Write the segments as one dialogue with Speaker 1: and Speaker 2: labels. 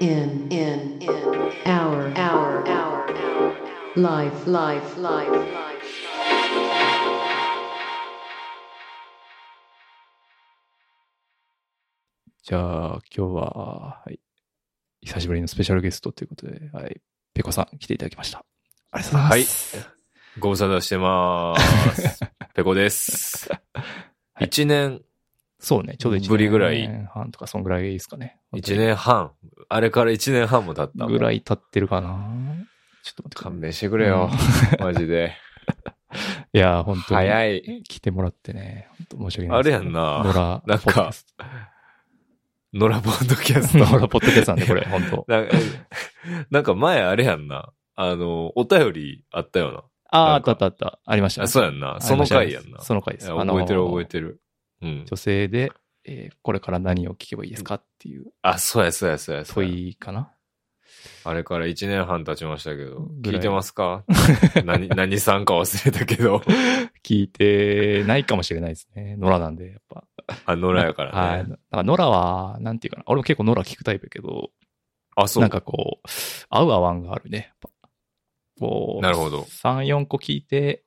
Speaker 1: in in in hour hour hour life life life life
Speaker 2: じゃあ、今日は、はい、久しぶりのスペシャルゲストということで、はい、ペコさん来ていただきました。ありがとうございます。
Speaker 3: ご無沙汰してます。ペコです。
Speaker 2: はい
Speaker 3: 一年、
Speaker 2: そうね、ちょうど1年
Speaker 3: ぶりぐらい
Speaker 2: 半とか、そんぐらいですかね。
Speaker 3: 一年半。あれから一年半も経ったもん。
Speaker 2: ぐらい経ってるかな。ちょっと待ってください
Speaker 3: 勘弁してくれよ。 マジで。
Speaker 2: いやー、本当に。
Speaker 3: 早い。
Speaker 2: 来てもらってね、本当申し訳ないです
Speaker 3: あれやんな
Speaker 2: ノラ、
Speaker 3: なんか
Speaker 2: ポッドキャス
Speaker 3: ノラポッドキャ
Speaker 2: ト
Speaker 3: スト。
Speaker 2: ノラポッドキャストなんで、これ、本当
Speaker 3: なんかなんか前あれやんな。あの、お便りあったよ
Speaker 2: あー、
Speaker 3: な
Speaker 2: あ
Speaker 3: ん
Speaker 2: っ
Speaker 3: か
Speaker 2: たあったあった。ありました
Speaker 3: な。
Speaker 2: ね。
Speaker 3: そうやんな。そ
Speaker 2: ありま
Speaker 3: の
Speaker 2: した
Speaker 3: 回やんな。
Speaker 2: その回です。
Speaker 3: いや覚えてる覚え
Speaker 2: る。
Speaker 3: てる。うん。
Speaker 2: 女性で、えーこれから何を聞けばいいですかっていう
Speaker 3: あ、そうやそうやそうやそうや。
Speaker 2: 問いかな。
Speaker 3: あれから一年半経ちましたけど、
Speaker 2: ぐら
Speaker 3: 聞
Speaker 2: い
Speaker 3: いてますか 何、何さんか忘れたけど、
Speaker 2: 聞いてないかもしれないですね。ノラなんで、やっぱ。
Speaker 3: あ、ノラやからね。
Speaker 2: はい。なんかノラは、なんていうかな。俺も結構ノラ聞くタイプやけど、
Speaker 3: あ、そう。
Speaker 2: なんかこう、合う合わんがあるね。やっぱこう、
Speaker 3: なるほど。
Speaker 2: 3、4個聞いて、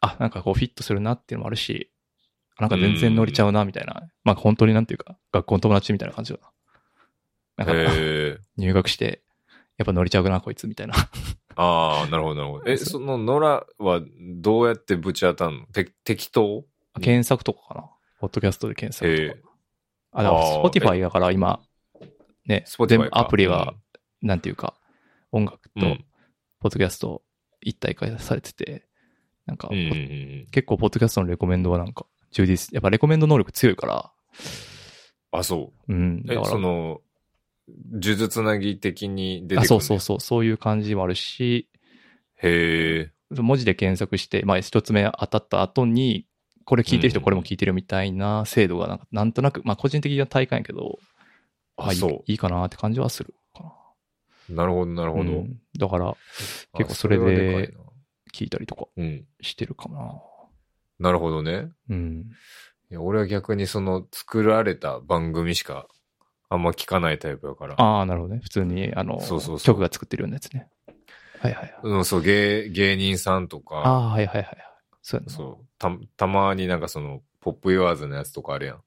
Speaker 2: あ、なんかこうフィットするなっていうのもあるし、なんか全然乗れちゃうなみたいな。まあ本当になんていうか、学校の友達みたいな感じだな。なんか
Speaker 3: へえ。
Speaker 2: 入学して、やっぱ乗れちゃうな、こいつみたいな。
Speaker 3: ああ、なるほど、なるほど。え、そのノラはどうやってぶち当たんのて適当うん
Speaker 2: 検索とかかな。ポッドキャストで検索
Speaker 3: へ
Speaker 2: と
Speaker 3: え
Speaker 2: か。。あ、だから
Speaker 3: あー
Speaker 2: Spotify だから今、ね、
Speaker 3: スポティ
Speaker 2: 全
Speaker 3: ファ
Speaker 2: 部ア
Speaker 3: イ
Speaker 2: プリは、なんていうか、音楽
Speaker 3: うん。う
Speaker 2: と
Speaker 3: ん
Speaker 2: ポッドキャスト一体化されてて、なんか、
Speaker 3: うんうんうん。
Speaker 2: 結構ポッドキャストのレコメンドはなんか充実、やっぱレコメンド能力強いから、
Speaker 3: あ、そ
Speaker 2: うん、
Speaker 3: う。
Speaker 2: だ
Speaker 3: え
Speaker 2: か、ら
Speaker 3: そ、の、呪術つなぎ的に出てくる、
Speaker 2: あそうそう。そう、そういう感じもあるし、
Speaker 3: へえ。
Speaker 2: 文字で検索して、まあ一つ目当たった後に、これ聞いてる人
Speaker 3: うん
Speaker 2: これも聞いてるみたいな精度がなんか、なんとなく、まあ個人的な体感やけど、
Speaker 3: あ、
Speaker 2: まあいい
Speaker 3: そ
Speaker 2: いいかなって感じはするかな。
Speaker 3: う。なるほど、なるほど。
Speaker 2: うんだから、
Speaker 3: あ
Speaker 2: 結構それで
Speaker 3: はかいな
Speaker 2: 聞いたりとか
Speaker 3: うん。
Speaker 2: してるかな。
Speaker 3: なるほどね。
Speaker 2: うん。
Speaker 3: いや、俺は逆にその作られた番組しかあんま聞かないタイプだから。
Speaker 2: ああ、なるほどね。普通に、あの、
Speaker 3: そうそうそう
Speaker 2: 曲が作ってるようなやつね。はいはいはい。
Speaker 3: うん、そう、芸、芸人さんと
Speaker 2: あ
Speaker 3: か、
Speaker 2: あー、はいはいはいはい。そうやな。
Speaker 3: そう、た、たまになんかその、ポップユアーズのやつとかあるやん。
Speaker 2: あ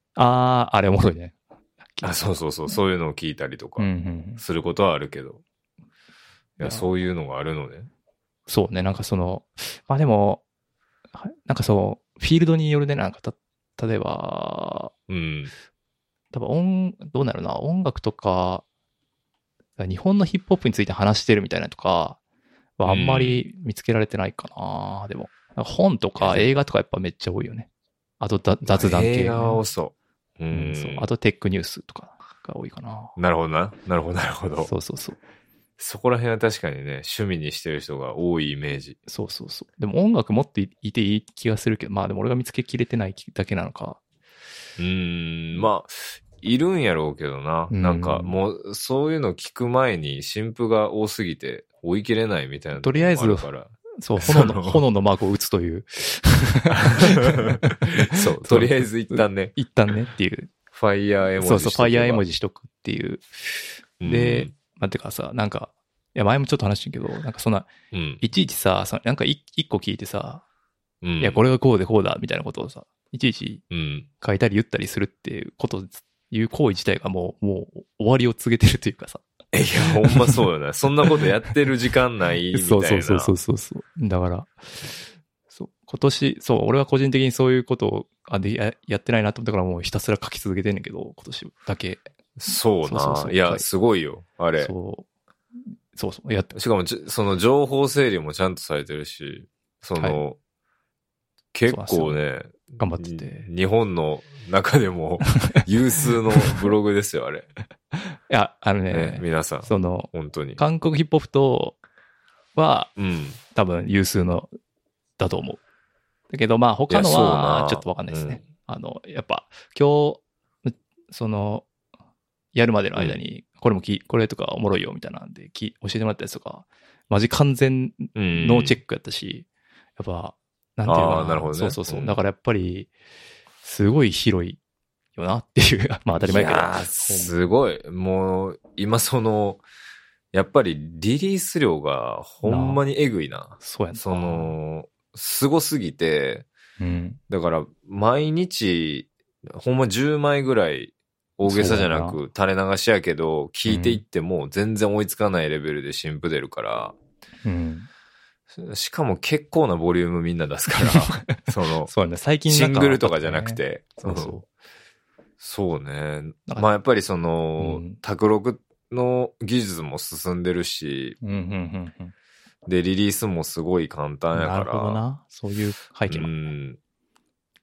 Speaker 2: あ、あれおもろいね。
Speaker 3: あ、そうそうそう、そういうのを聞いたりと
Speaker 2: うんう
Speaker 3: か、
Speaker 2: ん。
Speaker 3: することはあるけど。い
Speaker 2: いや
Speaker 3: や、そういうのがあるのね。
Speaker 2: そうね、なんかその、まあでも、はなんかそう、フィールドによるね、なんかた、例えば、
Speaker 3: うん。
Speaker 2: 多分音、どうなるな、音楽とか、日本のヒップホップについて話してるみたいなとかはあんまり見つけられてないかな、でも。なんか本とか映画とかやっぱめっちゃ多いよね。あとだ雑談系、
Speaker 3: 映画はそう。う
Speaker 2: うん
Speaker 3: ん。
Speaker 2: そうあとテックニュースとかが多いかな。
Speaker 3: なるほどな。なるほど、なるほど。そ
Speaker 2: そうそうそう。
Speaker 3: こら辺は確かにね、趣味にしてる人が多いイメージ。
Speaker 2: そうそうそう。でも音楽持っていていい気がするけど、まあでも俺が見つけきれてないだけなのか。
Speaker 3: うーん、まあ、いるんやろうけどな。
Speaker 2: うん
Speaker 3: なんか、もう、そういうの聞く前に、新婦が多すぎて、追い切れないみたいなのも
Speaker 2: とりあえず
Speaker 3: るから。
Speaker 2: そう、
Speaker 3: そ
Speaker 2: 炎の、
Speaker 3: の
Speaker 2: 炎のマークを打つと いう、
Speaker 3: そう、とりあえず一旦ね、
Speaker 2: 一旦ねっていう。
Speaker 3: ファイヤー絵文字
Speaker 2: そうそう、ファイヤー絵文
Speaker 3: 字。
Speaker 2: 字しとくっていう。
Speaker 3: うん
Speaker 2: で、、まあ、てかさ、なんか、いや、前もちょっと話してんけど、なんかそんな、
Speaker 3: うん。
Speaker 2: いちいちさ、そのなんか一一個聞いてさ、
Speaker 3: うん
Speaker 2: いや、これがこうでこうだ、みたいなことをさ、いちいち
Speaker 3: うん。
Speaker 2: 書いたり言ったりするっていうこと、いう行為自体がもう、もう終わりを告げてるというかさ。
Speaker 3: いや、ほんまそうよな。そんなことやってる時間ないみたいな。
Speaker 2: そうそうそうそうそうそう。だから、そう、今年、そう、俺は個人的にそういうことを、あ、で、ややってないなと思ったからもうひたすら書き続けてんねんけど、今年だけ。
Speaker 3: そう
Speaker 2: そうそうそ
Speaker 3: な。
Speaker 2: う
Speaker 3: いや、すごいよ、あれ。
Speaker 2: そう。そうそう。やって、
Speaker 3: しかもじ、その情報整理もちゃんとされてるし、その、結構ね、
Speaker 2: 頑張ってて。
Speaker 3: に日本の中 でも有数のブログですよ、あれ。
Speaker 2: いや、あの
Speaker 3: ね、
Speaker 2: ね、
Speaker 3: 皆さん。
Speaker 2: その、
Speaker 3: 本当に。
Speaker 2: 韓国ヒップホップとは
Speaker 3: うん。
Speaker 2: 多分有数のだと思う。だけど、まあ他の
Speaker 3: いやそうな
Speaker 2: はちょっとわかんないですね。あの、やっぱ今日、その、やるまでの間に、これもき、これとかおもろいよみたいなんでき、教えてもらったやつとか、マジ完全
Speaker 3: うん。
Speaker 2: ノーチェ
Speaker 3: ク。
Speaker 2: ックやったし、やっぱ、なんていうのか
Speaker 3: あーなるほどね
Speaker 2: そうそうそう。
Speaker 3: うん
Speaker 2: だからやっぱり、すごい広いよなっていう、 まあ当たり前
Speaker 3: い
Speaker 2: や
Speaker 3: やーすごい。もう、今その、やっぱりリリース量がほんまにえぐいな。
Speaker 2: けど、そうやんな
Speaker 3: そ、の、すごすぎて、
Speaker 2: うん、
Speaker 3: だから毎日、ほんま10枚ぐらい大げさじゃな
Speaker 2: そ
Speaker 3: く垂れ流しやけど、聞いていっても全然追いつかないレベルで新譜出るから、
Speaker 2: うん。
Speaker 3: しかも結構なボリュームみんな出 すから、その、
Speaker 2: そうやね、最近
Speaker 3: シ
Speaker 2: なん
Speaker 3: ン
Speaker 2: か
Speaker 3: グルとかじゃなく。て、
Speaker 2: そうそう。
Speaker 3: そうね。
Speaker 2: なんか
Speaker 3: まあやっぱりその
Speaker 2: うん、
Speaker 3: 卓録の技術も進んでるし、
Speaker 2: うんうんうんうん。
Speaker 3: で、リリースもすごい簡単やから。
Speaker 2: なるほどな。そういう背景
Speaker 3: う
Speaker 2: も。
Speaker 3: ん。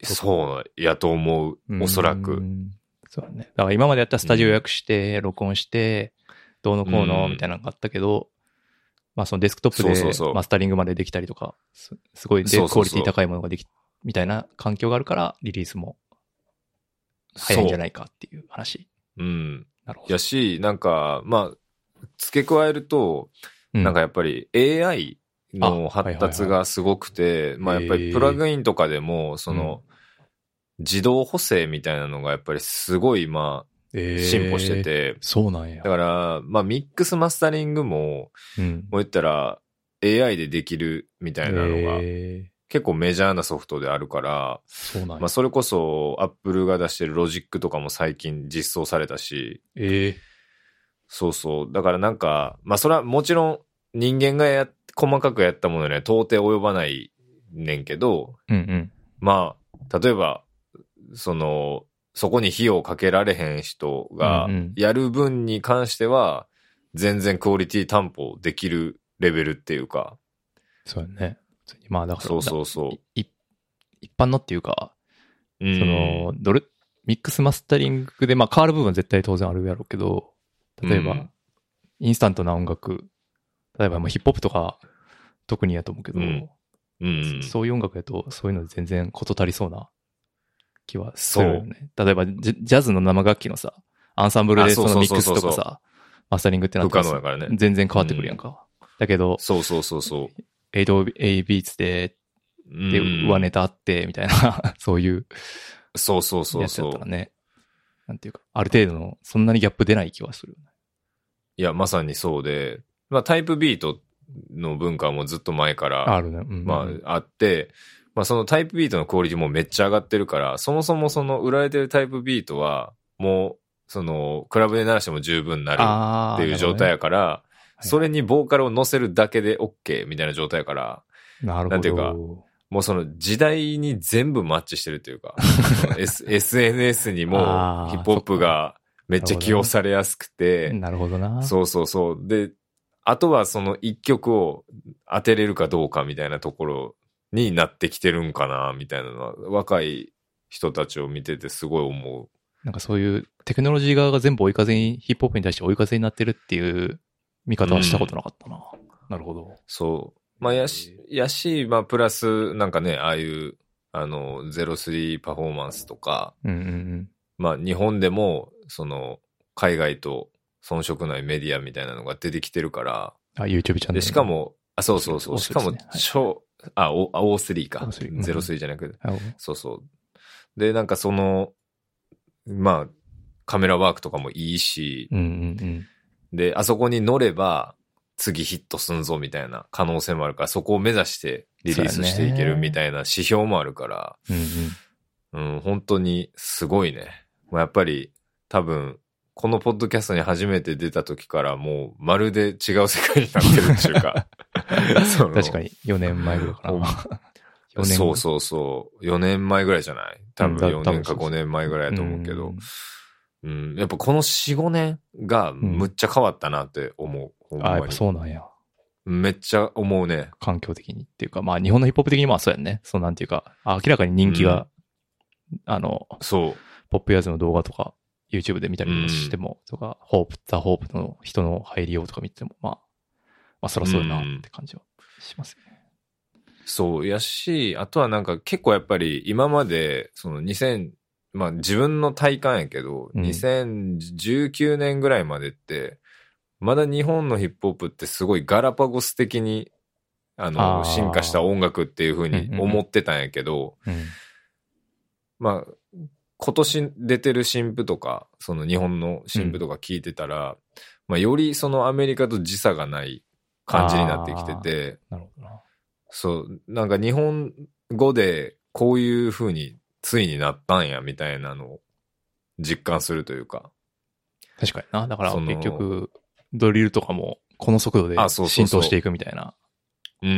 Speaker 3: そうやと思う
Speaker 2: う。ん
Speaker 3: おそらく。。
Speaker 2: そうだね。だから今までやったらスタジオ予約して、録音して、どうのこうの
Speaker 3: うん
Speaker 2: みたいなのがあったけど、まあそのデスクトップで
Speaker 3: そうそうそう
Speaker 2: マスタリングまでできたりとか、すすごいで
Speaker 3: そうそうそう
Speaker 2: クオリティ高いものができ、みたいな環境があるから、リリースも早いんじゃないかっていう話。
Speaker 3: そう。うん。
Speaker 2: なるほど。
Speaker 3: やし、なんか、まあ、付け加えると、
Speaker 2: う
Speaker 3: なんかやっぱり AI の発達がすごくて、まあやっぱりプラグインとかでも、その、自動補正みたいなのがやっぱりすごい今進歩して。
Speaker 2: えー
Speaker 3: て、
Speaker 2: そうなんや
Speaker 3: だ。から、まあミックスマスタリングも、
Speaker 2: うん。
Speaker 3: もう言ったら AI でできるみたいなのが
Speaker 2: えー
Speaker 3: 結構メジャーなソフトであるから、
Speaker 2: そうなん
Speaker 3: ま
Speaker 2: や
Speaker 3: あ。それこそ Apple が出してるロジックとかも最近実装されたし、
Speaker 2: え
Speaker 3: そうそう。だからなんか、まあそれはもちろん人間がや、細かくやったものには到底及ばないねんけど、
Speaker 2: ーうんうん。
Speaker 3: まあ、例えば、その、そこに費用をかけられへん人が
Speaker 2: うんうん、
Speaker 3: やる分に関しては、全然クオリティ担保できるレベルっていうか、
Speaker 2: そうやね。普通にまあだから、
Speaker 3: そうそうそう
Speaker 2: だい一般のっていうか、
Speaker 3: うん
Speaker 2: その、ドル、ミックスマスタリングで、まあ変わる部分は絶対当然あるやろうけど、例えば、
Speaker 3: うん
Speaker 2: インスタントな音楽、例えばまあヒップホップとか、特にやと思うけど、
Speaker 3: うんうん、
Speaker 2: そういう音楽やと、そういうの全然事足りそうな気はするよね。例えばジャ、ジャズの生楽器のさ、アンサンブル
Speaker 3: あ
Speaker 2: で
Speaker 3: そ
Speaker 2: そうの
Speaker 3: そう
Speaker 2: ミック
Speaker 3: そう
Speaker 2: ス
Speaker 3: そう
Speaker 2: とかさ、マスタリングってなった
Speaker 3: 不可能やからね
Speaker 2: 全然変わってくるやんか。だけど、
Speaker 3: そうそうそうそう。
Speaker 2: 8A ビーツで、で、
Speaker 3: うん
Speaker 2: 上ネタあって、みたいな、 そういう
Speaker 3: そうそうそ
Speaker 2: や
Speaker 3: う
Speaker 2: つだ
Speaker 3: そ
Speaker 2: っ
Speaker 3: う
Speaker 2: たら。ね、なんていうか、ある程度の、そんなにギャップ出ない気はする。
Speaker 3: いや、まさにそうで、まあタイプビートの文化もずっと前から、
Speaker 2: るね。うん
Speaker 3: まあ、あって、まあ、そのタイプビートのクオリティもめっちゃ上がってるから、そもそもその売られてるタイプビートは、もう、その、クラブで鳴らしても十分なる
Speaker 2: あ
Speaker 3: っていう状態
Speaker 2: や
Speaker 3: やから、
Speaker 2: はい
Speaker 3: それにボーカルを乗せるだけで OK みたいな状態やから、
Speaker 2: なるほど。
Speaker 3: なんていうかもうその時代に全部マッチしてるって いうか、その S- SNS にも
Speaker 2: あー
Speaker 3: ヒップホップがめっちゃ起用されやすくて、
Speaker 2: なるほどな。
Speaker 3: そうそうそう。で、あとはその一曲を当てれるかどうかみたいなところになってきてるんかな、みたいなのは、若い人たちを見ててすごい思う。
Speaker 2: なんかそういうテクノロジー側が全部追い風に、ヒップホップに対して追い風になってるっていう見方はしたことなかったな。なるほど。
Speaker 3: そう。まあ、やし、やし、まあ、プラス、なんかね、ああいう、あの、03パフォーマンスとか、
Speaker 2: うんうんうん。
Speaker 3: まあ、日本でも、その、海外と遜色ないメディアみたいなのが出てきてるから、
Speaker 2: あ、YouTube チャンネル。
Speaker 3: で、しか、も、あ、そうそうそう、
Speaker 2: O3
Speaker 3: しかも
Speaker 2: ですね、はい
Speaker 3: 超、あ、O- あ O3 か。
Speaker 2: O3 うん
Speaker 3: 03じゃなくて、
Speaker 2: あの
Speaker 3: そうそう。で、なんかその、まあ、カメラワークとかもいいし
Speaker 2: う、んうんうん。
Speaker 3: で、あそこに乗れば、次ヒットすんぞみたいな可能性もあるから、そこを目指してリリースしていけるみたいな指標もあるから、
Speaker 2: うんうん。
Speaker 3: うん、本当にすごいね。まあ、やっぱり、多分、このポッドキャストに初めて出た時からもうまるで違う世界になってるっていうか。その
Speaker 2: 確かに、4年前ぐらいか
Speaker 3: ほん
Speaker 2: な。4年
Speaker 3: そうそうそう。4年前ぐらいじゃない多分
Speaker 2: うん
Speaker 3: 4
Speaker 2: だ
Speaker 3: 年か
Speaker 2: 多分そうそう
Speaker 3: 5年前ぐらいだと思うけど。
Speaker 2: ん
Speaker 3: うん、やっぱこの4、5年がむっちゃ変わったなって思う。ほん
Speaker 2: あ、
Speaker 3: ま
Speaker 2: やっぱ
Speaker 3: に。
Speaker 2: そうなんや。
Speaker 3: めっちゃ思うね。
Speaker 2: 環境的にっていうか、まあ日本のヒップホップ的にもそうやんね。そうなんていうか、あ明らかに人気が、あの、
Speaker 3: そ
Speaker 2: ポップヤーズの動画とか、YouTube で見たりしても、とか、ホープ、ザ・ホープの人の入りようとか見ても、まあ、まあそらそうやなって感じはしますよね。
Speaker 3: う。そう。やし、あとはなんか結構やっぱり今まで、その2000、まあ自分の体感やけど、
Speaker 2: うん
Speaker 3: 2019年ぐらいまでって、まだ日本のヒップホップってすごいガラパゴス的に、あの、
Speaker 2: あー
Speaker 3: 進化した音楽っていう風に思ってたんやけど、
Speaker 2: うん。
Speaker 3: まあ、今年出てる新譜とか、その日本の新譜とか聞いてたら、まあ、よりそのアメリカと時差がない感じになってきてて、
Speaker 2: なるほどな。
Speaker 3: そう、なんか日本語でこういう風についになったんやみたいなのを実感するというか。
Speaker 2: 確かにな。だから
Speaker 3: その
Speaker 2: 結局、ドリルとかもこの速度で
Speaker 3: あそうそう
Speaker 2: 浸
Speaker 3: そう
Speaker 2: 透していくみたいな。
Speaker 3: うー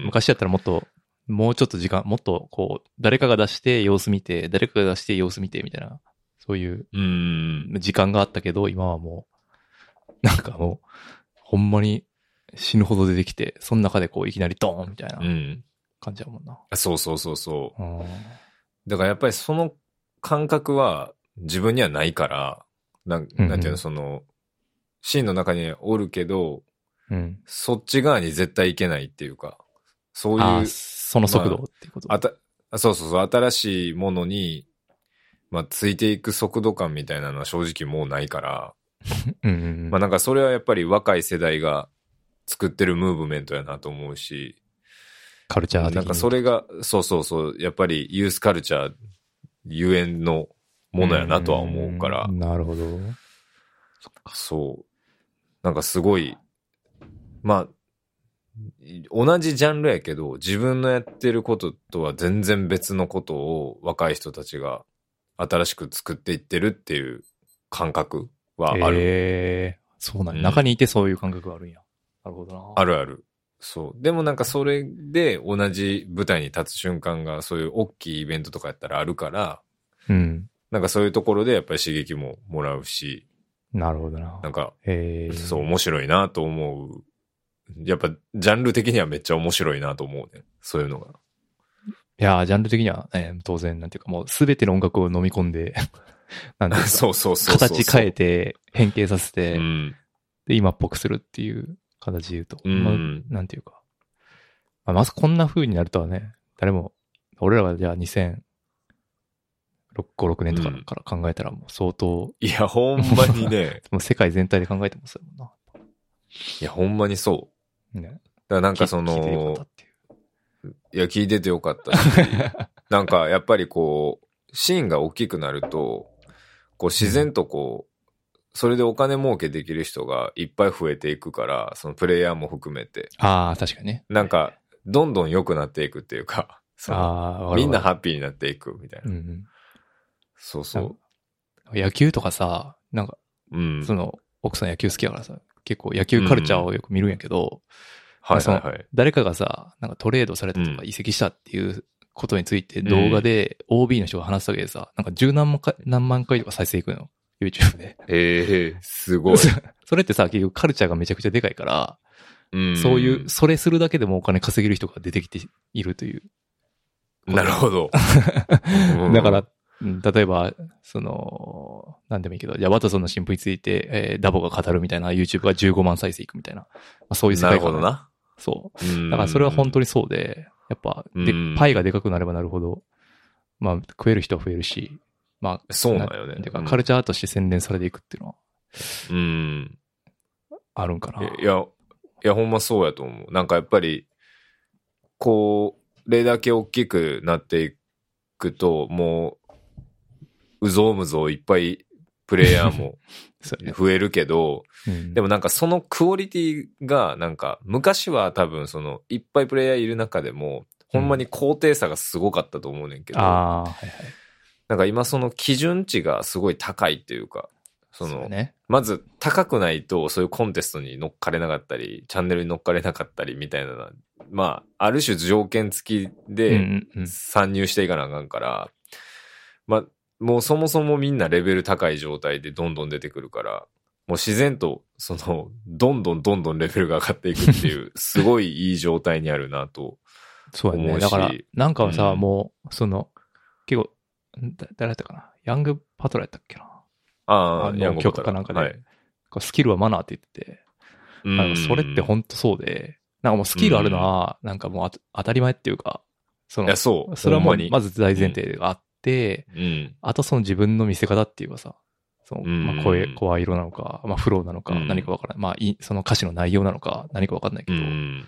Speaker 3: ん。
Speaker 2: 昔だったらもっと、もうちょっと時間、もっとこう、誰かが出して様子見て、誰かが出して様子見てみたいな、そういう
Speaker 3: うーん。
Speaker 2: 時間があったけど、今はもう、なんかもう、ほんまに死ぬほど出てきて、その中でこういきなりドーンみたいな
Speaker 3: うん。
Speaker 2: 感じやもんな。
Speaker 3: そうそうそうそうう。だからやっぱりその感覚は自分にはないから、なん
Speaker 2: うん
Speaker 3: なんていうの、その、シーンの中におるけど、
Speaker 2: ん。うん。
Speaker 3: そっち側に絶対行けないっていうか、そう
Speaker 2: あ
Speaker 3: い
Speaker 2: ー
Speaker 3: う、
Speaker 2: その速度っていうこと。
Speaker 3: あた、あそうそうそう、新しいものに、まあ、ついていく速度感みたいなのは正直もうないから、
Speaker 2: うんうんうん
Speaker 3: まあなんかそれはやっぱり若い世代が作ってるムーブメントやなと思うし、
Speaker 2: カルチャー的に
Speaker 3: なんかそれが、そうそうそう、やっぱりユースカルチャーゆえんのものやなとは思うから、
Speaker 2: んなるほど。
Speaker 3: そう。なんかすごい、まあ、同じジャンルやけど、自分のやってることとは全然別のことを若い人たちが新しく作っていってるっていう感覚はある。
Speaker 2: えーそうなんや
Speaker 3: うん
Speaker 2: 中にいてそういう感覚があるんや。なるほどな。
Speaker 3: あ
Speaker 2: る。
Speaker 3: るある。そう。でもなんかそれで同じ舞台に立つ瞬間がそういう大きいイベントとかやったらあるから、
Speaker 2: うん。
Speaker 3: なんかそういうところでやっぱり刺激ももらうし、
Speaker 2: なるほどな。
Speaker 3: なんか
Speaker 2: えー、
Speaker 3: そう、面白いなと思う。やっぱ、ジャンル的にはめっちゃ面白いなと思うね。そういうのが。
Speaker 2: いやー、ジャンル的には、えー当然、なんていうか、もうすべての音楽を飲み込んで、 なんていうか
Speaker 3: そうそうそうそうそう。
Speaker 2: 形変えて、変形させて、
Speaker 3: うん。
Speaker 2: で、今っぽくするっていう形で言うと、
Speaker 3: うん
Speaker 2: まあなんていうか、まあ、まずこんな風になるとはね、誰も、俺らがじゃあ2006、6年とかから考えたらもう相当、
Speaker 3: いや、ほんまにね。
Speaker 2: もう世界全体で考えてもそうやも
Speaker 3: いや、ほんまにそ
Speaker 2: んな。ね、
Speaker 3: う。だからなんかそ
Speaker 2: 聞いてよかっ
Speaker 3: の
Speaker 2: たっ、ていう
Speaker 3: いや、聞いててよかったし、なんかやっぱりこう、シーンが大きくなると、こう自然とこう、それでお金儲けできる人がいっぱい増えていくから、そのプレイヤーも含めて、
Speaker 2: ああ、確かにね。
Speaker 3: なんか、どんどん良くなっていくっていうか、その
Speaker 2: ああ、
Speaker 3: みんな
Speaker 2: は、
Speaker 3: ハッピーになっていくみたいな。
Speaker 2: うんうん。
Speaker 3: そうそ
Speaker 2: 野球とかさ、なんか、
Speaker 3: う。うん。
Speaker 2: その、奥さん野球好きやからさ、結構野球カルチャーをよく見るんやけど、
Speaker 3: はいはいはい。
Speaker 2: 誰かがさ、なんかトレードされたと
Speaker 3: う
Speaker 2: か
Speaker 3: ん
Speaker 2: 移籍したっていうことについて動画で OB の人が話すわけでさ、なんか十何万回、何万回とか再生いくの。YouTube で。
Speaker 3: ええすごい。
Speaker 2: それってさ、結局カルチャーがめちゃくちゃでかいから、
Speaker 3: うん
Speaker 2: そういう、それするだけでもお金稼げる人が出てきているという。
Speaker 3: なるほど。うん
Speaker 2: だから、うん例えば、その、なんでもいいけど、じゃあワトソンの新聞について、えーダボが語るみたいな YouTube が15万再生いくみたいな、まあ、そういう世
Speaker 3: な
Speaker 2: 界
Speaker 3: る
Speaker 2: 観
Speaker 3: ほどな。
Speaker 2: そう。
Speaker 3: うん
Speaker 2: だからそれは本当にそうで、やっぱ、で
Speaker 3: うん、
Speaker 2: パイがでかくなればなるほど、まあ、食える人は増えるし、まあ、
Speaker 3: そうなんよね。
Speaker 2: ていうか、カルチャーとして洗練されていくっていうのは
Speaker 3: うん。
Speaker 2: あるんかな。
Speaker 3: いや、いや、ほんまそうやと思う。なんかやっぱり、こう、例だけ大きくなっていくと、もう、うぞうむぞういっぱいプレイヤーも
Speaker 2: そうやね。
Speaker 3: 増えるけど、
Speaker 2: うん
Speaker 3: でもなんかそのクオリティがなんか昔は多分そのいっぱいプレイヤーいる中でもほんまに高低差がすごかったと思うねんけど、
Speaker 2: ああ、はいはい。
Speaker 3: なんか今その基準値がすごい高いっていうか、その
Speaker 2: うやね。
Speaker 3: まず高くないとそういうコンテストに乗っかれなかったり、チャンネルに乗っかれなかったりみたいなのは、まあある種条件付き
Speaker 2: うん
Speaker 3: で
Speaker 2: うんうん
Speaker 3: 参入していかなあかんから、まあもうそもそもみんなレベル高い状態でどんどん出てくるから、もう自然とそのどんどんどんどんレベルが上がっていくって いう、すごいいい状態にあるなと。
Speaker 2: そうや
Speaker 3: 思
Speaker 2: ね。
Speaker 3: うし
Speaker 2: だから、なんかはさ、
Speaker 3: うん
Speaker 2: もう、その、結構、んだ誰だったかな。ヤングパトラやったっけな。
Speaker 3: あ
Speaker 2: あ
Speaker 3: あ、
Speaker 2: の
Speaker 3: ヤングボタ
Speaker 2: 曲
Speaker 3: ン
Speaker 2: かなんかで
Speaker 3: はい
Speaker 2: こうスキルはマナーって言ってて、なんかそれって
Speaker 3: うん
Speaker 2: 本当そうで、なんかもうスキルあるのは、なんかもうあと当たり前っていうか、そ
Speaker 3: い
Speaker 2: の
Speaker 3: や、、そう。
Speaker 2: それはも
Speaker 3: ほ
Speaker 2: うん
Speaker 3: まに。
Speaker 2: まず大前提があって、
Speaker 3: うん。
Speaker 2: あとその自分の見せ方っていうかさ、その
Speaker 3: うん
Speaker 2: まあ、声、声色なのか、まあ、フローなのか、
Speaker 3: うん
Speaker 2: 何かわからない。まあい、その歌詞の内容なのか、何かわかんないけ
Speaker 3: う
Speaker 2: ど、
Speaker 3: ん。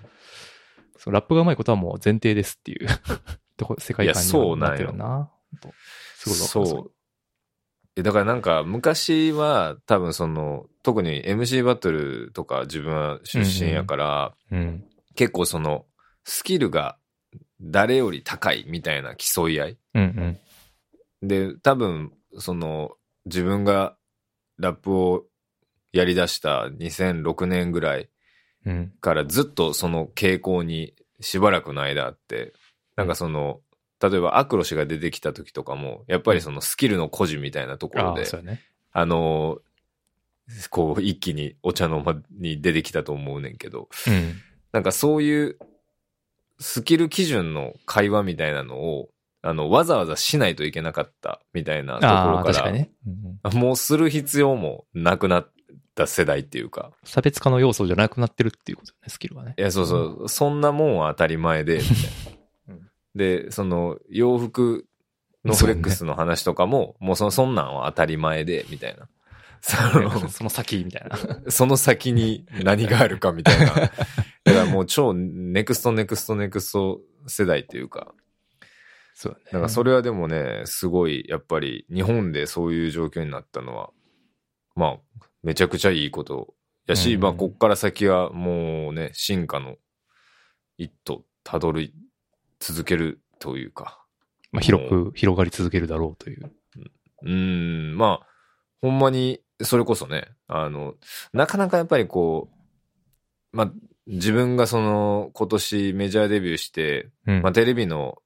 Speaker 2: そのラップがうまいことはもう前提ですっていう とこ、世界観
Speaker 3: いや
Speaker 2: に
Speaker 3: そう
Speaker 2: は
Speaker 3: なん
Speaker 2: なっ
Speaker 3: よ
Speaker 2: てるな。ほんとすごいわか
Speaker 3: そ
Speaker 2: る
Speaker 3: う。えだからなんか昔は多分その特に MC バトルとか自分は出身やから、
Speaker 2: うん。
Speaker 3: 結構そのスキルが誰より高いみたいな競い合い
Speaker 2: うんうん。
Speaker 3: で多分その自分がラップをやりだした2006年ぐらい
Speaker 2: うん。
Speaker 3: からずっとその傾向にしばらくの間あってなんかその例えばアクロ氏が出てきた時とかもやっぱりそのスキルの孤児みたいなところ
Speaker 2: あ
Speaker 3: で
Speaker 2: あ、そうやね。
Speaker 3: あのーこう一気にお茶の間に出てきたと思うねんけど
Speaker 2: うん。
Speaker 3: なんかそういうスキル基準の会話みたいなのをあのわざわざしないといけなかったみたいなとこ
Speaker 2: ああ、
Speaker 3: ろか
Speaker 2: 確
Speaker 3: ら
Speaker 2: かにね、うん。
Speaker 3: もうする必要もなくなった世代っていうか
Speaker 2: 差別化の要素じゃなくなってるっていうことだね、スキル はね。
Speaker 3: いやそうそう、そんなもんは当たり前でみたいな
Speaker 2: うん
Speaker 3: でその洋服のフレックスの話とかも、もうそのそんなんは当たり前でみたいな。その
Speaker 2: その先みたい な。
Speaker 3: その先に何があるか みたいな。だからもう超ネクストネクストネクスト世代っていうか。
Speaker 2: そうだね。
Speaker 3: なんかそれはでもね、すごいやっぱり日本でそういう状況になったのは、まあ、めちゃくちゃいいことやし、
Speaker 2: うん
Speaker 3: まあこっから先はもうね、進化の一途たどり続けるというか。
Speaker 2: まあ、広く広がり続けるだろうという。
Speaker 3: うん、まあ、ほんまに、それこそね、あの、なかなかやっぱりこう、まあ、自分がその、今年メジャーデビューして、
Speaker 2: うん
Speaker 3: まあ、テレビの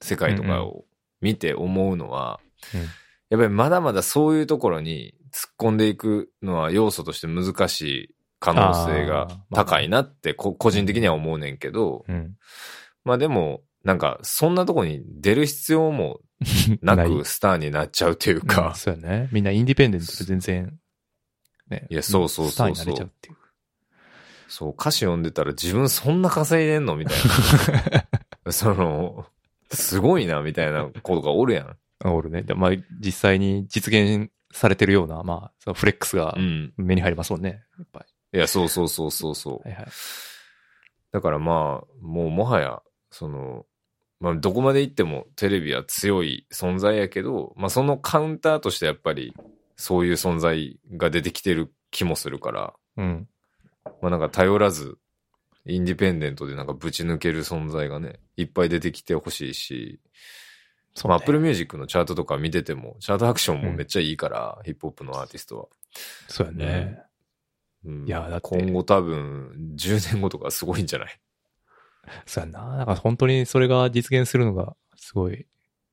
Speaker 3: 世界とかを見て思うのは、
Speaker 2: うん
Speaker 3: やっぱりまだまだそういうところに突っ込んでいくのは要素として難しい可能性が高いなって、こ個人的には思うねんけど、
Speaker 2: うん。
Speaker 3: まあでも、なんか、そんなとこに出る必要もな
Speaker 2: い
Speaker 3: くスターになっちゃうという
Speaker 2: う
Speaker 3: か
Speaker 2: ん、そうやね。みんなインディペンデントで全然、ね。
Speaker 3: いやそうそうそうそう
Speaker 2: スターになれちゃうっていう。
Speaker 3: そう、歌詞読んでたら自分そんな稼いでんのみたい な。その、すごいな、みたいな子がおるやん。
Speaker 2: あ俺ね。でまあ、実際に実現されてるような、まあ、そのフレックスが
Speaker 3: うん。
Speaker 2: 目に入りますもんね。やっぱ
Speaker 3: いや、そうそうそうそうそう
Speaker 2: り。。はいはい。
Speaker 3: だからまあ、もうもはや、その、まあ、どこまで行ってもテレビは強い存在やけど、まあ、そのカウンターとしてやっぱり、そういう存在が出てきてる気もするから、
Speaker 2: うん。
Speaker 3: まあ、なんか頼らず、インディペンデントでなんかぶち抜ける存在がね、いっぱい出てきてほしいし、
Speaker 2: そう、ね。
Speaker 3: まあ、Apple Music のチャートとか見てても、チャートアクションもめっちゃいいから、ヒップホップのアーティストは。
Speaker 2: そうやね。
Speaker 3: うん
Speaker 2: いやだって
Speaker 3: 今後多分、10年後とかすごいんじゃない
Speaker 2: そうやな。だから本当にそれが実現するのが、すごい、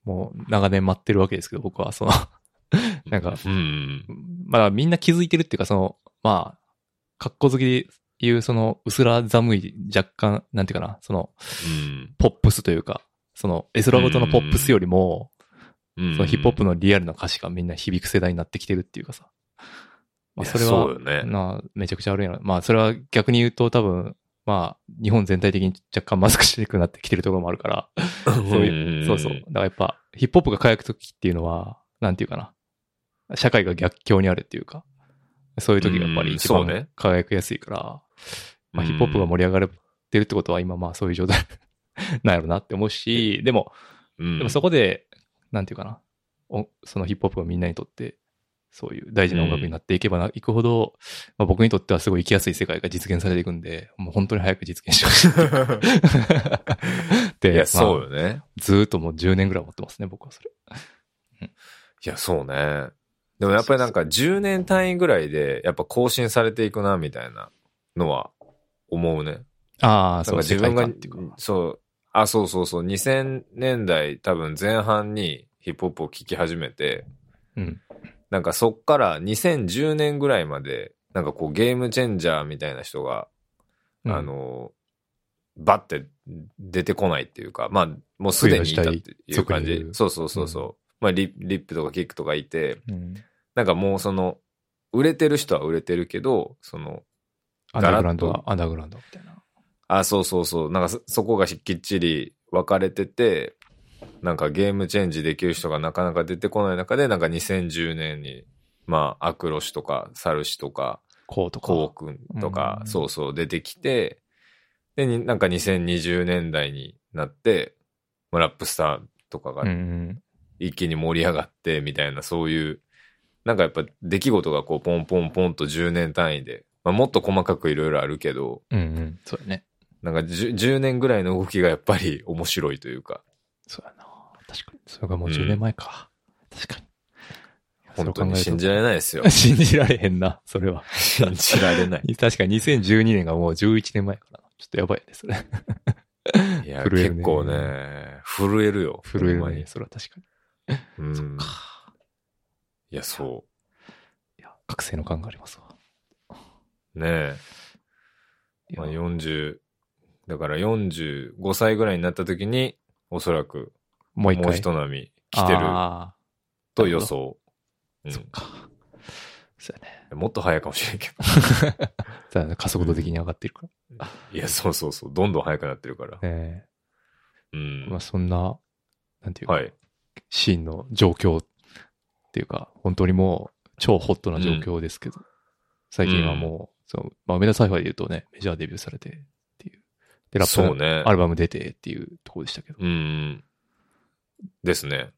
Speaker 2: もう長年待ってるわけですけど、僕は、その、 なんか、
Speaker 3: うん。
Speaker 2: まあみんな気づいてるっていうか、その、まあ、格好好きで言う、その、薄ら寒い、若干、なんていうかな、その、
Speaker 3: うん
Speaker 2: ポップスというか、その、エスラごとのポップスよりも、
Speaker 3: うん。
Speaker 2: そのヒップホップのリアルな歌詞がみんな響く世代になってきてるっていうかさ。まあ、
Speaker 3: いや
Speaker 2: それは
Speaker 3: そう、よね。
Speaker 2: なあめちゃくちゃあるんやろ。まあ、それは逆に言うと多分、まあ、日本全体的に若干マスクしにくくなってきてるところもあるから、そういう、そうそう。だからやっぱ、ヒップホップが輝くときっていうのは、なんていうかな。社会が逆境にあるっていうか、そういう時がやっぱり一
Speaker 3: うんそうね
Speaker 2: 番輝くやすいから、まあ、ヒップホップが盛り上がってるってことは今まあそういう状態 なんやろなって思うし、でも、
Speaker 3: うん。
Speaker 2: でもそこで、なんていうかな。おそのヒップホップがみんなにとって、そういう大事な音楽になっていけばな、いくほど、まあ、僕にとってはすごい生きやすい世界が実現されていくんで、もう本当に早く実現してほしい。
Speaker 3: い
Speaker 2: で、まあ
Speaker 3: や、そうよね。
Speaker 2: ずーっともう10年ぐらい思ってますね、僕はそれ。
Speaker 3: いや、そうね。でもやっぱりなんか10年単位ぐらいで、やっぱ更新されていくな、みたいなのは思うね。
Speaker 2: ああ、
Speaker 3: な
Speaker 2: そ
Speaker 3: ん
Speaker 2: う、
Speaker 3: か自分が
Speaker 2: 世界観っていうか、
Speaker 3: そう、あ、そうそうそう、2000年代多分前半にヒップホップを聴き始めて、
Speaker 2: うん。
Speaker 3: なんかそっから2010年ぐらいまで、なんかこうゲームチェンジャーみたいな人が、
Speaker 2: うん
Speaker 3: あ、の、バッて出てこないっていうか、まあ、もうすでにいたっていう感
Speaker 2: 冬の時代
Speaker 3: じ
Speaker 2: 俗に言。う
Speaker 3: そうそうそうそう。まあリ、リップとかキックとかいて、
Speaker 2: うん、
Speaker 3: なんかもうその、売れてる人は売れてるけど、その、
Speaker 2: アンダーグラウンドはアンダーグラウンドみたいな。
Speaker 3: あ、そうそうそう。なんかそ、そこがきっちり分かれてて、なんかゲームチェンジできる人がなかなか出てこない中で、なんか2010年に、まあ、アクロ氏とか、サル氏とか、
Speaker 2: こうとか。
Speaker 3: コウ君とか、
Speaker 2: うん
Speaker 3: そうそう出てきて、で、になんか2020年代になって、まあラップスターとか
Speaker 2: うんう
Speaker 3: が
Speaker 2: ん。
Speaker 3: 一気に盛り上がって、みたいな、そういうなんかやっぱ出来事がこうポンポンポンと10年単位で、まあ、もっと細かくいろいろあるけど、
Speaker 2: うんうん。そうやね。
Speaker 3: なんか 10, 10年ぐらいの動きがやっぱり面白いというか、
Speaker 2: そうやな。確かに。それがもう10年前か。確かに。
Speaker 3: 本当に
Speaker 2: そう
Speaker 3: 信
Speaker 2: 考
Speaker 3: じられないです
Speaker 2: え
Speaker 3: よ
Speaker 2: ると。信じられへんな、それは。
Speaker 3: 信じられない。
Speaker 2: 確かに2012年がもう11年前からな。ちょっとやばいですね。
Speaker 3: いや、
Speaker 2: 震えるね
Speaker 3: 結構ね、震えるよ。
Speaker 2: 震え
Speaker 3: ほん
Speaker 2: る
Speaker 3: ま
Speaker 2: ね
Speaker 3: に。。
Speaker 2: それは確かに。
Speaker 3: うん
Speaker 2: そっか。
Speaker 3: いや、そ
Speaker 2: いや、覚醒の感がありますわ。
Speaker 3: う。ね
Speaker 2: い
Speaker 3: え。
Speaker 2: や
Speaker 3: まあ、40、だから45歳ぐらいになった時に、おそらく
Speaker 2: もう一回。
Speaker 3: もう一波来てる
Speaker 2: あ
Speaker 3: と予想。う
Speaker 2: ーそっ
Speaker 3: ん
Speaker 2: か。そうやね。
Speaker 3: もっと早いかもしれんけど。
Speaker 2: そうやね加速度的に上がってるから。
Speaker 3: いや、そうそうそう。どんどん早くなってるから。
Speaker 2: え
Speaker 3: う
Speaker 2: えまあ
Speaker 3: ん。
Speaker 2: そんな、なんていうか、
Speaker 3: はい。
Speaker 2: シーンの状況っていうか、本当にもう超ホットな状況ですけど、最近はもう、そのまあ、梅田サイファーで言うとね、メジャーデビューされてっていう。で、ラ
Speaker 3: そ
Speaker 2: ッ
Speaker 3: う
Speaker 2: プ、
Speaker 3: ね
Speaker 2: ア。ルバム出てっていうところでしたけど、い
Speaker 3: うん。ですね。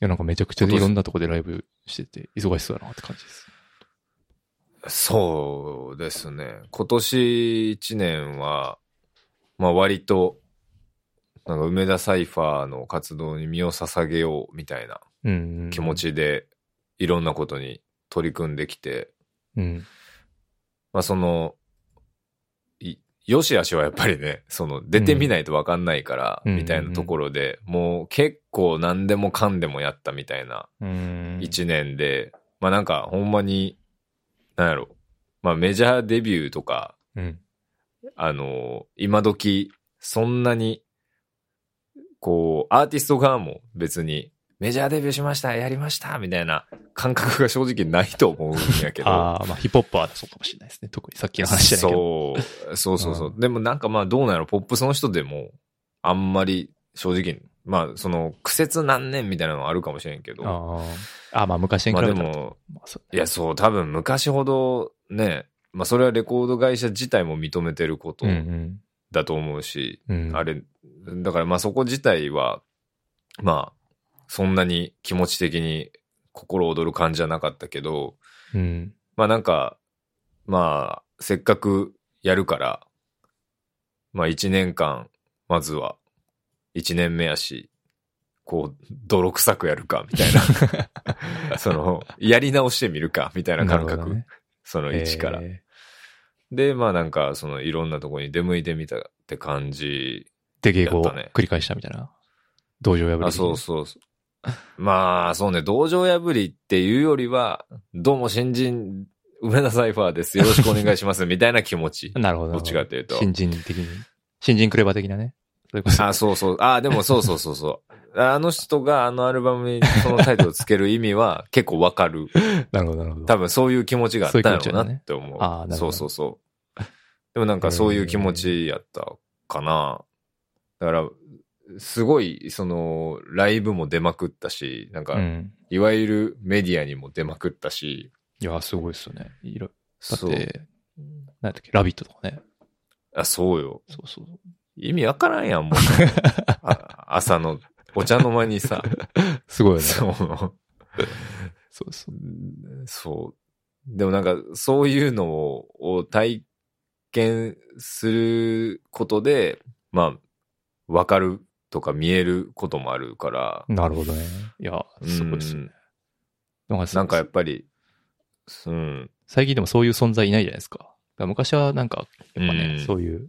Speaker 2: や、なんかめちゃくちゃいろんなとこでライブしてて、忙しそうだなって感じです。
Speaker 3: そうですね。今年一年は、まあ割と、なんか梅田サイファーの活動に身を捧げようみたいな
Speaker 2: うん。
Speaker 3: 気持。ちで、いろんなことに取り組んできて、
Speaker 2: うん。
Speaker 3: まあその、いよしあしはやっぱりね、その出てみないとわかんないから、
Speaker 2: うん
Speaker 3: みたいなところで、もう結構何でもかんでもやったみたいな
Speaker 2: うん。
Speaker 3: 一年で、まあなんかほんまに、なんやろ、まあメジャーデビューとか、
Speaker 2: うん。
Speaker 3: あの、今時、そんなに、こう、アーティスト側も別に、メジャーデビューしました、やりました、みたいな感覚が正直ないと思うんやけど。
Speaker 2: ああ、まあヒップホップはそうかもしれないですね。特にさっきの話じゃないけど。
Speaker 3: そう、そうそうそう。
Speaker 2: う
Speaker 3: でもなんかまあどうなのポップスの人でも、あんまり正直、まあその苦節何年みたいなのはあるかもしれんけど、ま
Speaker 2: あーあー、まあ昔に比
Speaker 3: あ
Speaker 2: べ
Speaker 3: で
Speaker 2: たらと。
Speaker 3: も、
Speaker 2: まあそう
Speaker 3: いやそう、多分昔ほどね、まあそれはレコード会社自体も認めてること
Speaker 2: うんうん
Speaker 3: だと思うし、
Speaker 2: うん。
Speaker 3: あれ、だからまあそこ自体は、まあそんなに気持ち的に心躍る感じじゃなかったけど、
Speaker 2: うん。
Speaker 3: まあなんか、まあ、せっかくやるから、まあ一年間、まずは、一年目やし、こう、泥臭くやるか、みたい な。その、やり直してみるか、みたいな感
Speaker 2: るほ
Speaker 3: 覚。
Speaker 2: どね
Speaker 3: その位置から。
Speaker 2: えー
Speaker 3: で、まあなんか、そのいろんなとこに出向いてみたって感じ。
Speaker 2: で、芸語を
Speaker 3: やったね
Speaker 2: 繰り返したみたいな。同情破り。
Speaker 3: あ、そうそうそう。まあ、そうね、道場破りっていうよりは、どうも新人、梅田サイファーです。よろしくお願いします。みたいな気 持ち。
Speaker 2: なるほど。
Speaker 3: どっちかっていうと
Speaker 2: 新人的に。新人クレバ的なね。それこそ。
Speaker 3: あ、そうそう。あ、でもそうそうそうそう。あの人があのアルバムにそのタイトルをつける意味は結構わかる。
Speaker 2: なるほど、なるほど。
Speaker 3: 多分そういう気持ちがあったんや
Speaker 2: そういう気持ち
Speaker 3: ろ
Speaker 2: だ
Speaker 3: う
Speaker 2: ね
Speaker 3: なって思う。
Speaker 2: あーなるほ
Speaker 3: そ
Speaker 2: ど
Speaker 3: うそうそう。でもなんかそういう気持ちやったかな。だから、すごい、その、ライブも出まくったし、なんか
Speaker 2: う、ん。
Speaker 3: いわゆるメディアにも出まくったし、
Speaker 2: いや、すごいっすよね。いろ、だっ
Speaker 3: そう。
Speaker 2: て、なんだっけ、ラビットとかね。
Speaker 3: あ、そうよ。
Speaker 2: そうそうそう。
Speaker 3: 意味わからん やん、もう。あ朝の、お茶の間にさ、
Speaker 2: すごいよね。そ
Speaker 3: そう
Speaker 2: そう
Speaker 3: そう。でもなんか、そういうのをを体験することで、まあ、わかるとか見えることもあるから、
Speaker 2: なるほどね。いや、すごいっす
Speaker 3: う
Speaker 2: ね
Speaker 3: ん。
Speaker 2: なん
Speaker 3: なんかやっぱり、うん、
Speaker 2: 最近でもそういう存在いないじゃないですか。だから昔はなんか、やっぱね、
Speaker 3: うん
Speaker 2: そういう、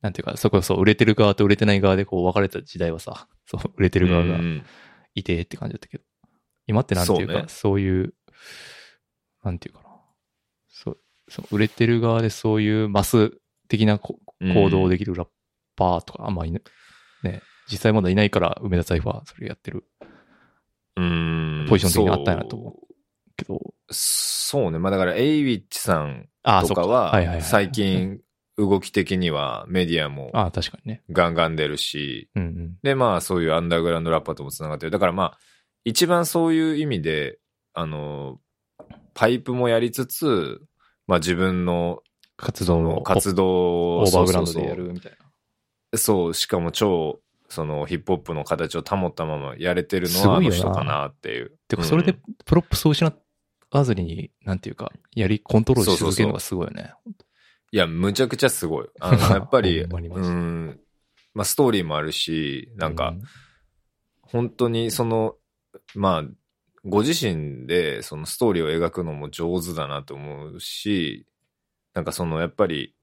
Speaker 2: なんていうか、それこそ売れてる側と売れてない側でこう分かれた時代はさ、そう、売れてる側が
Speaker 3: うん
Speaker 2: いてって感じだったけど、今ってなんていうか、
Speaker 3: そ
Speaker 2: そうう,、
Speaker 3: ね
Speaker 2: いう、なんていうかな、そう、その売れてる側でそういうマス的なこ
Speaker 3: うん
Speaker 2: 行動できるラッパーとか、あんまいない、ね、実際まだいないから、梅田サイファーそれやってる
Speaker 3: うん
Speaker 2: ポジション的にあったんやなと思うけど、
Speaker 3: そうそうね。まあだから、エイウィッチさん
Speaker 2: ああ、
Speaker 3: とか
Speaker 2: そうはいはいは
Speaker 3: は、
Speaker 2: い
Speaker 3: 最近、動き的にはメディアも
Speaker 2: ああ、確かにね。
Speaker 3: ガンガン出るし、
Speaker 2: うんうん。
Speaker 3: で、まあ、そういうアンダーグラウンドラッパーともつながってる。だからまあ、一番そういう意味で、あの、パイプもやりつつ、まあ自分の
Speaker 2: 活
Speaker 3: そ
Speaker 2: 動
Speaker 3: の
Speaker 2: の
Speaker 3: 活動を
Speaker 2: オーバーグラウンド
Speaker 3: そう
Speaker 2: で
Speaker 3: そう
Speaker 2: や
Speaker 3: そう
Speaker 2: るみたいな。
Speaker 3: そう、しかも超そのヒップホップの形を保ったままやれてるのはあの人かなっていう。
Speaker 2: てか、それ
Speaker 3: う
Speaker 2: で
Speaker 3: ん
Speaker 2: プロップスを失わずに、なんていうか、やり、コントロールし続けるのがすごいよね。
Speaker 3: いや、むちゃくちゃす ごい。あの、やっぱり、
Speaker 2: ほんまにマ
Speaker 3: う
Speaker 2: ジで
Speaker 3: ん、まあストーリーもあるし、なんか、本当にその、まあ、ご自身でそのストーリーを描くのも上手だなと思うし、なんかそのやっぱり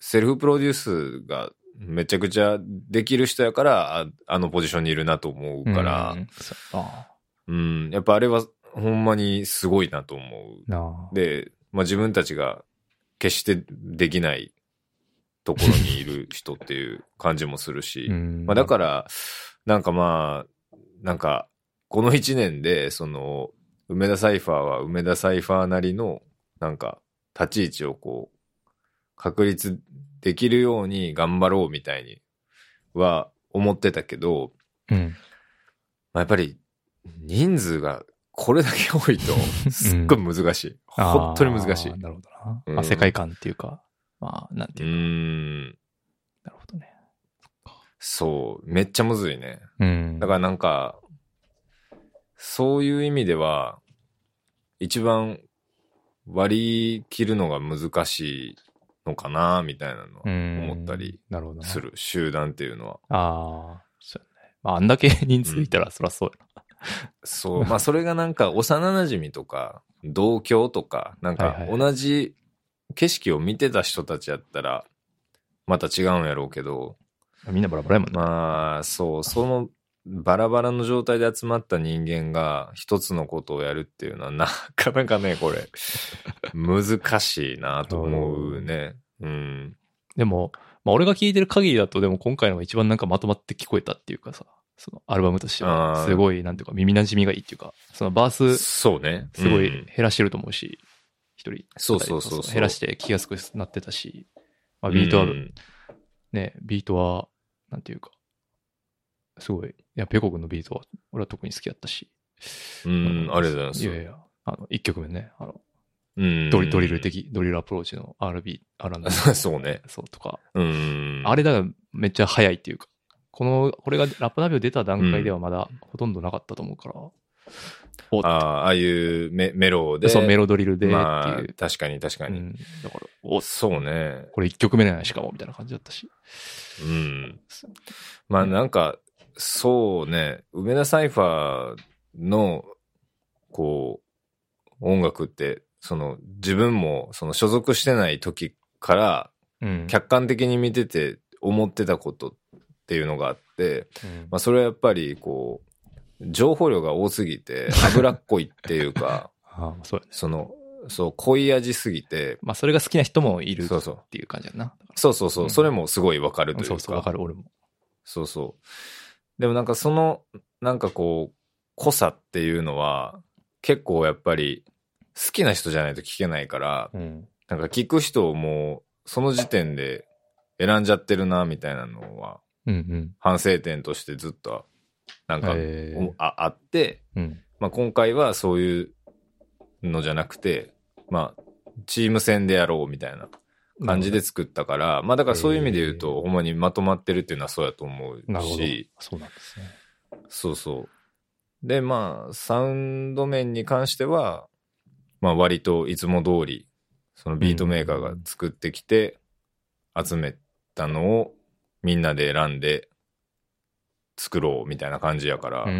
Speaker 3: セルフプロデュースがめちゃくちゃできる人やから、ああのポジションにいるなと思う
Speaker 2: うん、
Speaker 3: から
Speaker 2: う、んそうあ
Speaker 3: うん、やっぱあれはほんまにすごいなと思
Speaker 2: ーなあ
Speaker 3: う。で、まあ自分たちが決してできないところにいる人っていう感じもするし、まあ、だから、なんかまあ、なんか、この一年で、その、梅田サイファーは梅田サイファーなりの、なんか、立ち位置をこう、確立できるように頑張ろうみたいには思ってたけど、
Speaker 2: ら、うん。
Speaker 3: まあ、やっぱり、人数がこれだけ多いと、すっごい難しい。
Speaker 2: あー
Speaker 3: 本当に難しい。う
Speaker 2: なるほどな。
Speaker 3: うん
Speaker 2: まあ、世界観っていうか、まあ、なんていうか、
Speaker 3: ーん、
Speaker 2: なるほどね。
Speaker 3: そう、めっちゃむずいね。
Speaker 2: うん。
Speaker 3: だからなんか、そういう意味では、一番割り切るのが難しいのかな、みたいなのは
Speaker 2: うん、
Speaker 3: 思ったり
Speaker 2: なるほどな
Speaker 3: する、集団っていうのは。
Speaker 2: ああ、そうやね。まあ、あんだけ人数いたら、そりゃそうや
Speaker 3: そう、まあそれがなんか幼馴染とか、同居とか、なん
Speaker 2: はい
Speaker 3: か
Speaker 2: はい
Speaker 3: 同じ景色を見てた人たちやったら、また違うんやろうけど、
Speaker 2: な。みんなバラバラやもんな。
Speaker 3: まあ、そう、そのバラバラの状態で集まった人間が一つのことをやるっていうのはなかなかね、これ、難しいなと思う ね。うん。
Speaker 2: でも、まあ、俺が聞いてる限りだと、でも今回のが一番なんかまとまって聞こえたっていうかさ、そのアルバムとして
Speaker 3: あ
Speaker 2: は、
Speaker 3: ー
Speaker 2: すごい、なんていうか、耳馴染みがいいっていうか、そのバース、す
Speaker 3: そうね。
Speaker 2: ごい
Speaker 3: うん
Speaker 2: 減らしてると思うし、一、人。
Speaker 3: そうそうそうそう
Speaker 2: 減らして聞きやすくなってたし、まあ、ビートは、
Speaker 3: うん
Speaker 2: ね、ビートは、なんていうか、すごい、いや、ペコ君のビートは、俺は特に好きだったし。
Speaker 3: うん、ありがとうございます。
Speaker 2: いやいや、あの、一曲目ね、あの、
Speaker 3: うん
Speaker 2: ドリドリル。的、ドリルアプローチの RB、R&B
Speaker 3: そうね。
Speaker 2: そうとか、
Speaker 3: うん。
Speaker 2: あれだからめっちゃ早いっていうか、この、これがラップナビを出た段階ではまだほとんどなかったと思うから、お
Speaker 3: ああああいうメメロで。
Speaker 2: そう、メロドリルでっていう。
Speaker 3: まあ、確かに確か
Speaker 2: う
Speaker 3: に。
Speaker 2: ん、だから、お
Speaker 3: そうね。
Speaker 2: これ一曲目じゃないしかも、みたいな感じだったし。
Speaker 3: うん。まあなんか、そうね、梅田サイファーの、こう、音楽って、その自分もその所属してない時から
Speaker 2: うん
Speaker 3: 客観的に見てて思ってたことっていうのがあっ
Speaker 2: う
Speaker 3: て、
Speaker 2: ん
Speaker 3: まあそれはやっぱりこう、情報量が多す ぎて脂っこいっていうか、
Speaker 2: ああそうやね。
Speaker 3: その、そう、濃い味すぎて、
Speaker 2: まあ、それが好きな人もいるっ
Speaker 3: そうそう。
Speaker 2: ていう感じだな。
Speaker 3: そうそうそう、
Speaker 2: うん
Speaker 3: それもすごいわかるというか。
Speaker 2: そうそう、わかる、俺も。
Speaker 3: そうそう。でもなんかその、なんかこう、濃さっていうのは、結構やっぱり、好きな人じゃないと聞けないから、
Speaker 2: うん。
Speaker 3: なんか聞く人をもう、その時点で選んじゃってるな、みたいなのは、
Speaker 2: うんうん。
Speaker 3: 反省点としてずっと、なんか、
Speaker 2: えー
Speaker 3: おああって、
Speaker 2: うん。
Speaker 3: まあ今回はそういうのじゃなくて、まあ、チーム戦でやろうみたいな感じで作ったから、まあだからそういう意味で言うと、ほんまにまとまってるっていうのはそうやと思うし、
Speaker 2: なるほど。そうなんですね。
Speaker 3: そうそう。で、まあ、サウンド面に関しては、まあ、割といつも通り、そのビートメーカーが作ってきて、集めたのをみんなで選んで作ろうみたいな感じやから、
Speaker 2: うー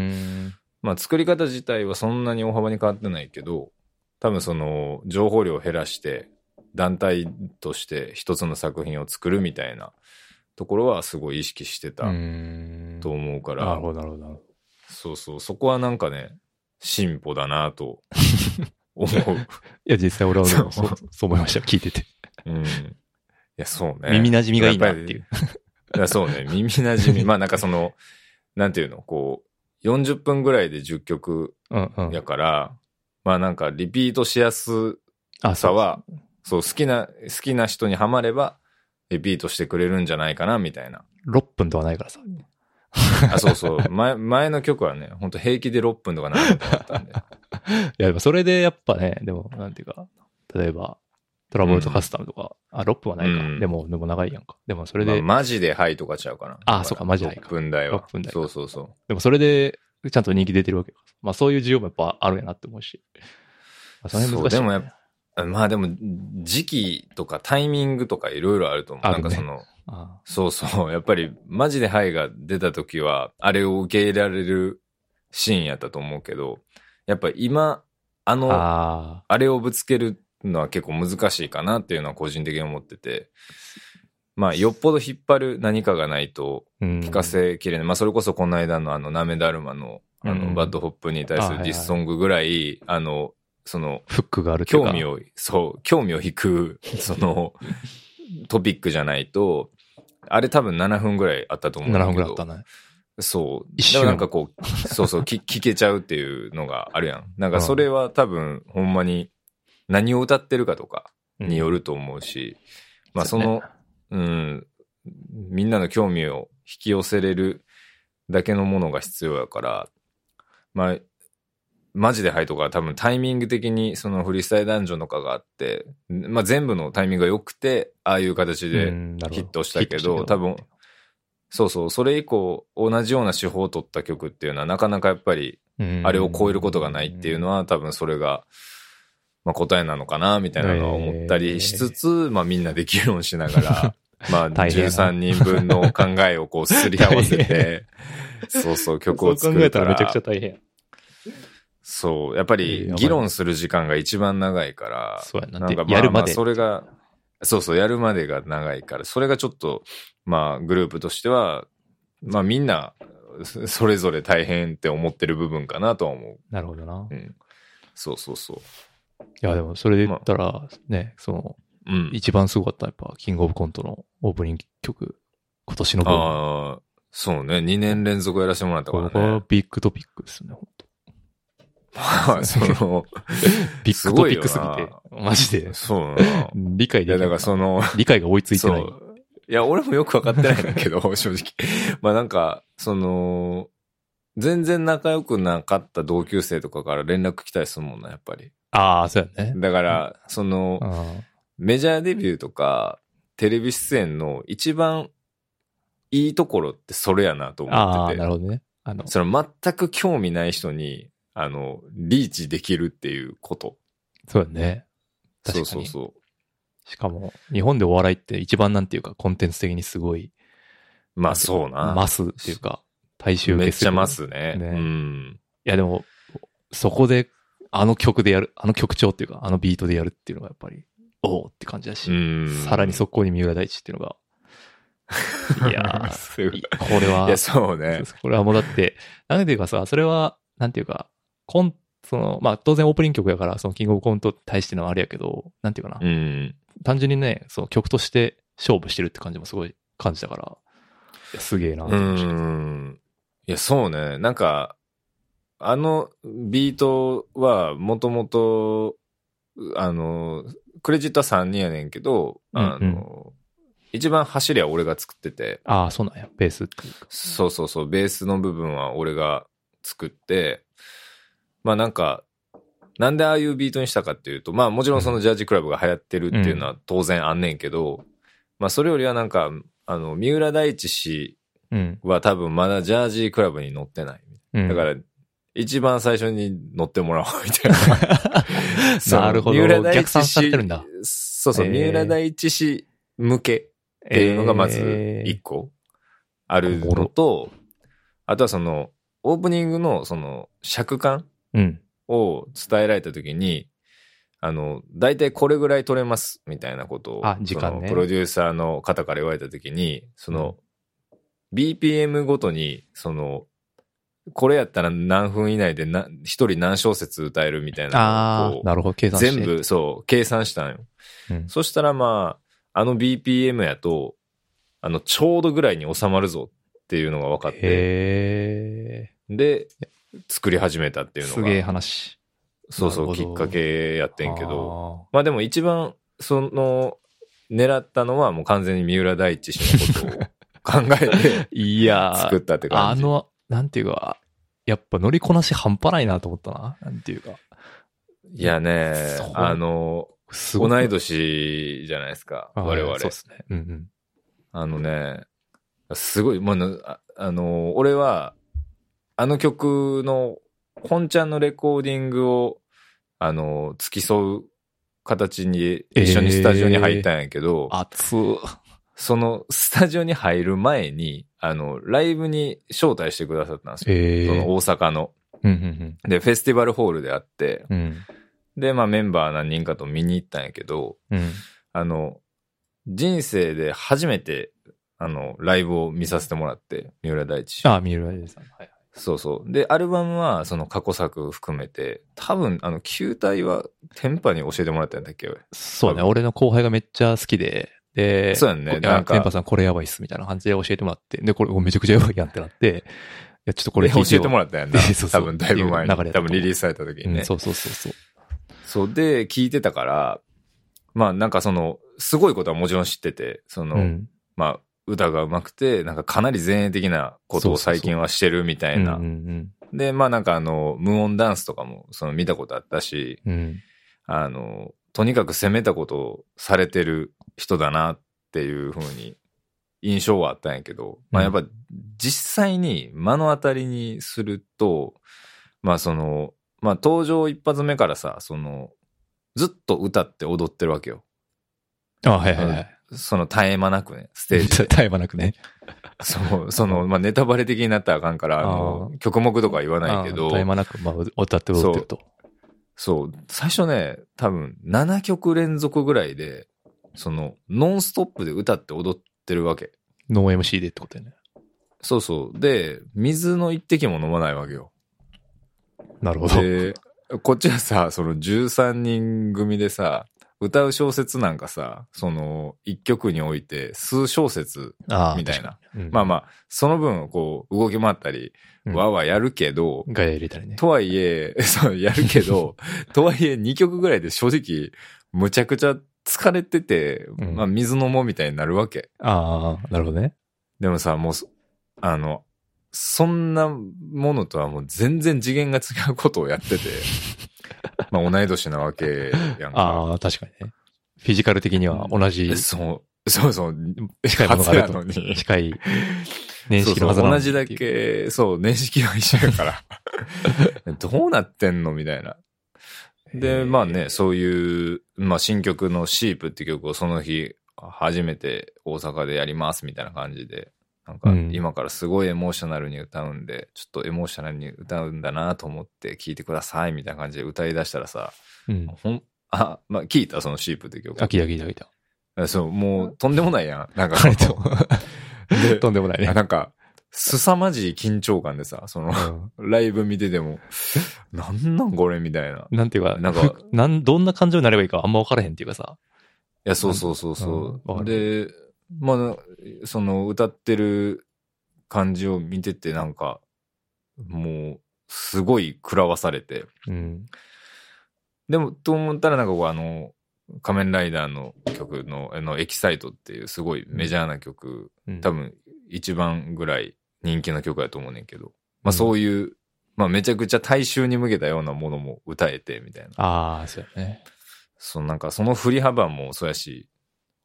Speaker 2: ん。
Speaker 3: まあ、作り方自体はそんなに大幅に変わってないけど、多分その、情報量を減らして、団体として一つの作品を作るみたいなところはすごい意識してた
Speaker 2: ん
Speaker 3: と思うから、
Speaker 2: なるほど、なるほどなるほど。
Speaker 3: そうそう、そこはなんかね、進歩だ なと思う。
Speaker 2: いや、実際俺は
Speaker 3: そ
Speaker 2: そううそう思いました、聞いてて。
Speaker 3: うん。いや、そうね。
Speaker 2: 耳馴染みがいいなっていう
Speaker 3: やっぱり。いや、そうね。耳 馴染み。まあなんかその、なんていうの、こう、40分ぐらいで10曲
Speaker 2: うんう
Speaker 3: や
Speaker 2: ん。
Speaker 3: から、まあなんかリピートしやす
Speaker 2: あ、
Speaker 3: さは、そう、好きな、好きな人にはまれば、リピートしてくれるんじゃないかな、みたいな。
Speaker 2: 6分とはないからさ。
Speaker 3: あ、そ うそう。前、前の曲はね、ほんと平気で6分とか7分とかだったんで。
Speaker 2: いや、でもそれでやっぱね、でも、なんていうか、例えば、トラボルトカスタムとか、あ、6分はないか、
Speaker 3: うん
Speaker 2: でも、でも長いやんか。でもそれで、
Speaker 3: まあマジではいとかちゃうかな。
Speaker 2: あそうかマジではいか
Speaker 3: 6分台は。
Speaker 2: 6分台か
Speaker 3: そうそうそう。
Speaker 2: でもそれで、ちゃんと人気出てるわけよまあそういう需要もやっぱあるんやなって思うし。まあ、その辺難しい、
Speaker 3: そうでもやっまあでも、時期とかタイミングとかいろいろあると思う。
Speaker 2: あ
Speaker 3: な
Speaker 2: る
Speaker 3: ん
Speaker 2: ね
Speaker 3: かその、
Speaker 2: あ
Speaker 3: そうそう。 やっぱり、マジでハイが出た時は、あれを受け入れられるシーンやったと思うけど、やっぱ今、あ
Speaker 2: あ
Speaker 3: の、あ
Speaker 2: あ
Speaker 3: れをぶつけるのは結構難しいかなっていうのは個人的に思ってて、まあ、よっぽど引っ張る何かがないと、
Speaker 2: ー、うん。
Speaker 3: 聞かせきれない。まあ、それこそこの間のあの、なめだるまの、あ
Speaker 2: う
Speaker 3: の、
Speaker 2: ん
Speaker 3: バッドホップに対するディスソングぐらい、あの、その、
Speaker 2: フックがあるっていう
Speaker 3: 興
Speaker 2: か
Speaker 3: 味を、そう、興味を引く、 その、トピックじゃないと、あれ多分7分ぐらいあったと思うんだけ
Speaker 2: 7分
Speaker 3: ど。
Speaker 2: ぐらいあったね。
Speaker 3: そう。
Speaker 2: 一
Speaker 3: で
Speaker 2: 瞬
Speaker 3: もなんかこう、そうそう、き聞け ちゃうっていうのがあるやん。なんかそれは多分、ほんまに、何を歌ってるかとかによ
Speaker 2: る。
Speaker 3: ると思うし、まあその、うん、みんなの興味を引き寄せれるだけのものが必要やから、まあ、マジでハイとかは多分タイミング的にそのフリースタイルダンジョンとかがあって、まあ全部のタイミングが良くて、ああいう形
Speaker 2: う
Speaker 3: で
Speaker 2: んなるほ
Speaker 3: ヒ
Speaker 2: ど
Speaker 3: ットしたけど、
Speaker 2: ヒット
Speaker 3: 多分、そうそう、それ以降同じような手法を取った曲っていうのはなかなかやっぱりあれを超えることがないっていうの
Speaker 2: は、
Speaker 3: は多分それが、まあ、答えなのかなみたいなのは思ったりしつつ、まあみんなで議論しながら、 まあ
Speaker 2: 大変やな
Speaker 3: 13人分の考えをこうすり合わせて、 そうそう曲を作るから。
Speaker 2: 大変。
Speaker 3: そう、やっぱり議論する時間が一番長いから、
Speaker 2: そうやな
Speaker 3: なんか
Speaker 2: でやるまで
Speaker 3: それが、そうそう、やるまでが長いから、それがちょっと、まあ、グループとしては、まあみんな、そそれぞれ大変って思ってる部分かなとは思う。
Speaker 2: なるほどな。
Speaker 3: う
Speaker 2: い
Speaker 3: ん。そうそうそ
Speaker 2: や、でもそれで言ったら、ね、その、
Speaker 3: う。うん。
Speaker 2: 一番すごかったやっぱ、キングオブコントのオープニング曲、今年の分。
Speaker 3: ああ、そうね。2年連続やらせてもらった
Speaker 2: こ
Speaker 3: か
Speaker 2: れ
Speaker 3: らね。
Speaker 2: これはビッグトピックですね、本当
Speaker 3: まあ そ の、
Speaker 2: ビッグトピックす
Speaker 3: すごい
Speaker 2: ぎて
Speaker 3: よ、
Speaker 2: マジで、
Speaker 3: そうだな。い
Speaker 2: 理解で
Speaker 3: や、
Speaker 2: きな
Speaker 3: だ
Speaker 2: い
Speaker 3: からその、
Speaker 2: 理解が追いついてない。
Speaker 3: そう。いや、俺もよくわかってないんだけど、 正直。まあなんか、その、全然仲良くなかった同級生とかから連絡来たりするもんな、やっぱり。
Speaker 2: ああ、そうやね。
Speaker 3: だから、その、
Speaker 2: あ
Speaker 3: メジャーデビューとか、テレビ出演の一番いいところってそれやなと思っ
Speaker 2: あー、
Speaker 3: てて
Speaker 2: な。るほどね。あの、
Speaker 3: その全く興味ない人に、あの、リーチできるっていうこと。
Speaker 2: そうやね。確か
Speaker 3: そう
Speaker 2: に
Speaker 3: そうそ
Speaker 2: しかも、日本でお笑いって一番なんていうか、コンテンツ的にすごい、
Speaker 3: う。まあそうな。
Speaker 2: マスっていうか、大衆受
Speaker 3: め
Speaker 2: け
Speaker 3: っ
Speaker 2: す
Speaker 3: ち
Speaker 2: る
Speaker 3: ゃマスね。
Speaker 2: ね
Speaker 3: うん。
Speaker 2: いや、でも、そこで、あの曲でやる、あの曲調っていうか、あのビートでやるっていうのがやっぱり、おおって感じだし、
Speaker 3: うん。
Speaker 2: さらに速攻に三浦大知っていう のが、いやー、
Speaker 3: す ごい
Speaker 2: いこれは、
Speaker 3: いや、そうね。
Speaker 2: これはもうだって、なんていうかさ、それは、なんていうか、コン、その、まあ当然オープニング曲やから、そのキングオブコントに対してのあれやけど、なんていうかな、
Speaker 3: うん。
Speaker 2: 単純にね、その曲として勝負してるって感じもすごい感じたから、いやすげえなと
Speaker 3: う
Speaker 2: 思いました
Speaker 3: ん。いや、そうね。なんか、あのビートは、もともと、あの、クレジットは3人やねんけど、あの、
Speaker 2: うん
Speaker 3: 一番走りは俺が作ってて、
Speaker 2: ああ、そうなんや、ベースっていうか。
Speaker 3: そうそうそう、ベースの部分は俺が作って、まあなんか、なんでああいうビートにしたかっていうと、まあもちろんそのジャージクラブが流行ってるっていうのは当然あんねんけど、まあそれよりはなんか、あの、三浦大知氏
Speaker 2: うん。
Speaker 3: は多分まだジャージークラブに乗ってない。
Speaker 2: うん
Speaker 3: だから、一番最初に乗ってもらおうみた いな。そう
Speaker 2: なるほど
Speaker 3: 三浦大知氏
Speaker 2: 逆算されてるんだ
Speaker 3: そうそう、
Speaker 2: えー
Speaker 3: 三浦大知氏向けっていうのがまず一個あるのと、あとはその、オープニングのその尺感
Speaker 2: うん。
Speaker 3: を伝えられた時に、あの、大体これぐらい取れますみたいなことを、
Speaker 2: あ時間ね
Speaker 3: そのプロデューサーの方から言われた時に、その、BPM ごとに、その、これやったら何分以内でな一人何小節歌えるみたいな
Speaker 2: あ
Speaker 3: のを
Speaker 2: あ、なるほど、計算して。
Speaker 3: 全部、そう、計算したんよ。
Speaker 2: うん
Speaker 3: そしたらまあ、あの BPM やと、あの、ちょうどぐらいに収まるぞっていうのが分かって、
Speaker 2: へ
Speaker 3: で、作り始めたって
Speaker 2: え。
Speaker 3: いうの
Speaker 2: す
Speaker 3: が。
Speaker 2: げえ話。
Speaker 3: そうそ
Speaker 2: な
Speaker 3: う、
Speaker 2: る
Speaker 3: き
Speaker 2: ほ
Speaker 3: っ
Speaker 2: ど
Speaker 3: かけやってんけど。まあでも一番、その、狙ったのはもう完全に三浦大知氏のことを考 えて
Speaker 2: あー。いやー
Speaker 3: 作ったって
Speaker 2: あ
Speaker 3: 感じ。
Speaker 2: の、なんていうか、やっぱ乗りこなし半端ないなと思ったな。なんていうか。
Speaker 3: いやね
Speaker 2: そう、
Speaker 3: あの、
Speaker 2: すご
Speaker 3: 同い
Speaker 2: 年
Speaker 3: 年じゃないですか、我々。
Speaker 2: そうですね。うんうん。
Speaker 3: あのね、すごい、もうなあ、あの、俺は、あの曲の、本ちゃんのレコーディングを、あの、付き添う形に、一緒にスタジオに入ったんやけど、
Speaker 2: 熱っ。
Speaker 3: その、スタジオに入る前に、あの、ライブに招待してくださったんですよ。
Speaker 2: え
Speaker 3: その
Speaker 2: ー。
Speaker 3: 大阪の。
Speaker 2: うんうん
Speaker 3: で、フェスティバルホールであって、
Speaker 2: うん。うん。
Speaker 3: で、まあメンバー何人かと見に行ったんやけど、
Speaker 2: うん。
Speaker 3: あの、人生で初めて、あの、ライブを見させてもらって、三浦大知。
Speaker 2: あ、三浦大知さん。はい。
Speaker 3: そうそう。で、アルバムは、その過去作含めて、多分、あの、球体は、テンパに教えてもらったんだっけ俺
Speaker 2: そうね、俺の後輩がめっちゃ好きで、で、
Speaker 3: そうやんね
Speaker 2: い
Speaker 3: なんか
Speaker 2: テンパさんこれやばいっす、みたいな感じで教えてもらって、で、これめちゃくちゃやばいやんってなって、いや、ちょっとこれ
Speaker 3: で
Speaker 2: 聞いて
Speaker 3: 教えても
Speaker 2: らっ。
Speaker 3: らったんやんな
Speaker 2: そう そう
Speaker 3: 多分、だいぶ前
Speaker 2: っていう流れだと
Speaker 3: に。多
Speaker 2: 思う
Speaker 3: 分、リリースされた時にね。
Speaker 2: そうそうそうそう。
Speaker 3: そうで、聞いてたから、まあ、なんかその、すごいことはもちろん知ってて、その、
Speaker 2: うん。
Speaker 3: まあ、歌が上手くて、なんかかなり前衛的なことを最近はしてるみた
Speaker 2: う
Speaker 3: い
Speaker 2: ん
Speaker 3: な。
Speaker 2: うん
Speaker 3: で、まあなんかあの、無音ダンスとかも、その見たことあったし、
Speaker 2: うん。うん。
Speaker 3: あの、とにかく攻めたことをされてる人だなっていう風に印象はあったんやけど、まあやっぱ実際に目の当たりにすると、まあその、まあ登場一発目からさ、その、ずっと歌って踊ってるわけよ。
Speaker 2: あ、はいはいはい。
Speaker 3: その絶え間なくね、ステージで
Speaker 2: 絶 対絶え間なくね。
Speaker 3: そう、その、まあ、ネタバレ的になったらあかんから、あの、曲目とかは言わないけ
Speaker 2: あ
Speaker 3: ど
Speaker 2: 絶、え間なく、まあ、歌って踊ってると。
Speaker 3: そう、最初ね、多分、7曲連続ぐらいで、その、ノンストップで歌って踊ってるわけ。
Speaker 2: ノー MC でってことよね。
Speaker 3: そうそう。で、水の一滴も飲まないわけよ。
Speaker 2: なるほど。
Speaker 3: で、こっちはさ、その13人組でさ、歌う小説なんかさ、その、1曲において数小節
Speaker 2: ああ
Speaker 3: みたいな。ま
Speaker 2: ま
Speaker 3: あまあ、その分、こう、動き回ったり、
Speaker 2: うん
Speaker 3: わーわーやるけど、
Speaker 2: ガヤ入れたりね。
Speaker 3: とはいえ、そう、やるけど、 とはいえ2曲ぐらいで正直、むちゃくちゃ疲れてて、
Speaker 2: うん
Speaker 3: まあ水飲もうみたいになるわけ。
Speaker 2: ああ、なるほどね。
Speaker 3: でもさ、もうそ、あの、そんなものとはもう全然次元が違うことを やってて、まあ同い年なわけやんか。
Speaker 2: ああ、確かにね。フィジカル的には同じ
Speaker 3: でそう、そうそう、
Speaker 2: 近いものがある
Speaker 3: はずやの
Speaker 2: と。
Speaker 3: に
Speaker 2: 近い年式のはず
Speaker 3: そ
Speaker 2: なの
Speaker 3: うそう同
Speaker 2: に
Speaker 3: じだけ、そう、年式は一緒 やから。どうなってんのみたいな。
Speaker 2: へー
Speaker 3: で、まあね、そういう、まあ新曲のシープって曲をその日、初めて大阪でやりますみたいな感じで、なんか
Speaker 2: うん
Speaker 3: 今からすごいエモーショナルに歌うんで、ちょっとエモーショナルに歌うんだなと思って聴いてくださいみたいな感じで歌い出したらさ、
Speaker 2: うん。
Speaker 3: ほん、あ、まあ聞いたそのシープって曲。
Speaker 2: あ、聞いた聞いた聞い た。
Speaker 3: そう、もうとんでもないやん。なんか
Speaker 2: あ
Speaker 3: その
Speaker 2: れ と、
Speaker 3: で
Speaker 2: とんでもないね
Speaker 3: あ。なんか、凄まじい緊張感でさ、その、ライブ見て ても、なんなんこれみたいな。い
Speaker 2: なんていうか、な
Speaker 3: なんんか
Speaker 2: どんな感情になればいいかあんま分からへんっていうかさ。
Speaker 3: や、そうそうそうそ
Speaker 2: うんわか
Speaker 3: う。で、まあ、その歌ってる感じを見てて、なんか、もう、すごい食らわされて。
Speaker 2: うん。
Speaker 3: でも、と思ったらなんかこう、あの、仮面ライダーの曲の、あの、エキサイトっていうすごいメジャーな曲、
Speaker 2: うん
Speaker 3: 多分一番ぐらい人気の曲やと思うねんけど、
Speaker 2: う
Speaker 3: ま
Speaker 2: ん
Speaker 3: あそういう、まあめちゃくちゃ大衆に向けたようなものも歌えてみたいな。
Speaker 2: ああ、そうやね。
Speaker 3: そのなんかその振り幅もそうやし、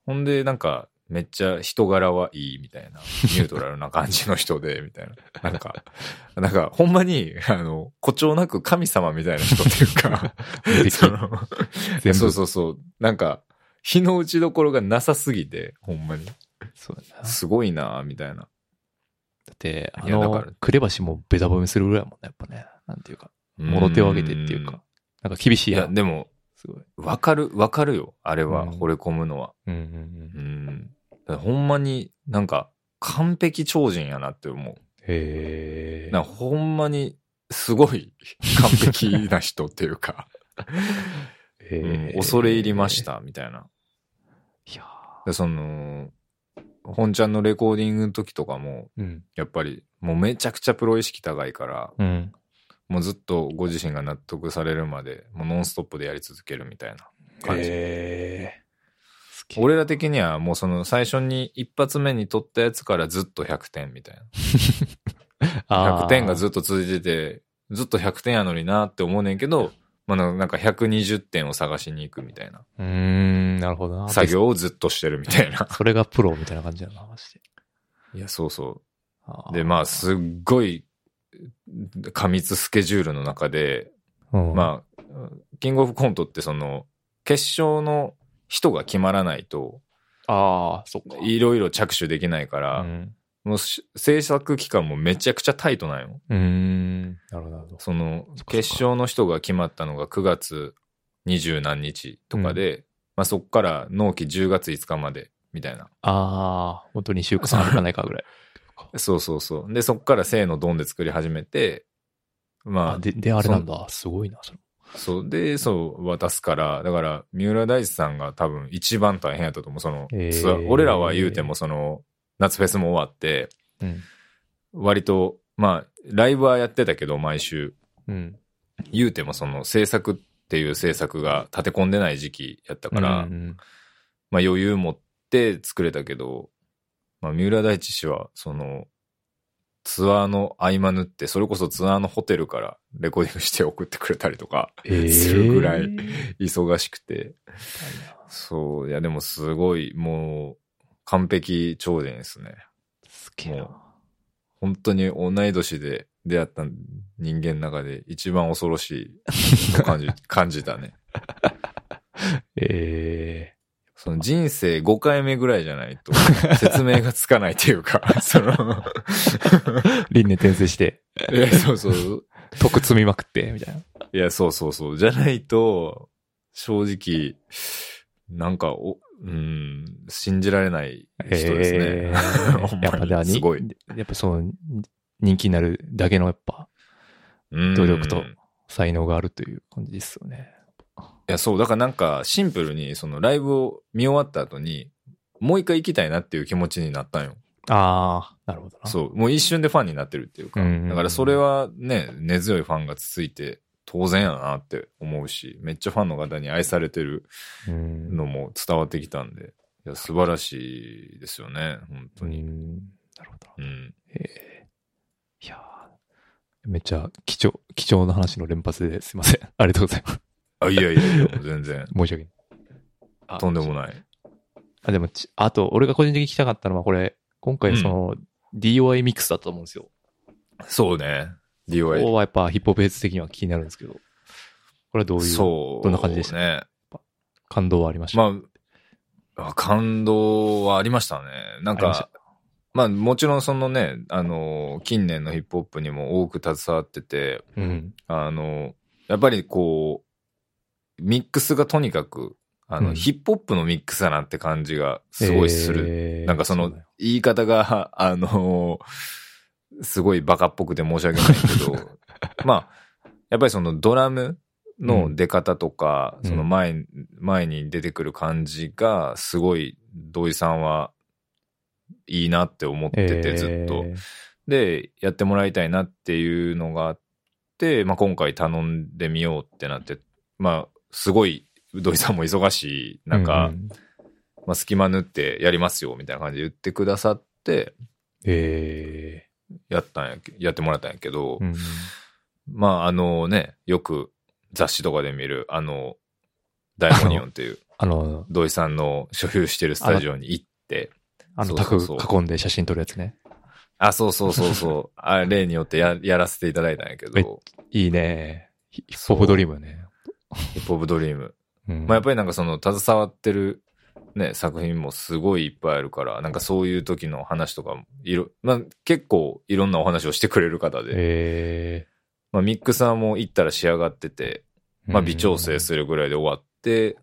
Speaker 3: ほんでなんかめっちゃ人柄はいいみたいな、ニュートラルな感じの人で、み たいな。なんか、なんかほんまに、あの、誇張なく神様みたいな人ってい うか、
Speaker 2: 無敵
Speaker 3: その
Speaker 2: 全部
Speaker 3: そうそうそう。なんか、日の打ちどころがなさすぎて、ほんまに。
Speaker 2: そうやな。だ
Speaker 3: すごいなぁみたいな。
Speaker 2: って、あ
Speaker 3: いやだか
Speaker 2: の
Speaker 3: ら、
Speaker 2: クレバシもベタ褒めするぐらいやもんね、やっぱね。なんていうか、もろ手を挙げてっていうか、なんか厳し
Speaker 3: うん。
Speaker 2: い
Speaker 3: い
Speaker 2: や
Speaker 3: や、
Speaker 2: ん。
Speaker 3: でも、
Speaker 2: すごい。
Speaker 3: わかる、わかるよ。あれは、
Speaker 2: うん
Speaker 3: 惚れ込むのは。
Speaker 2: うんうんうん
Speaker 3: う。ん。だからほんまになんか、完璧超人やなって
Speaker 2: へ
Speaker 3: 思う。
Speaker 2: え。
Speaker 3: なんかほんまに、すごい 完璧な人ってい うか、うん
Speaker 2: へー
Speaker 3: 恐れ入りまし。た、みたいな。
Speaker 2: いや
Speaker 3: でその、本ちゃんのレコーディングの時とかも、
Speaker 2: ーうん。
Speaker 3: やっぱり、もうめちゃくちゃプロ意識高いから、
Speaker 2: うん。
Speaker 3: もうずっとご自身が納得されるまで、もうノンストップでやり続けるみたいな感じ。
Speaker 2: へえ。すげえ
Speaker 3: 俺ら的にはもうその最初に一発目に取ったやつからずっと100点みたいな。
Speaker 2: あー
Speaker 3: 100点がずっと続いてて、ずっと100点やのになって思うねんけど、まあ、なんか120点を探しに行くみたいな。
Speaker 2: うーん、なるほどな。
Speaker 3: 作業をずっとしてるみたいな。
Speaker 2: それがプロみたいな感じだな、マジで。
Speaker 3: いや、そうそう。で、まあ、すっごい過密スケジュールの中で、うん、まあ、キングオブコントってその、決勝の人が決まらないと、
Speaker 2: ああ、そっか。
Speaker 3: いろいろ着手できないから、うん、もう制作期間もめちゃくちゃタイトなんよ。
Speaker 2: うん。なるほど。
Speaker 3: その、決勝の人が決まったのが9月二十何日とかで、うん、まあそっから納期10月5日まで、みたいな。
Speaker 2: ああ、本当に2週間あるかないかぐらい。
Speaker 3: そうそうそう。で、そっからせーのドンで作り始めて、まあ。あ
Speaker 2: で、で、あれなんだ。すごいな、それ。
Speaker 3: そう。で、そう、渡すから、だから、三浦大知さんが多分一番大変やったと思う。その、えー、俺らは言うても、その、夏フェスも終わって、うん、割と、まあ、ライブはやってたけど、毎週。うん、言うても、その、制作っていう制作が立て込んでない時期やったから、うんうん、まあ、余裕持って作れたけど、まあ、三浦大知氏は、その、ツアーの合間縫って、それこそツアーのホテルからレコーディングして送ってくれたりとか、するぐらい忙しくて。えー、そう、いやでもすごい、もう、完璧超人ですね。
Speaker 2: すげえな。
Speaker 3: 本当に同い年で出会った人間の中で一番恐ろしい感じ、感じたね。
Speaker 2: ええー
Speaker 3: その人生5回目ぐらいじゃないと 説明がつかないというか、 その
Speaker 2: 輪廻転生して。
Speaker 3: そうそう。
Speaker 2: 得積みまくって、み たいな。
Speaker 3: いや、そうそうそう。じゃないと、正直、なんか、お、うん、信じられない人ですね。え
Speaker 2: ー、やっぱだ、
Speaker 3: すごい。
Speaker 2: やっぱその、人気になるだけのやっぱ、努力と才能があるという感じですよね。
Speaker 3: いや、そう、だからなんか、シンプルに、そのライブを見終わった後に、もう一回行きたいなっていう気持ちになったんよ。
Speaker 2: ああ、なるほどな。
Speaker 3: そう、もう一瞬でファンになってるっていうか、だからそれはね、根強いファンが続いて、当然やなって思うし、めっちゃファンの方に愛されてるのも伝わってきたんで、いや、素晴らしいですよね、本当に。
Speaker 2: なるほど。
Speaker 3: うん。
Speaker 2: えー、いやめっちゃ貴重、貴重な話の連発ですいません。 ありがとうございます。
Speaker 3: あ、いやいやいや、全 然。
Speaker 2: 申し訳
Speaker 3: ない。とんでもない。
Speaker 2: あ、でもち、あと、俺が個人的に聞きたかったのは、これ、今回その、うん、DOI ミックスだと思うんですよ。
Speaker 3: そうね。DOI。
Speaker 2: ここはやっぱヒップホップベース的には気になるんですけど、これはどういう、
Speaker 3: そう
Speaker 2: どんな感じでした
Speaker 3: ね。
Speaker 2: 感動はありました
Speaker 3: まあ、感動はありましたね。なんか、まあもちろんそのね、あの、近年のヒップホップにも多く携わってて、
Speaker 2: うん、
Speaker 3: あの、やっぱりこう、ミックスがとにかく、あの、うん、ヒップホップのミックスだなって感じがすごいする。えー、なんかその、言い方が、 あのー、すごいバカっぽくて申し訳ないけ ど、まあ、やっぱりそのドラムの出方とか、うん、その前、うん、前に出てくる感じが、すごい土井さんはいいなって思ってて、ずっと。えー、で、やってもらいたいなっていうのがあって、まあ今回頼んでみようってなって、まあすごい、土井さんも忙しい、なんか、うんうん、まあ、隙間縫ってやりますよ、みたいな感じで言ってくださって、
Speaker 2: え
Speaker 3: ー、やったんや、やってもらったんやけど、うん、まあ、あのね、よく雑誌とかで見る、あの、ダイモニオンって いう、
Speaker 2: あの、
Speaker 3: 土井さんの所有してるスタジオに行って、
Speaker 2: あの、タク囲んで写真撮るやつね。
Speaker 3: あ、そうそうそう そう。あ例によってややらせていただいたんやけど。
Speaker 2: いいね。ヒップホップドリームね。
Speaker 3: ヒップホップドリーム。うん、まあやっぱりなんかその携わってるね、作品もすごいいっぱいあるから、なんかそういう時の話とかいろ、まあ結構いろんなお話をしてくれる方で。
Speaker 2: えー、
Speaker 3: まあミックさんも行ったら仕上がってて、まあ微調整するぐらいで終わって、うん、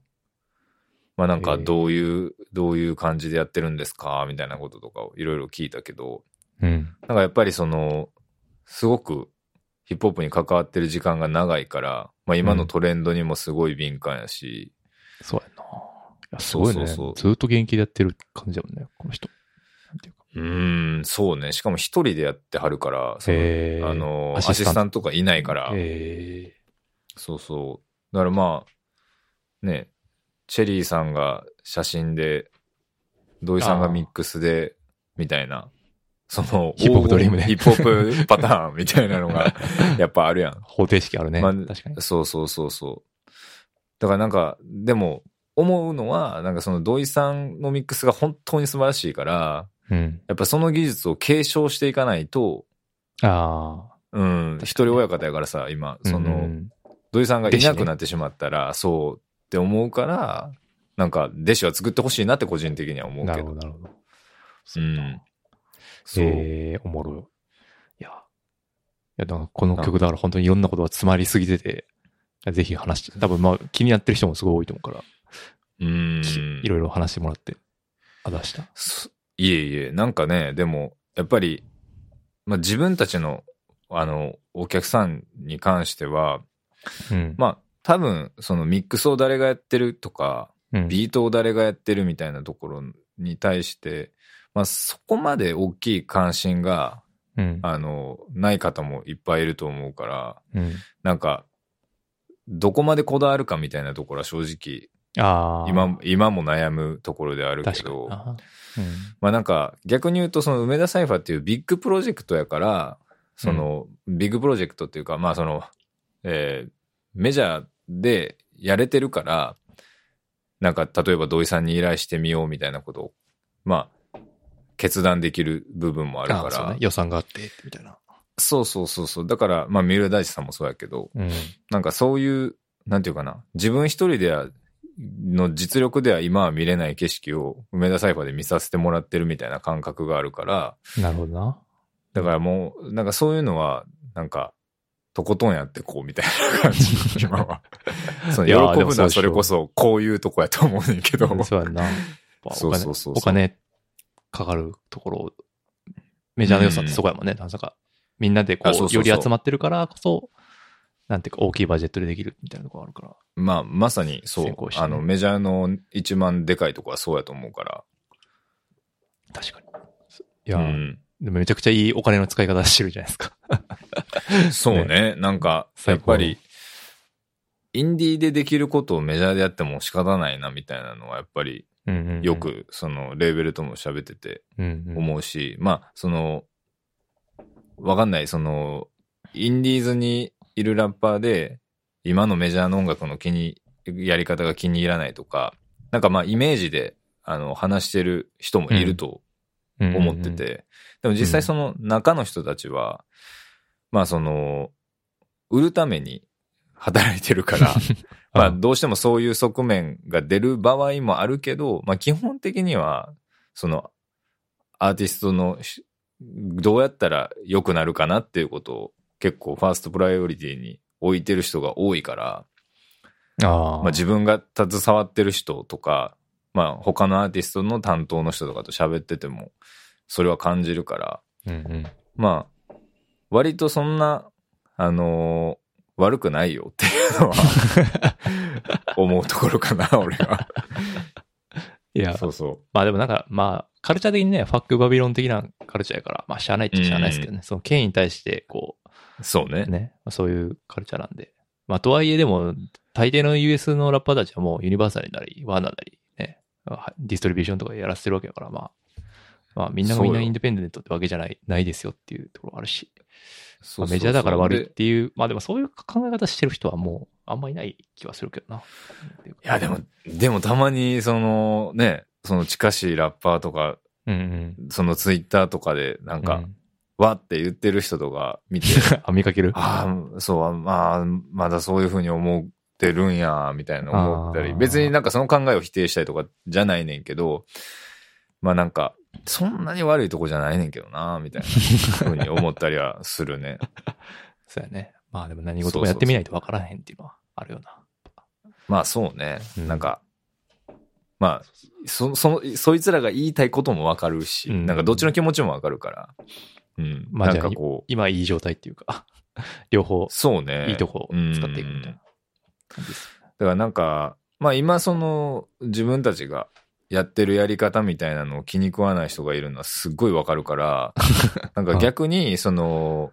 Speaker 3: まあなんかどういう、えー、どういう感じでやってるんですかみたいなこととかをいろいろ聞いたけど、
Speaker 2: うん、
Speaker 3: なんかやっぱりその、すごくヒップホップに関わってる時間が長いから、まあ、今のトレンドにもすごい敏感やし。
Speaker 2: うん、そうやな。すごいね。そうずっと元気でやってる感じだもんね、この人。
Speaker 3: うん、そうね。しかも一人でやってはるから、そのあのアシスタントとかいないから。そうそう。だからまあ、ね、チェリーさんが写真で、土井さんがミックスで、みたいな。その、
Speaker 2: ヒップホップドリームね
Speaker 3: ヒップホップパターンみたいなのが、 やっぱあるやん。
Speaker 2: 方程式あるね。
Speaker 3: まあ
Speaker 2: 確かに。
Speaker 3: そうそうそうそう。だからなんか、でも、思うのは、なんかその土井さんのミックスが本当に素晴らしいから、
Speaker 2: うん。
Speaker 3: やっぱその技術を継承していかないと、
Speaker 2: ああ。
Speaker 3: うん、一人親方やからさ、今、その、
Speaker 2: うん
Speaker 3: 土井さんがいなくなってしまったら、そうって思うから、なんか、弟子は作ってほしいなって個人的には思う
Speaker 2: な
Speaker 3: け
Speaker 2: るほ
Speaker 3: ど。
Speaker 2: ど、なるほど。
Speaker 3: う
Speaker 2: そだ
Speaker 3: ん。そう。
Speaker 2: えーおもろい。いや。いや、だからこの曲だから本当にいろんなことが詰まりすぎてて、ぜひ話して、多分まあ気になってる人もすごい多いと思うから、
Speaker 3: うん。
Speaker 2: きいろいろ話してもらって、あ、出した。
Speaker 3: そいえいえ、なんかね、でも、やっぱり、まあ、自分たちの、あの、お客さんに関しては、
Speaker 2: うん。
Speaker 3: まあ、多分、そのミックスを誰がやってるとか、
Speaker 2: うん、
Speaker 3: ビートを誰がやってるみたいなところに対して、まあ、そこまで大きい関心が、
Speaker 2: うん。
Speaker 3: あの、ない方もいっぱいいると思うから、
Speaker 2: うん
Speaker 3: なんか、どこまでこだわるかみたいなところは正直、
Speaker 2: ああ。
Speaker 3: 今、今も悩むところであるけ
Speaker 2: 確かに
Speaker 3: ど、
Speaker 2: な。
Speaker 3: まあなんか逆に言うとその梅田サイファーっていうビッグプロジェクトやからそのビッグプロジェクトっていうかまあそのえーメジャーでやれてるからなんか例えば土井さんに依頼してみようみたいなことをまあ決断できる部分もあ
Speaker 2: う
Speaker 3: る
Speaker 2: ん。
Speaker 3: か
Speaker 2: ああ、そう
Speaker 3: ら
Speaker 2: ね。予算があって、みたいな。
Speaker 3: そうそうそうそうだからまあ三浦大知さんもそうやけど
Speaker 2: うん。
Speaker 3: なんかそういうなんていうかな自分一人ではの実力では今は見れない景色を梅田サイファーで見させてもらってるみたいな感覚があるから、
Speaker 2: なるほどな。
Speaker 3: だからもう、なんかそういうのは、なんか、とことんやってこうみたいな感じ、 今は。その
Speaker 2: いやー
Speaker 3: 喜
Speaker 2: でも
Speaker 3: ぶ
Speaker 2: そ
Speaker 3: の
Speaker 2: う
Speaker 3: は
Speaker 2: でしょ
Speaker 3: それこそ、こういうとこやと思うねんけど。
Speaker 2: そうやんな。やっぱお金
Speaker 3: そうそうそうそう
Speaker 2: お金かかるところ、メジャーの予算ってそこやもんね。なんか、みんなでこ
Speaker 3: あそうそう
Speaker 2: う、
Speaker 3: そ
Speaker 2: よ
Speaker 3: う
Speaker 2: り集まってるからこそ、なんていうか、大きいバジェットでできるみたいなところあるから。
Speaker 3: まあ、まさにそう、
Speaker 2: 先行してね
Speaker 3: あの、メジャーの一番でかいとこはそうやと思うから。
Speaker 2: 確かに。いや、
Speaker 3: うん
Speaker 2: でもめちゃくちゃいいお金の使い方してるじゃないですか。
Speaker 3: そうね。なんか、やっぱり、インディーでできることをメジャーでやっても仕方ないなみたいなのは、やっぱり
Speaker 2: うんうんうん
Speaker 3: よ、く、その、レーベルとも喋ってて、
Speaker 2: うんうん
Speaker 3: 思うし、まあ、その、わかんない、その、インディーズにいるラッパーで、今のメジャーの音楽の気に、やり方が気に入らないとか、なんかまあ、イメージで、あの、話してる人もいると思ってて、。でも実際その中の人たちは、まあ、その、売るために働いて るから、まあ、
Speaker 2: うん
Speaker 3: どうしてもそういう側面が出る場合もあるけど、まあ、基本的には、その、アーティストのし、どうやったら良くなるかなっていうことを結構ファーストプライオリティに置いてる人が多いから、
Speaker 2: ああ。
Speaker 3: まあ、自分が携わってる人とか、まあ、他のアーティストの担当の人とかと喋ってても、それは感じるから、
Speaker 2: うんうん
Speaker 3: まあ、割とそんな、あのー悪くないよっていう のは、思うところかな、俺は。
Speaker 2: いや、
Speaker 3: そうそ
Speaker 2: まあでもなんか、まあ、カルチャー的にね、ファックバビロン的なカルチャーやから、まあ、しゃあないっちゃしゃあないですけどね、その権威に対して、こ
Speaker 3: う。そうね
Speaker 2: う、。ね、まあそういうカルチャーなんで。まあ、とはいえでも、大抵の US のラッパーたちはもうユニバーサルなり、ワーナーなり、ね、はディストリビューションとかやらせてるわけだから、まあ、まあ、みんながみん
Speaker 3: そう
Speaker 2: な
Speaker 3: よ
Speaker 2: インディペンデントってわけじゃない、ないですよっていうところあるし、
Speaker 3: そ
Speaker 2: ま
Speaker 3: うそ
Speaker 2: あ
Speaker 3: うそう
Speaker 2: メジャーだから悪いっていう、まあでもそういう考え方してる人はもう、あんまいない気はするけどな。
Speaker 3: でいや、でも、でもたまに、そのね、その近しいラッパーとか、
Speaker 2: うんうん。
Speaker 3: そのツイッターとかで、なんか、
Speaker 2: うん、
Speaker 3: わって言ってる人とか見て、
Speaker 2: あ、見かける
Speaker 3: ああ、そう、あまあ、まだそういうふうに思ってるんや、みたいな思ったり、
Speaker 2: あー
Speaker 3: 別になんかその考えを否定したりとかじゃないねんけど、まあなんか、そんなに悪いとこじゃないねんけどな、みたいなふうに思ったりはす るね。
Speaker 2: そうやね。まあでも何事もやってみないと分からへんっていうのはあるよな。
Speaker 3: まあそうね。
Speaker 2: うん
Speaker 3: なんか、まあ、そ、その、そいつらが言いたいこともわかるし、
Speaker 2: うん
Speaker 3: なんかどっちの気持ちもわかるから。うん。
Speaker 2: まあ
Speaker 3: な
Speaker 2: じ
Speaker 3: ん
Speaker 2: ゃあ
Speaker 3: かこう、
Speaker 2: 今いい状態っていうか、 両方
Speaker 3: そうね。
Speaker 2: いいとこを使っていくみたい
Speaker 3: うん
Speaker 2: な感じです。
Speaker 3: だからなんか、まあ今その、自分たちがやってるやり方みたいなのを気に食わない人がいるのはすっごいわか るから、なんか逆に、その、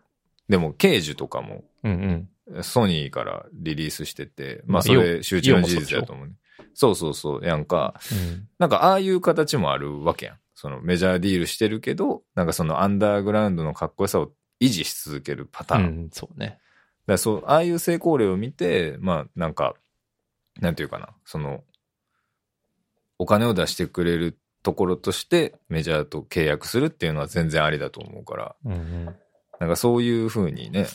Speaker 3: でも、ケージュとかも、
Speaker 2: うんうん。
Speaker 3: ソニーからリリースしてて、ま
Speaker 2: ま
Speaker 3: あ
Speaker 2: あ
Speaker 3: それ、周知の事実
Speaker 2: イオンもそうでしょ
Speaker 3: だと思うね。そうそうそう。やんか、
Speaker 2: うん
Speaker 3: なんかああいう形もあるわけやん。そのメジャーディールしてるけど、なんかそのアンダーグラウンドのかっこよさを維持し続けるパターン。
Speaker 2: う
Speaker 3: だか
Speaker 2: ん、そうね。
Speaker 3: らそう、ああいう成功例を見て、まあなんか、なんていうかな、その、お金を出してくれるところとしてメジャーと契約するっていうのは全然ありだと思うから、
Speaker 2: うんうん、
Speaker 3: なんかそういう風にね、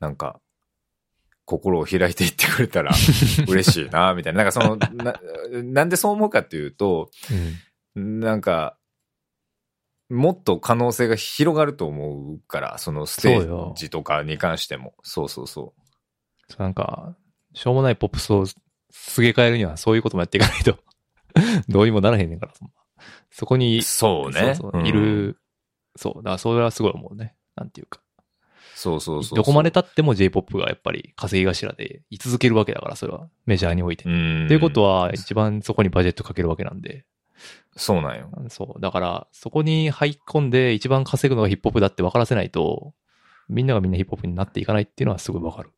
Speaker 3: なんか、心を開いていってくれたら嬉しいな、みたいな。なんかその、ななんでそう思うかっていうと、なんか、もっと可能性が広がると思うから、そのステ
Speaker 2: そうよ
Speaker 3: ージとかに関しても。そうそうそ
Speaker 2: そうなんか、しょうもないポップスをすげ替えるにはそういうこともやっていかないと、 どうにもならへんねんから、そんなそこ
Speaker 3: う。
Speaker 2: に、
Speaker 3: そうね。
Speaker 2: そう
Speaker 3: うん
Speaker 2: い。る、そう、だからそれはすごい思うね。なんていうか。
Speaker 3: そうそうそうそう。
Speaker 2: どこまで経っても J-POP がやっぱり稼ぎ頭で居続けるわけだから、それはメジャーにおいて。
Speaker 3: う
Speaker 2: っ
Speaker 3: ん。
Speaker 2: ていうことは、一番そこにバジェットかけるわけなんで。
Speaker 3: そうなんよ。
Speaker 2: そう。だから、そこに入り込んで一番稼ぐのがヒップホップだって分からせないと、みんながみんなヒップホップになっていかないっていうのはすごい分かる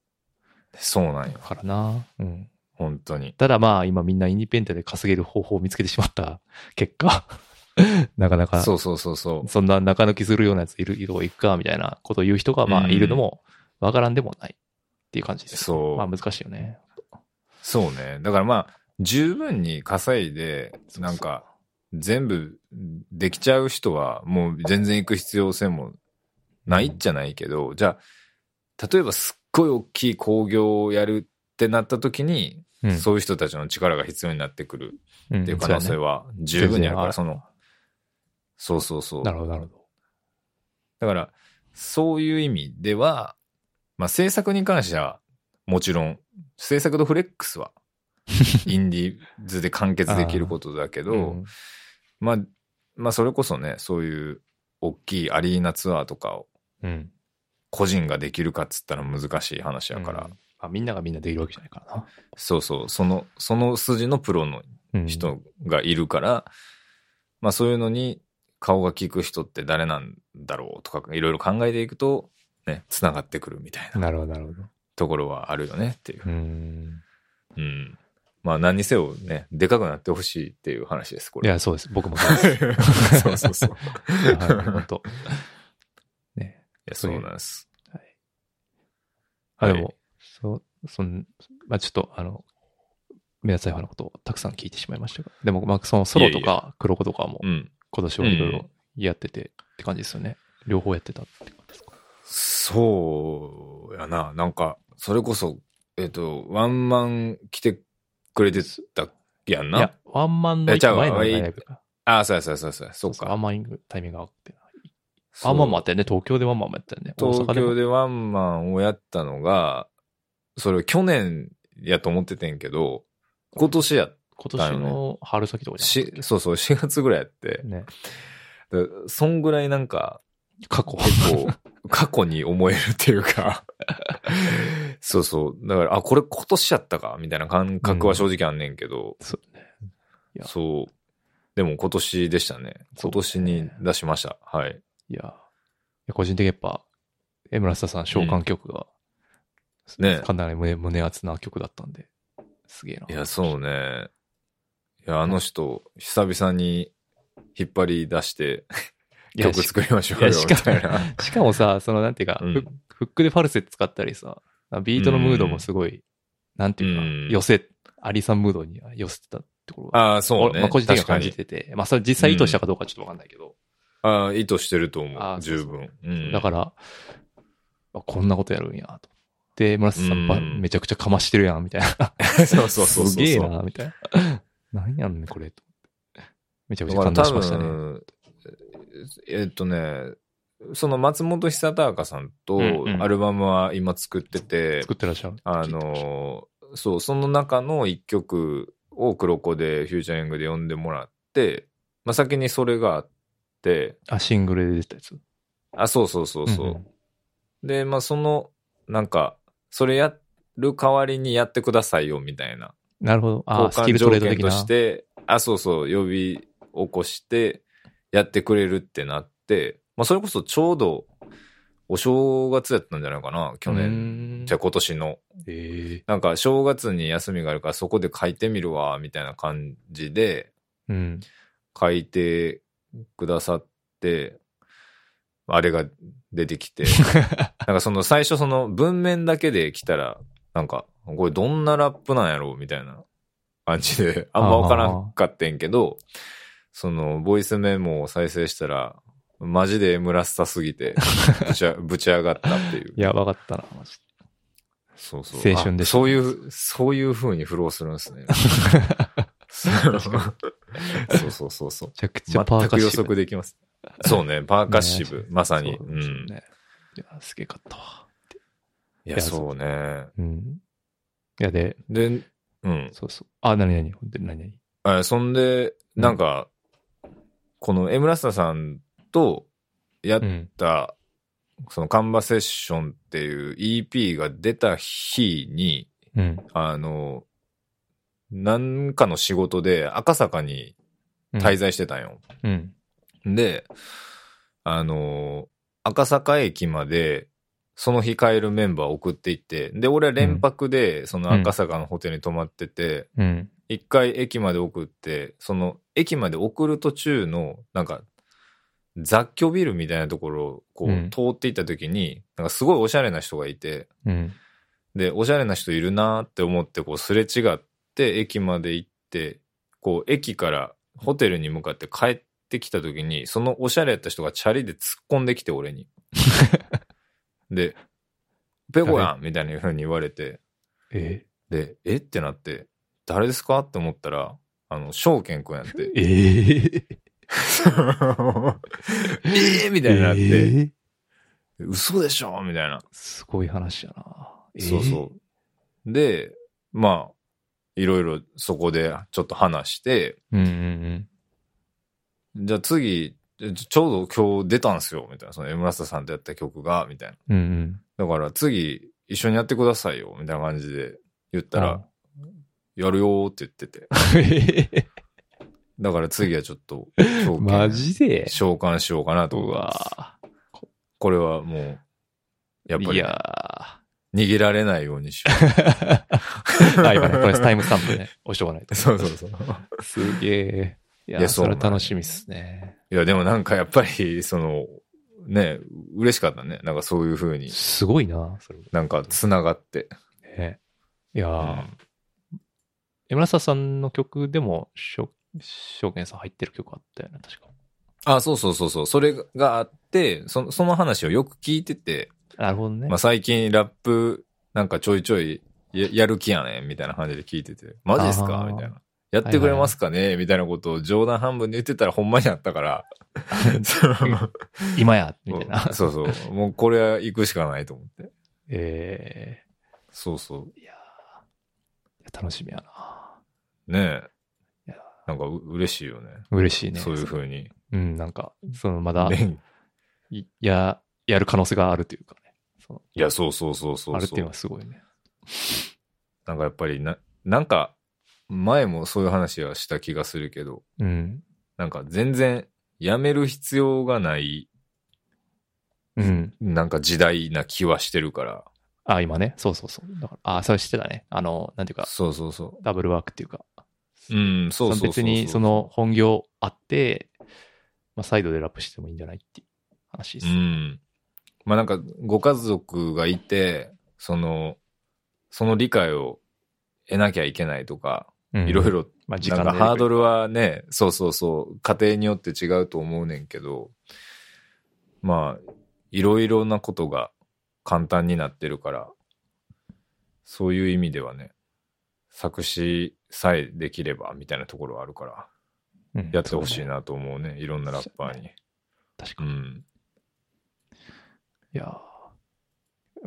Speaker 3: そうなんよ。
Speaker 2: からな。うん。
Speaker 3: 本当に。
Speaker 2: ただまあ、今みんなインディペンデントで稼げる方法を見つけてしまった結果、 なかなか、
Speaker 3: そうそうそうそう。
Speaker 2: そんな中抜きするようなやついる、いるいくか、みたいなことを言う人が、ま
Speaker 3: う
Speaker 2: あ、
Speaker 3: ん
Speaker 2: いるのも分からんでもないっていう感じです。
Speaker 3: そう
Speaker 2: まあ、難しいよね。
Speaker 3: そうね。だからまあ、十分に稼いで、
Speaker 2: そう
Speaker 3: なんか、全部できちゃう人は、もう全然行く必要性もないっちゃないけど、じゃあ、例えばすっごい大きい興行をやるってなった時に、
Speaker 2: うん
Speaker 3: そういう人たちの力が必要になってくる
Speaker 2: うん
Speaker 3: っていう可能性
Speaker 2: そうやね
Speaker 3: は十分にあるから、
Speaker 2: 全然
Speaker 3: その、そうそうそう。
Speaker 2: なるほど、なるほど。
Speaker 3: だから、そういう意味では、まあ、制作に関しては、もちろん、制作とフレック スは、インディーズで完結できることだけど、
Speaker 2: ん
Speaker 3: まあ、まあ、それこそね、そういう大きいアリーナツアーとかを
Speaker 2: うん。
Speaker 3: 個人ができるかっつったら難しい話やから、
Speaker 2: うんまあ、みんながみんなできるわけじゃないからな。
Speaker 3: そうそう、その、その筋のプロの
Speaker 2: うん
Speaker 3: 人がいるから、まあそういうのに顔が利く人って誰なんだろうとか、いろいろ考えていくと、ね、繋がってくるみたいな。
Speaker 2: なるほど、なるほど。
Speaker 3: ところはあるよねってい
Speaker 2: う。
Speaker 3: う
Speaker 2: ん。
Speaker 3: うん。まあ何にせよね、でかくなってほしいっていう話です、こ
Speaker 2: い
Speaker 3: れ。
Speaker 2: や、そうです。僕もそうです。
Speaker 3: そうそうそう。
Speaker 2: はい、 本当。ね。
Speaker 3: いや、そうなんです。
Speaker 2: あ、
Speaker 3: はい
Speaker 2: でも、そう、そん、まあちょっと、あの、皆さんのことをたくさん聞いてしまいましたが。でも、まあそのソロと
Speaker 3: いや
Speaker 2: か、黒子とかも
Speaker 3: う、ん。
Speaker 2: 今年はいろい
Speaker 3: うん
Speaker 2: ろやっててって感じですよね。両方やってたってことですか。
Speaker 3: そうやな。なんか、それこそ、えっ、と、ワンマン来てくれてたやん
Speaker 2: いや
Speaker 3: な。、
Speaker 2: ワンマンの一個前の
Speaker 3: いや
Speaker 2: ラ
Speaker 3: じゃあ
Speaker 2: イブか。
Speaker 3: ああ、そうやそうやそうやそうや。そ
Speaker 2: そう
Speaker 3: う
Speaker 2: そうワ
Speaker 3: か。
Speaker 2: ンマンタイミングがあって。
Speaker 3: そう
Speaker 2: ワンマンもあったよね。東京でワンマンもやったよね。大阪
Speaker 3: 東
Speaker 2: で
Speaker 3: 京
Speaker 2: も。
Speaker 3: でワンマンをやったのが、それ去年やと思っててんけど、今年や、
Speaker 2: 今年の春先とかじゃな
Speaker 3: し
Speaker 2: かったっ
Speaker 3: そうそう、4月ぐらいやって
Speaker 2: け、ね。
Speaker 3: だそんぐらいなんか、
Speaker 2: 過去。
Speaker 3: 結構、過去に思えるっていう か、そうそう。だから、あ、これ今年やったか、みたいな感覚は正直あんねんけど、
Speaker 2: そうね。いや
Speaker 3: そう。でも今年でしたね。
Speaker 2: そう
Speaker 3: 今年に出しました。はい。
Speaker 2: いや、いや個人的にやっぱ、江村下さん召喚曲が、
Speaker 3: ね
Speaker 2: かなり胸胸熱な曲だったんで、すげえな。
Speaker 3: いや、そうね。いや、あの人、久々に引っ張り出して、
Speaker 2: いや
Speaker 3: 曲作りましょう
Speaker 2: い
Speaker 3: よ、
Speaker 2: や
Speaker 3: み
Speaker 2: しか
Speaker 3: たいな。
Speaker 2: しかもさ、そのなんていうか、
Speaker 3: うん
Speaker 2: フッフックでファルセット使ったりさ、ビートのムードもすごい、なんていうか、
Speaker 3: うん
Speaker 2: 寄せ、アリさんムードに寄せてたってころが、
Speaker 3: ああ、そう
Speaker 2: 俺
Speaker 3: ね。
Speaker 2: まあ、個人的には
Speaker 3: 確か
Speaker 2: 感
Speaker 3: に
Speaker 2: じてて、まあそれ実際意図したかどうかちょっとわかんないけど、
Speaker 3: ああ、意図してると思
Speaker 2: あ
Speaker 3: う。
Speaker 2: ーそう
Speaker 3: 十
Speaker 2: そう
Speaker 3: 分。うん
Speaker 2: だから、あこんなことやるんや、と。で、村瀬さんば、
Speaker 3: うん
Speaker 2: めちゃくちゃかましてるやん、みたいな。
Speaker 3: そうそうそうそう。
Speaker 2: すげえな、みたいな。 なんやんね、これ。とめちゃくちゃ
Speaker 3: だから
Speaker 2: 感動
Speaker 3: 多分
Speaker 2: しましたね。
Speaker 3: えっとね、その松本久隆さんと
Speaker 2: うんうん
Speaker 3: アルバムは今作ってて、
Speaker 2: 作ってらっしゃる。
Speaker 3: あの、そう、その中の一曲を黒子でフューチャリングで呼んでもらって、まあ、先にそれがあって、
Speaker 2: あ、シングルで出てたやつ。
Speaker 3: あ、そうそうそうそう。
Speaker 2: うん
Speaker 3: で、まあ、その、なんか、それやる代わりにやってくださいよ、みたいな。
Speaker 2: なるほど。あ、スキル
Speaker 3: 交換
Speaker 2: ト
Speaker 3: 条
Speaker 2: レード
Speaker 3: 件
Speaker 2: 的
Speaker 3: と
Speaker 2: な。
Speaker 3: して、あ、そうそう、呼び起こして、やってくれるってなって、まあ、それこそちょうど、お正月やったんじゃないかな、去年。
Speaker 2: 年
Speaker 3: じゃあ今年の。
Speaker 2: え
Speaker 3: なんか、正月に休みがあるから、そこで書いてみるわ、みたいな感じで、
Speaker 2: うん。
Speaker 3: 書いてくださって、あれが出 てきて、なんかその最初その文面だけで来たら、なんか、これどんなラップなんやろうみたいな感じで、 あんまわからんかってんけど、その、ボイスメモを再生したら、マジで M らしさすぎて、ぶちゃ、ぶち上がったっていう。
Speaker 2: やばかったな、マジ
Speaker 3: そうそう。
Speaker 2: 青春で
Speaker 3: あ
Speaker 2: したね
Speaker 3: そういう、そういう風にフローするんで すね。そうそうそうそう。
Speaker 2: めちゃくちゃパー
Speaker 3: 全
Speaker 2: カッ
Speaker 3: く
Speaker 2: シブ。
Speaker 3: 予測できます。そうね、パーカッシブ、
Speaker 2: ね
Speaker 3: まさに。
Speaker 2: そううですよ
Speaker 3: ん。
Speaker 2: ねいや、すげえかったわ。
Speaker 3: い
Speaker 2: い
Speaker 3: や、
Speaker 2: や
Speaker 3: そうね。
Speaker 2: うん。いや、で、
Speaker 3: で、うん。
Speaker 2: そうそう。あ、なになになになに
Speaker 3: あそんで、
Speaker 2: うん
Speaker 3: なんか、この M ラスタさんとやっ
Speaker 2: うん。
Speaker 3: た、そのカンバセッションっていう EP が出た日に、
Speaker 2: うん。
Speaker 3: あの、なんかの仕事で赤坂に滞在してたんよ。
Speaker 2: うん。
Speaker 3: で、あの赤坂駅まで、その日帰るメンバーを送っていって、で、俺は連泊で、その赤坂のホテルに泊まってて、
Speaker 2: うん。
Speaker 3: 一、回駅まで送って、その駅まで送る途中の、なんか、雑居ビルみたいなところをこう
Speaker 2: うん
Speaker 3: 通っていった時に、なんかすごいおしゃれな人がいて、
Speaker 2: うん。
Speaker 3: で、おしゃれな人いるなーって思って、こう、すれ違って、駅まで行って、こう、駅からホテルに向かって帰ってきた時に、そのおしゃれやった人がチャリで突っ込んできて、 俺に。で、ペコやんみたいな風に言われて、
Speaker 2: え
Speaker 3: で、えってなって、誰ですかって思ったら、あの、証券くんや って。
Speaker 2: ええ
Speaker 3: えーみ
Speaker 2: み
Speaker 3: たいになって、嘘でしょみたいな。
Speaker 2: すごい話やな。
Speaker 3: そうそう。で、まあ、いろいろそこでちょっと話して、
Speaker 2: う。うんうん
Speaker 3: じゃあ次、ちちょうど今日出たんすよ、みたいな。その M ラスタさんとやった曲が、みたい
Speaker 2: うん。うんうん。
Speaker 3: な。だから次、一緒にやってくださいよ、みたいな感じで言った
Speaker 2: うん
Speaker 3: ら、やるよーって言ってて。だから次はちょっ と、証券
Speaker 2: マジで
Speaker 3: 召喚しようかなと
Speaker 2: う
Speaker 3: 思います。
Speaker 2: わぁ
Speaker 3: これはもう、やっぱ
Speaker 2: い
Speaker 3: り、
Speaker 2: や
Speaker 3: 逃げられないようにしよ
Speaker 2: ーはいはい。これタイムスタンプね。押しとかないと。
Speaker 3: う。 そうそうそう。
Speaker 2: すげえ。いやー
Speaker 3: いやそう
Speaker 2: それ
Speaker 3: なん
Speaker 2: 楽しみっすね。
Speaker 3: いや、でもなんかやっぱり、その、ね、嬉しかったね。なんかそういう風に、
Speaker 2: すごいな、それも
Speaker 3: なんか繋がって。
Speaker 2: ね。いや
Speaker 3: う
Speaker 2: ー
Speaker 3: ん
Speaker 2: 江村さんの曲でも、しょ証券さん入ってる曲あったよね、確か。
Speaker 3: あ、そうそうそうそう。それがあって、そのその話をよく聞いてて、
Speaker 2: なるほどね。
Speaker 3: まあ、最近ラップなんかちょいちょいややる気やねんみたいな感じで聞いてて、マジです
Speaker 2: あ
Speaker 3: か
Speaker 2: ー
Speaker 3: みたいな。やってくれますかね、みたいなことを冗談半分で言ってたらほんまにあった から。その
Speaker 2: 今や、みたいな。
Speaker 3: そうそう。もうこれは行くしかないと思って。
Speaker 2: え
Speaker 3: そうそ
Speaker 2: ーいやーいや楽しみやな。
Speaker 3: う。ね
Speaker 2: い
Speaker 3: え
Speaker 2: や。
Speaker 3: なんかう嬉しいよね。
Speaker 2: 嬉しいね。
Speaker 3: そういうふうに。
Speaker 2: うん、なんか、その、まだ、
Speaker 3: ね
Speaker 2: いや、やる可能性があるというかね。その
Speaker 3: いや、そうそうそうそうそう。
Speaker 2: あるっていうのはすごいね。
Speaker 3: なんかやっぱりな、なんか前もそういう話はした気がするけど、
Speaker 2: うん。
Speaker 3: なんか全然やめる必要がない、
Speaker 2: うん。
Speaker 3: なんか時代な気はしてるから。
Speaker 2: あ、今ね。そうそうそう。だから、あ、それしてたね。あの、なんていうか、
Speaker 3: そうそうそ
Speaker 2: ダブルワークっていうか。
Speaker 3: う。うん、そうそうそうそう。
Speaker 2: 別に、そ、の、本業あって、まあ、サイドでラップしてもいいんじゃないっていう話で
Speaker 3: う
Speaker 2: す。
Speaker 3: ん。まあなんかご家族がいて、その、その理解を得なきゃいけないとか、
Speaker 2: うん
Speaker 3: いろい。ろ、
Speaker 2: まあ、時
Speaker 3: な
Speaker 2: 間
Speaker 3: ん
Speaker 2: の
Speaker 3: か
Speaker 2: やり
Speaker 3: ハード
Speaker 2: くり
Speaker 3: ルはね、そうそうそう、家庭によって違うと思うねんけど、まあ、いろいろなことが簡単になってるから、そういう意味ではね、作詞さえできればみたいなところはあるから、
Speaker 2: うん
Speaker 3: やってほしい
Speaker 2: そうね
Speaker 3: なと思うね、いろんなラッパーに。
Speaker 2: 確か
Speaker 3: う
Speaker 2: に。い
Speaker 3: ん。
Speaker 2: やー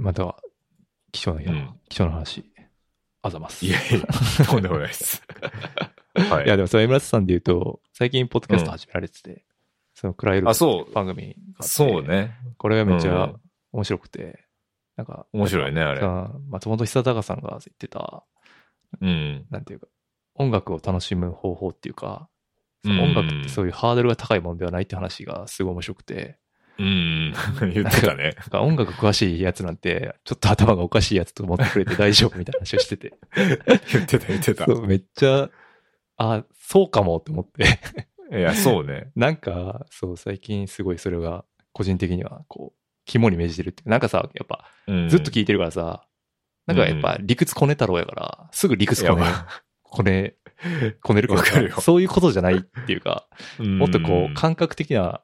Speaker 2: また、貴重な、
Speaker 3: うん
Speaker 2: 貴重な話。あざます。
Speaker 3: いやいや、とんでもない です。はい
Speaker 2: や、でもそれ、村瀬さんで言うと、最近、ポッドキャスト始められてて、その、クライロ
Speaker 3: あ、そう、
Speaker 2: 番組があって
Speaker 3: そう。ね。
Speaker 2: これがめっち
Speaker 3: うんう
Speaker 2: ゃ
Speaker 3: ん
Speaker 2: 面白くて、なんか、
Speaker 3: 面白いね、あ
Speaker 2: あ
Speaker 3: れ。
Speaker 2: 松本久隆さんが言ってた、
Speaker 3: うん。
Speaker 2: なんていうか、音楽を楽しむ方法っていうか、そ
Speaker 3: うん
Speaker 2: の音楽ってそういうハードルが高いものではないって話がすごい面白くて、
Speaker 3: うん。 言ってたね。
Speaker 2: なんか音楽詳しいやつなんて、ちょっと頭がおかしいやつと思ってくれて大丈夫みたいな話をして て、
Speaker 3: 言ってた、言ってた。
Speaker 2: そうめっちゃ、あ、そうかもって思って、
Speaker 3: いや、そうね。
Speaker 2: なんか、そう、最近すごいそれが、個人的には、こう、肝に銘じてるっていうなんかさ、やっぱ、
Speaker 3: うん
Speaker 2: ずっと聞いてるからさ、なんかやっぱ、理屈こね太郎やから、すぐ理屈こね
Speaker 3: いや、
Speaker 2: こね、こねるけど
Speaker 3: わかるよ
Speaker 2: そういうことじゃないっていうか、
Speaker 3: うん
Speaker 2: もっとこう、感覚的な、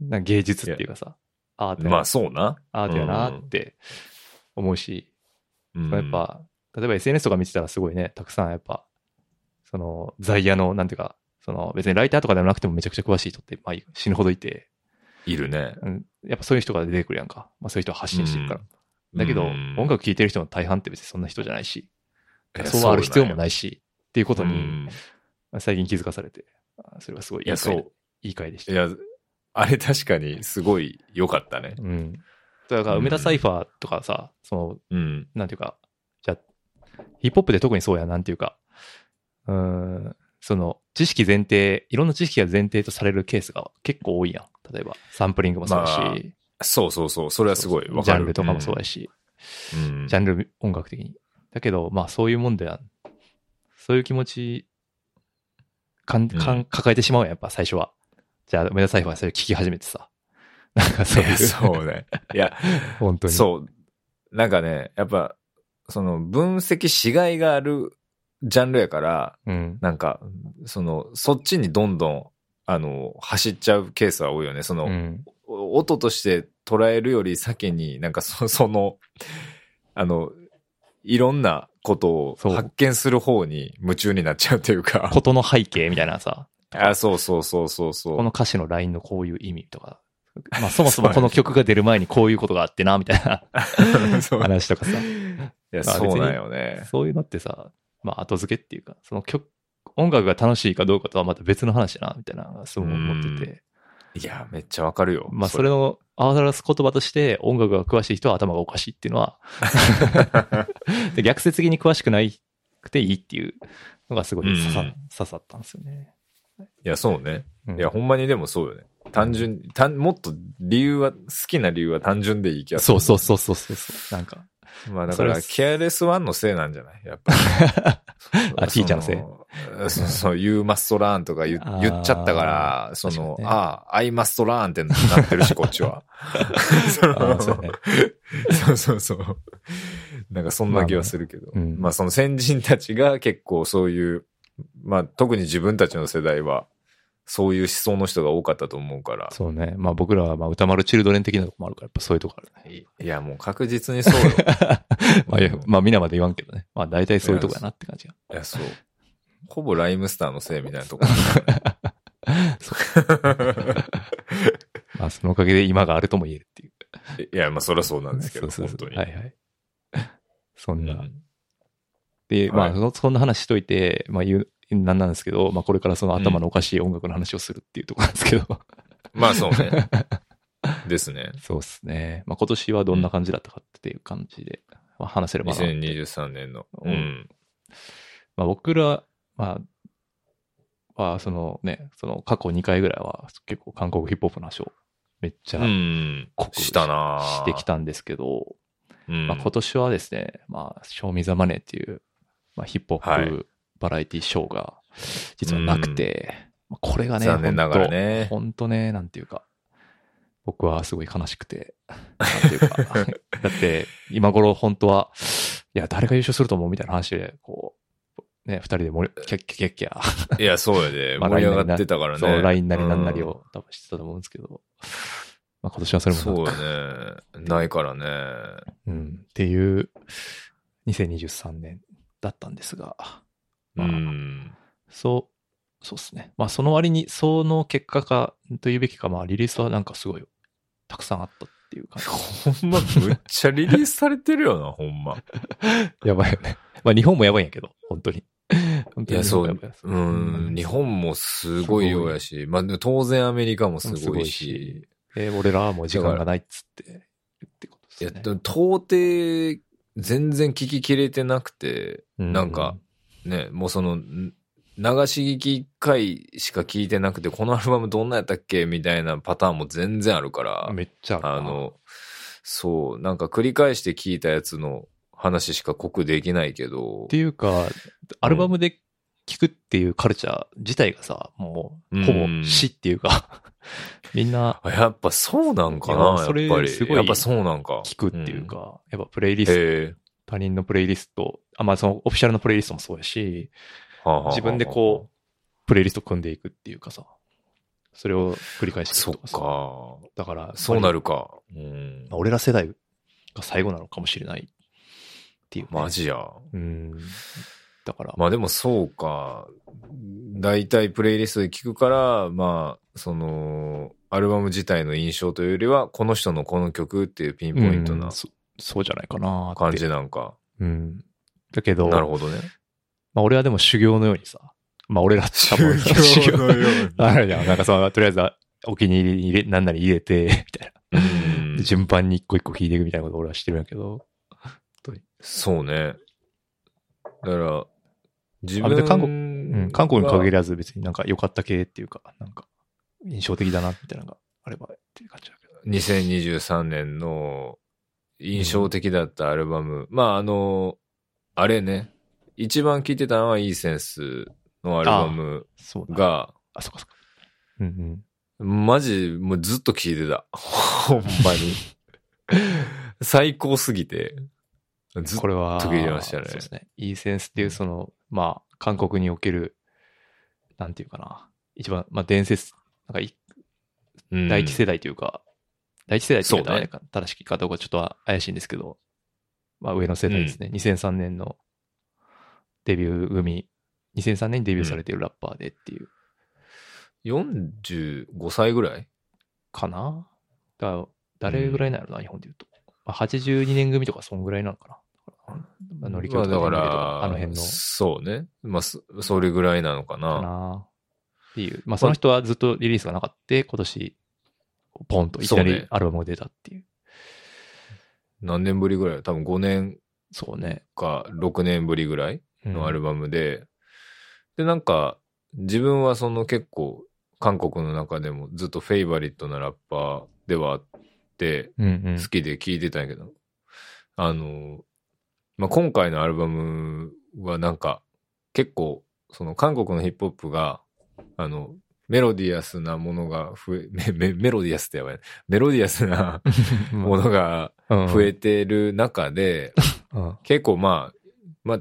Speaker 2: なんか芸術っていうかさ、アートや
Speaker 3: ま
Speaker 2: な
Speaker 3: あ、、そうな。
Speaker 2: アートやなって思うし、
Speaker 3: うん
Speaker 2: やっ、ぱ、例えば SNS とか見てたらすごいね、たくさんやっぱ、その、在野の、なんていうか、その、別にライターとかでもなくてもめちゃくちゃ詳しい人って、まあ、死ぬほどいて、
Speaker 3: いるね。
Speaker 2: うん、やっぱそういう人が出てくるやんか。まあ、そういう人は発信してるから。だけど、
Speaker 3: うん
Speaker 2: 音楽聴いてる人の大半って別にそんな人じゃないし、
Speaker 3: いや
Speaker 2: そうある必要も
Speaker 3: い
Speaker 2: ないし、っていうこ
Speaker 3: こと
Speaker 2: に、最近気づかされて、あそれはすごいいい
Speaker 3: いや
Speaker 2: 回
Speaker 3: そう
Speaker 2: いい回でし
Speaker 3: い
Speaker 2: た。
Speaker 3: や、あれ確かにすごい良かったね。
Speaker 2: うん。だから、梅田サイファーとかさ、その、
Speaker 3: うん。
Speaker 2: なんていうか、じゃあヒップホップで特にそうや、なんていうか、うーん、その、知識前提、いろんな知識が前提とされるケースが結構多いやん。例えば、サンプリングもそうだし、
Speaker 3: まあそうそうそう。それはすごいわかる。
Speaker 2: ジャンルとかもそうだし、
Speaker 3: うん。うん
Speaker 2: ジャンル音楽的に。だけど、まあそういうもんでは、そういう気持ち、かんか
Speaker 3: うん
Speaker 2: 抱えてしまうやん、やっぱ最初は。じゃあ、梅田サイファーそれ聞き始めてさ。 なんかそう
Speaker 3: い
Speaker 2: いう
Speaker 3: や、。そうね。いや、
Speaker 2: 本当に。
Speaker 3: そう。なんかね、やっぱ、その、分析しがいがあるジャンルやから、
Speaker 2: う。うん。
Speaker 3: なんか、その、そっちにどんどん、あの、走っちゃうケースは多いよね。その、
Speaker 2: うん。
Speaker 3: お音として捉えるより先に、なんかそ、 その、あの、いろんなことを
Speaker 2: そう
Speaker 3: 発見する方に夢中になっちゃうというか。
Speaker 2: ことの背景みたいなさ。
Speaker 3: あそうそうそうそうそう。
Speaker 2: こ の歌詞のラインのこういう意味とか、まあそもそもこの曲が出る前にこういうことがあってな、みたい な
Speaker 3: そう
Speaker 2: 話とかさ、
Speaker 3: いや、
Speaker 2: まあ別に
Speaker 3: そうなんよね。
Speaker 2: そういうのってさ、まあ後付けっていうか、その曲、音楽が楽しいかどうかとはまた別の話だな、みたいな、そう思ってて。
Speaker 3: いや、めっちゃわかるよ。
Speaker 2: まあそれを表す言葉として音楽が詳しい人は頭がおかしいっていうのは、で逆説的に詳しくないくていいっていうのがすごい刺さ,、
Speaker 3: うん
Speaker 2: 刺さったんですよね。
Speaker 3: いや、そうね。
Speaker 2: うん
Speaker 3: いや、ほんまにでもそうよね。単純に、単もっと理由は、好きな理由は単純でいい気がす
Speaker 2: そ
Speaker 3: る。
Speaker 2: うそうそうそうそうそう。なんか、
Speaker 3: まあだ
Speaker 2: そ
Speaker 3: か
Speaker 2: れ
Speaker 3: ら、ケアレスワンのせいなんじゃないやっぱり。
Speaker 2: あ T ちゃんのせい
Speaker 3: いそうそう、You must learn とか言
Speaker 2: あー
Speaker 3: 言っちゃったから、その
Speaker 2: 確か、にね
Speaker 3: ああ、I must learn ってなって るし、こっちは。そ
Speaker 2: あ
Speaker 3: の
Speaker 2: ーそうね
Speaker 3: そうそうそう。なんかそんな気はするけど。
Speaker 2: まあねうん
Speaker 3: まあその先人たちが結構そういう、まあ特に自分たちの世代は、そういう思想の人が多かったと思うから。
Speaker 2: そうね。まあ僕らはまあ歌丸チルドレン的なとこもあるから、やっぱそういうとこあるね。
Speaker 3: いいや、もう確実にそうよ。
Speaker 2: まあ、いやまあ皆まで言わんけどね。まあ大体そういうとこやなって感じが。
Speaker 3: いや、そう。ほぼライムスターのせいみたいなと こ。
Speaker 2: まあそのおかげで今があるとも言えるっていう。
Speaker 3: いや、まあ、そりゃそうなんですけど、
Speaker 2: そうそうそ
Speaker 3: 本当
Speaker 2: う
Speaker 3: に。
Speaker 2: はいはい。そんな。
Speaker 3: うん
Speaker 2: で、ま
Speaker 3: は
Speaker 2: あ
Speaker 3: い
Speaker 2: その、そんな話しといて、まあ言う、なんなんですけど、まあこれからその頭のおかしい音楽の話をするっていうところなんですけど。
Speaker 3: まあ、そう ね。ですね。
Speaker 2: そうですね。まあ今年はどんな感じだったかっていう感じで、まあ話せればなって。
Speaker 3: 2023年の。
Speaker 2: う
Speaker 3: うんん。
Speaker 2: まあ、僕ら、まあ、はそのね、その過去2回ぐらいは結構韓国ヒップホップの話をめっちゃ
Speaker 3: うん
Speaker 2: 濃。く
Speaker 3: したなぁ
Speaker 2: してき。たんですけど、
Speaker 3: うん。
Speaker 2: まあ、今年はですね、まあ、賞味ザマネーっていう、まあ、ヒップホ
Speaker 3: は
Speaker 2: ッ
Speaker 3: い
Speaker 2: プバラエティショーが実はなくて、まあこれがね、
Speaker 3: 残念ながら
Speaker 2: 本
Speaker 3: ね
Speaker 2: 当。本当ね、なんていうか、僕はすごい悲しくて、なんていう か、だって今頃本当は、いや、誰が優勝すると思うみたいな話で、こう、ね、二人で盛り、キャッキャッキャッキャ
Speaker 3: いや、そうやで。
Speaker 2: まあ
Speaker 3: 盛り上がってたからね。
Speaker 2: そう、LINE なりなんなり
Speaker 3: うん。
Speaker 2: を多分してたと思うんですけど、まあ今年はそれもな
Speaker 3: そう
Speaker 2: く
Speaker 3: やね。ないからね。
Speaker 2: うん、っていう2023年だったんですが、
Speaker 3: う
Speaker 2: まあ
Speaker 3: ん。
Speaker 2: そう、そうですね。まあその割に、その結果かというべきか、まあリリースはなんかすごい、たくさんあったっていう感じ。
Speaker 3: ほんま、むっちゃリリースされてるよな、ほんま。
Speaker 2: やばいよね。 まあ日本もやばいんやけど、本当に。 本当
Speaker 3: い
Speaker 2: に
Speaker 3: や、
Speaker 2: 日
Speaker 3: そ
Speaker 2: 本も
Speaker 3: う
Speaker 2: ばいです。
Speaker 3: うん。日本もすごいようやし、まあ、当然アメリカもすごいし。
Speaker 2: え俺らはもう時間がないっつって、ってことです
Speaker 3: いや、
Speaker 2: よ
Speaker 3: で
Speaker 2: ね。
Speaker 3: も到底、全然聞ききれてなくて、
Speaker 2: う
Speaker 3: なんか、ね、もうその、ん流し聞き一回しか聞いてなくて、このアルバムどんなやったっけみたいなパターンも全然あるから、
Speaker 2: めっちゃあるな
Speaker 3: あ、の、そう、なんか繰り返して聞いたやつの話しか濃くできないけど
Speaker 2: っ、ていうか、アルバムで聞くっていうカルチャー自体がさ、もう、ほぼ死っていうか、 みんな、
Speaker 3: やっぱそうなんか
Speaker 2: いや
Speaker 3: な、
Speaker 2: それ
Speaker 3: やっぱり。
Speaker 2: すごい
Speaker 3: やっぱそうなんか。
Speaker 2: 聞くっていうか、やっぱプレイ
Speaker 3: う
Speaker 2: リ
Speaker 3: ん。
Speaker 2: スト、
Speaker 3: へえ。
Speaker 2: 他人のプレイリスト、あ、まあそのオフィシャルのプレイリストもそうやし、
Speaker 3: はあはあはあ
Speaker 2: 自分でこう、プレイリスト組んでいくっていうかさ、それを繰り返してい
Speaker 3: そ
Speaker 2: く
Speaker 3: っ
Speaker 2: とかさ。
Speaker 3: か。
Speaker 2: だから、
Speaker 3: そうな
Speaker 2: る。
Speaker 3: るか。うん。
Speaker 2: 俺ら世代が最後なのかもしれないっていうね、
Speaker 3: マジや。
Speaker 2: うん。だから、
Speaker 3: まあでもそうか。大体プレイリストで聞くから、まあ、その、アルバム自体の印象というよりは、この人のこの曲っていうピンポイント
Speaker 2: う
Speaker 3: なん
Speaker 2: そそうじゃないかなって
Speaker 3: 感じなんか。
Speaker 2: うん。だけど、
Speaker 3: なるほどね。
Speaker 2: まあ俺はでも修行のようにさ、まあ俺ら多 分
Speaker 3: よ
Speaker 2: あるじゃん。なんかその、とりあえずお気に入りに入れ、なんなり入れて、みたいな。
Speaker 3: に。
Speaker 2: 順番に一個一個弾いていくみたいなことを俺はしてるんやけど。
Speaker 3: そうね。だから、自
Speaker 2: あ別
Speaker 3: 分
Speaker 2: に韓国
Speaker 3: 国
Speaker 2: 韓国に限らず別になんか良かった系っていうか、なんか印象的だな、みたいなのがあればっていう感じだけど。
Speaker 3: 2023年の印象的だったアルバム。まあ、あの、あれね。一番聴いてたのは、いいセンスのアルバム
Speaker 2: そうだ。
Speaker 3: が、
Speaker 2: あ、そっかそっか。うんうん。
Speaker 3: マジ、もうずっと聴いてた。ほんまに。 最高すぎて。ずっ
Speaker 2: これは、
Speaker 3: 途切れましたね
Speaker 2: そうですね。いいセンスっていう、その、まあ、韓国における、なんていうかな、一番、まあ、伝説、なんかい、
Speaker 3: うん
Speaker 2: 第一世代というか、第一世代って言うと
Speaker 3: そう
Speaker 2: あ
Speaker 3: ね
Speaker 2: れか、正しきかどうかちょっと怪しいんですけど、まあ、上の世代ですね。2003年のデビュー組、2003年にデビューされているラッパーでっていう、
Speaker 3: 45歳ぐらい
Speaker 2: かなだから誰ぐらいなのな、日本で言うと。まあ、82年組とか、そんぐらいなのかな。まあ、乗り気
Speaker 3: ま
Speaker 2: を
Speaker 3: あ
Speaker 2: と
Speaker 3: だ
Speaker 2: か
Speaker 3: か、
Speaker 2: 乗り気とからあの辺の。
Speaker 3: そうね。まあ、そそれぐらいなのか
Speaker 2: か
Speaker 3: な。
Speaker 2: なっていう。まあ、その人はずっとリリースがなかった、今年、ポンといきな
Speaker 3: そう
Speaker 2: り
Speaker 3: ね
Speaker 2: アルバムが出たっていう。
Speaker 3: 何年ぶりぐらい多分5年
Speaker 2: そうね。
Speaker 3: か6年ぶりぐらいのアル
Speaker 2: バ
Speaker 3: バムで、で、なんか、自分はその結構、韓国の中でもずっとフェイバリットなラッパーではあって、
Speaker 2: ム。うんうん
Speaker 3: 好。きで聴いてたんやけど、あの、まあ、今回のアルバムはなんか、結構、その韓国のヒップホップが、あの、メロディアスなものが増え、 メメメロディアスってやばいな。メロディアスなものが増えてる中で、
Speaker 2: うん
Speaker 3: 結構まあ、まあ、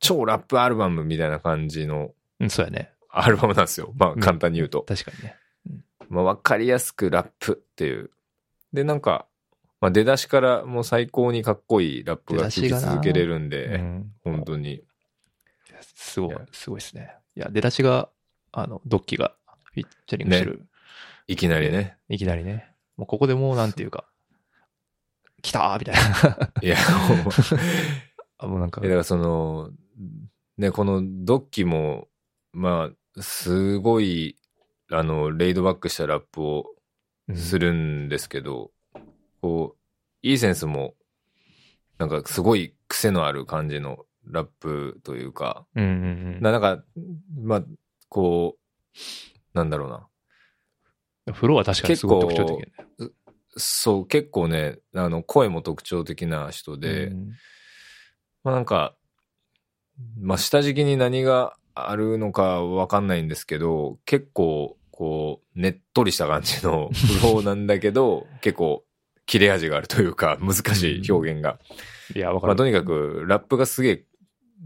Speaker 3: 超ラップアルバムみたいな感じの
Speaker 2: うん。そうやね。
Speaker 3: アルバムなんですよ。まあ
Speaker 2: うん
Speaker 3: 簡単に言うと。
Speaker 2: 確かにね。
Speaker 3: まあわかりやすくラップっていう。で、なんか、まあ出だしからもう最高にかっこいいラップが聴き続けれるん
Speaker 2: う
Speaker 3: で、
Speaker 2: ん。
Speaker 3: 本当に。
Speaker 2: すごい
Speaker 3: いや、
Speaker 2: すごいですね。いや、出だしが、あの、ドッキーがフィッチャリングしてる。
Speaker 3: いきな りね。
Speaker 2: いきなりね。もうここでもう、なんていうか、来たーみたい な。
Speaker 3: いや、ほんま
Speaker 2: あもうなんか
Speaker 3: えだ、からその、ね、このドッキも、まあ、すごい、あの、レイドバックしたラップを
Speaker 2: うん
Speaker 3: するんですけど、こう、いいセンスも、なんかすごい癖のある感じのラップというか、
Speaker 2: うんうん
Speaker 3: ななんか、まあ、こう、なんだろうな。
Speaker 2: うん。フローは確かにすごい特徴的よね。
Speaker 3: そう、結構ね、あの、声も特徴的な人で、
Speaker 2: うん
Speaker 3: まあなんか、まあ下敷きに何があるのかわかんないんですけど、結構、こう、ねっとりした感じの 不老なんだけど、結構、切れ味があるというか、難しい表現が。
Speaker 2: いや、わか
Speaker 3: まあ
Speaker 2: る
Speaker 3: と。にかく、ラップがすげえ、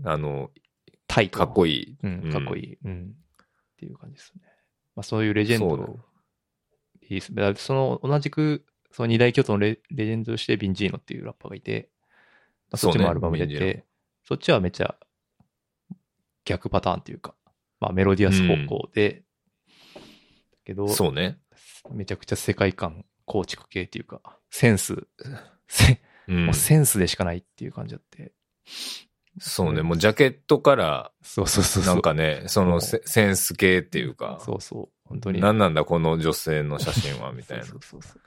Speaker 3: あの、
Speaker 2: タイト
Speaker 3: かっこいい。
Speaker 2: うん、
Speaker 3: うん
Speaker 2: かっこいい。うん。っていう感じですね。まあ、そういうレジェンド
Speaker 3: そう
Speaker 2: のリリース。だからその、同じく、その二大巨頭のレレジェンドとして、ビンジーノっていうラッパーがいて、まあ、そっち
Speaker 3: そう
Speaker 2: も
Speaker 3: ね
Speaker 2: アルバム出て、
Speaker 3: ビンジー
Speaker 2: そっちはめっちゃ逆パターンというか、まあ、メロディアス方向で、けど、
Speaker 3: そうね。
Speaker 2: めちゃくちゃ世界観構築系っていうか、センス、せ
Speaker 3: うん
Speaker 2: もう。センスでしかないっていう感じだって。
Speaker 3: そうね。もうジャケットから、
Speaker 2: そうそうそうそう。
Speaker 3: なんかね、そのセセンス系っていうか、
Speaker 2: そうそう。本当に。
Speaker 3: 何なんだこの女性の写真は、みたい
Speaker 2: そ
Speaker 3: な
Speaker 2: うそうそうそう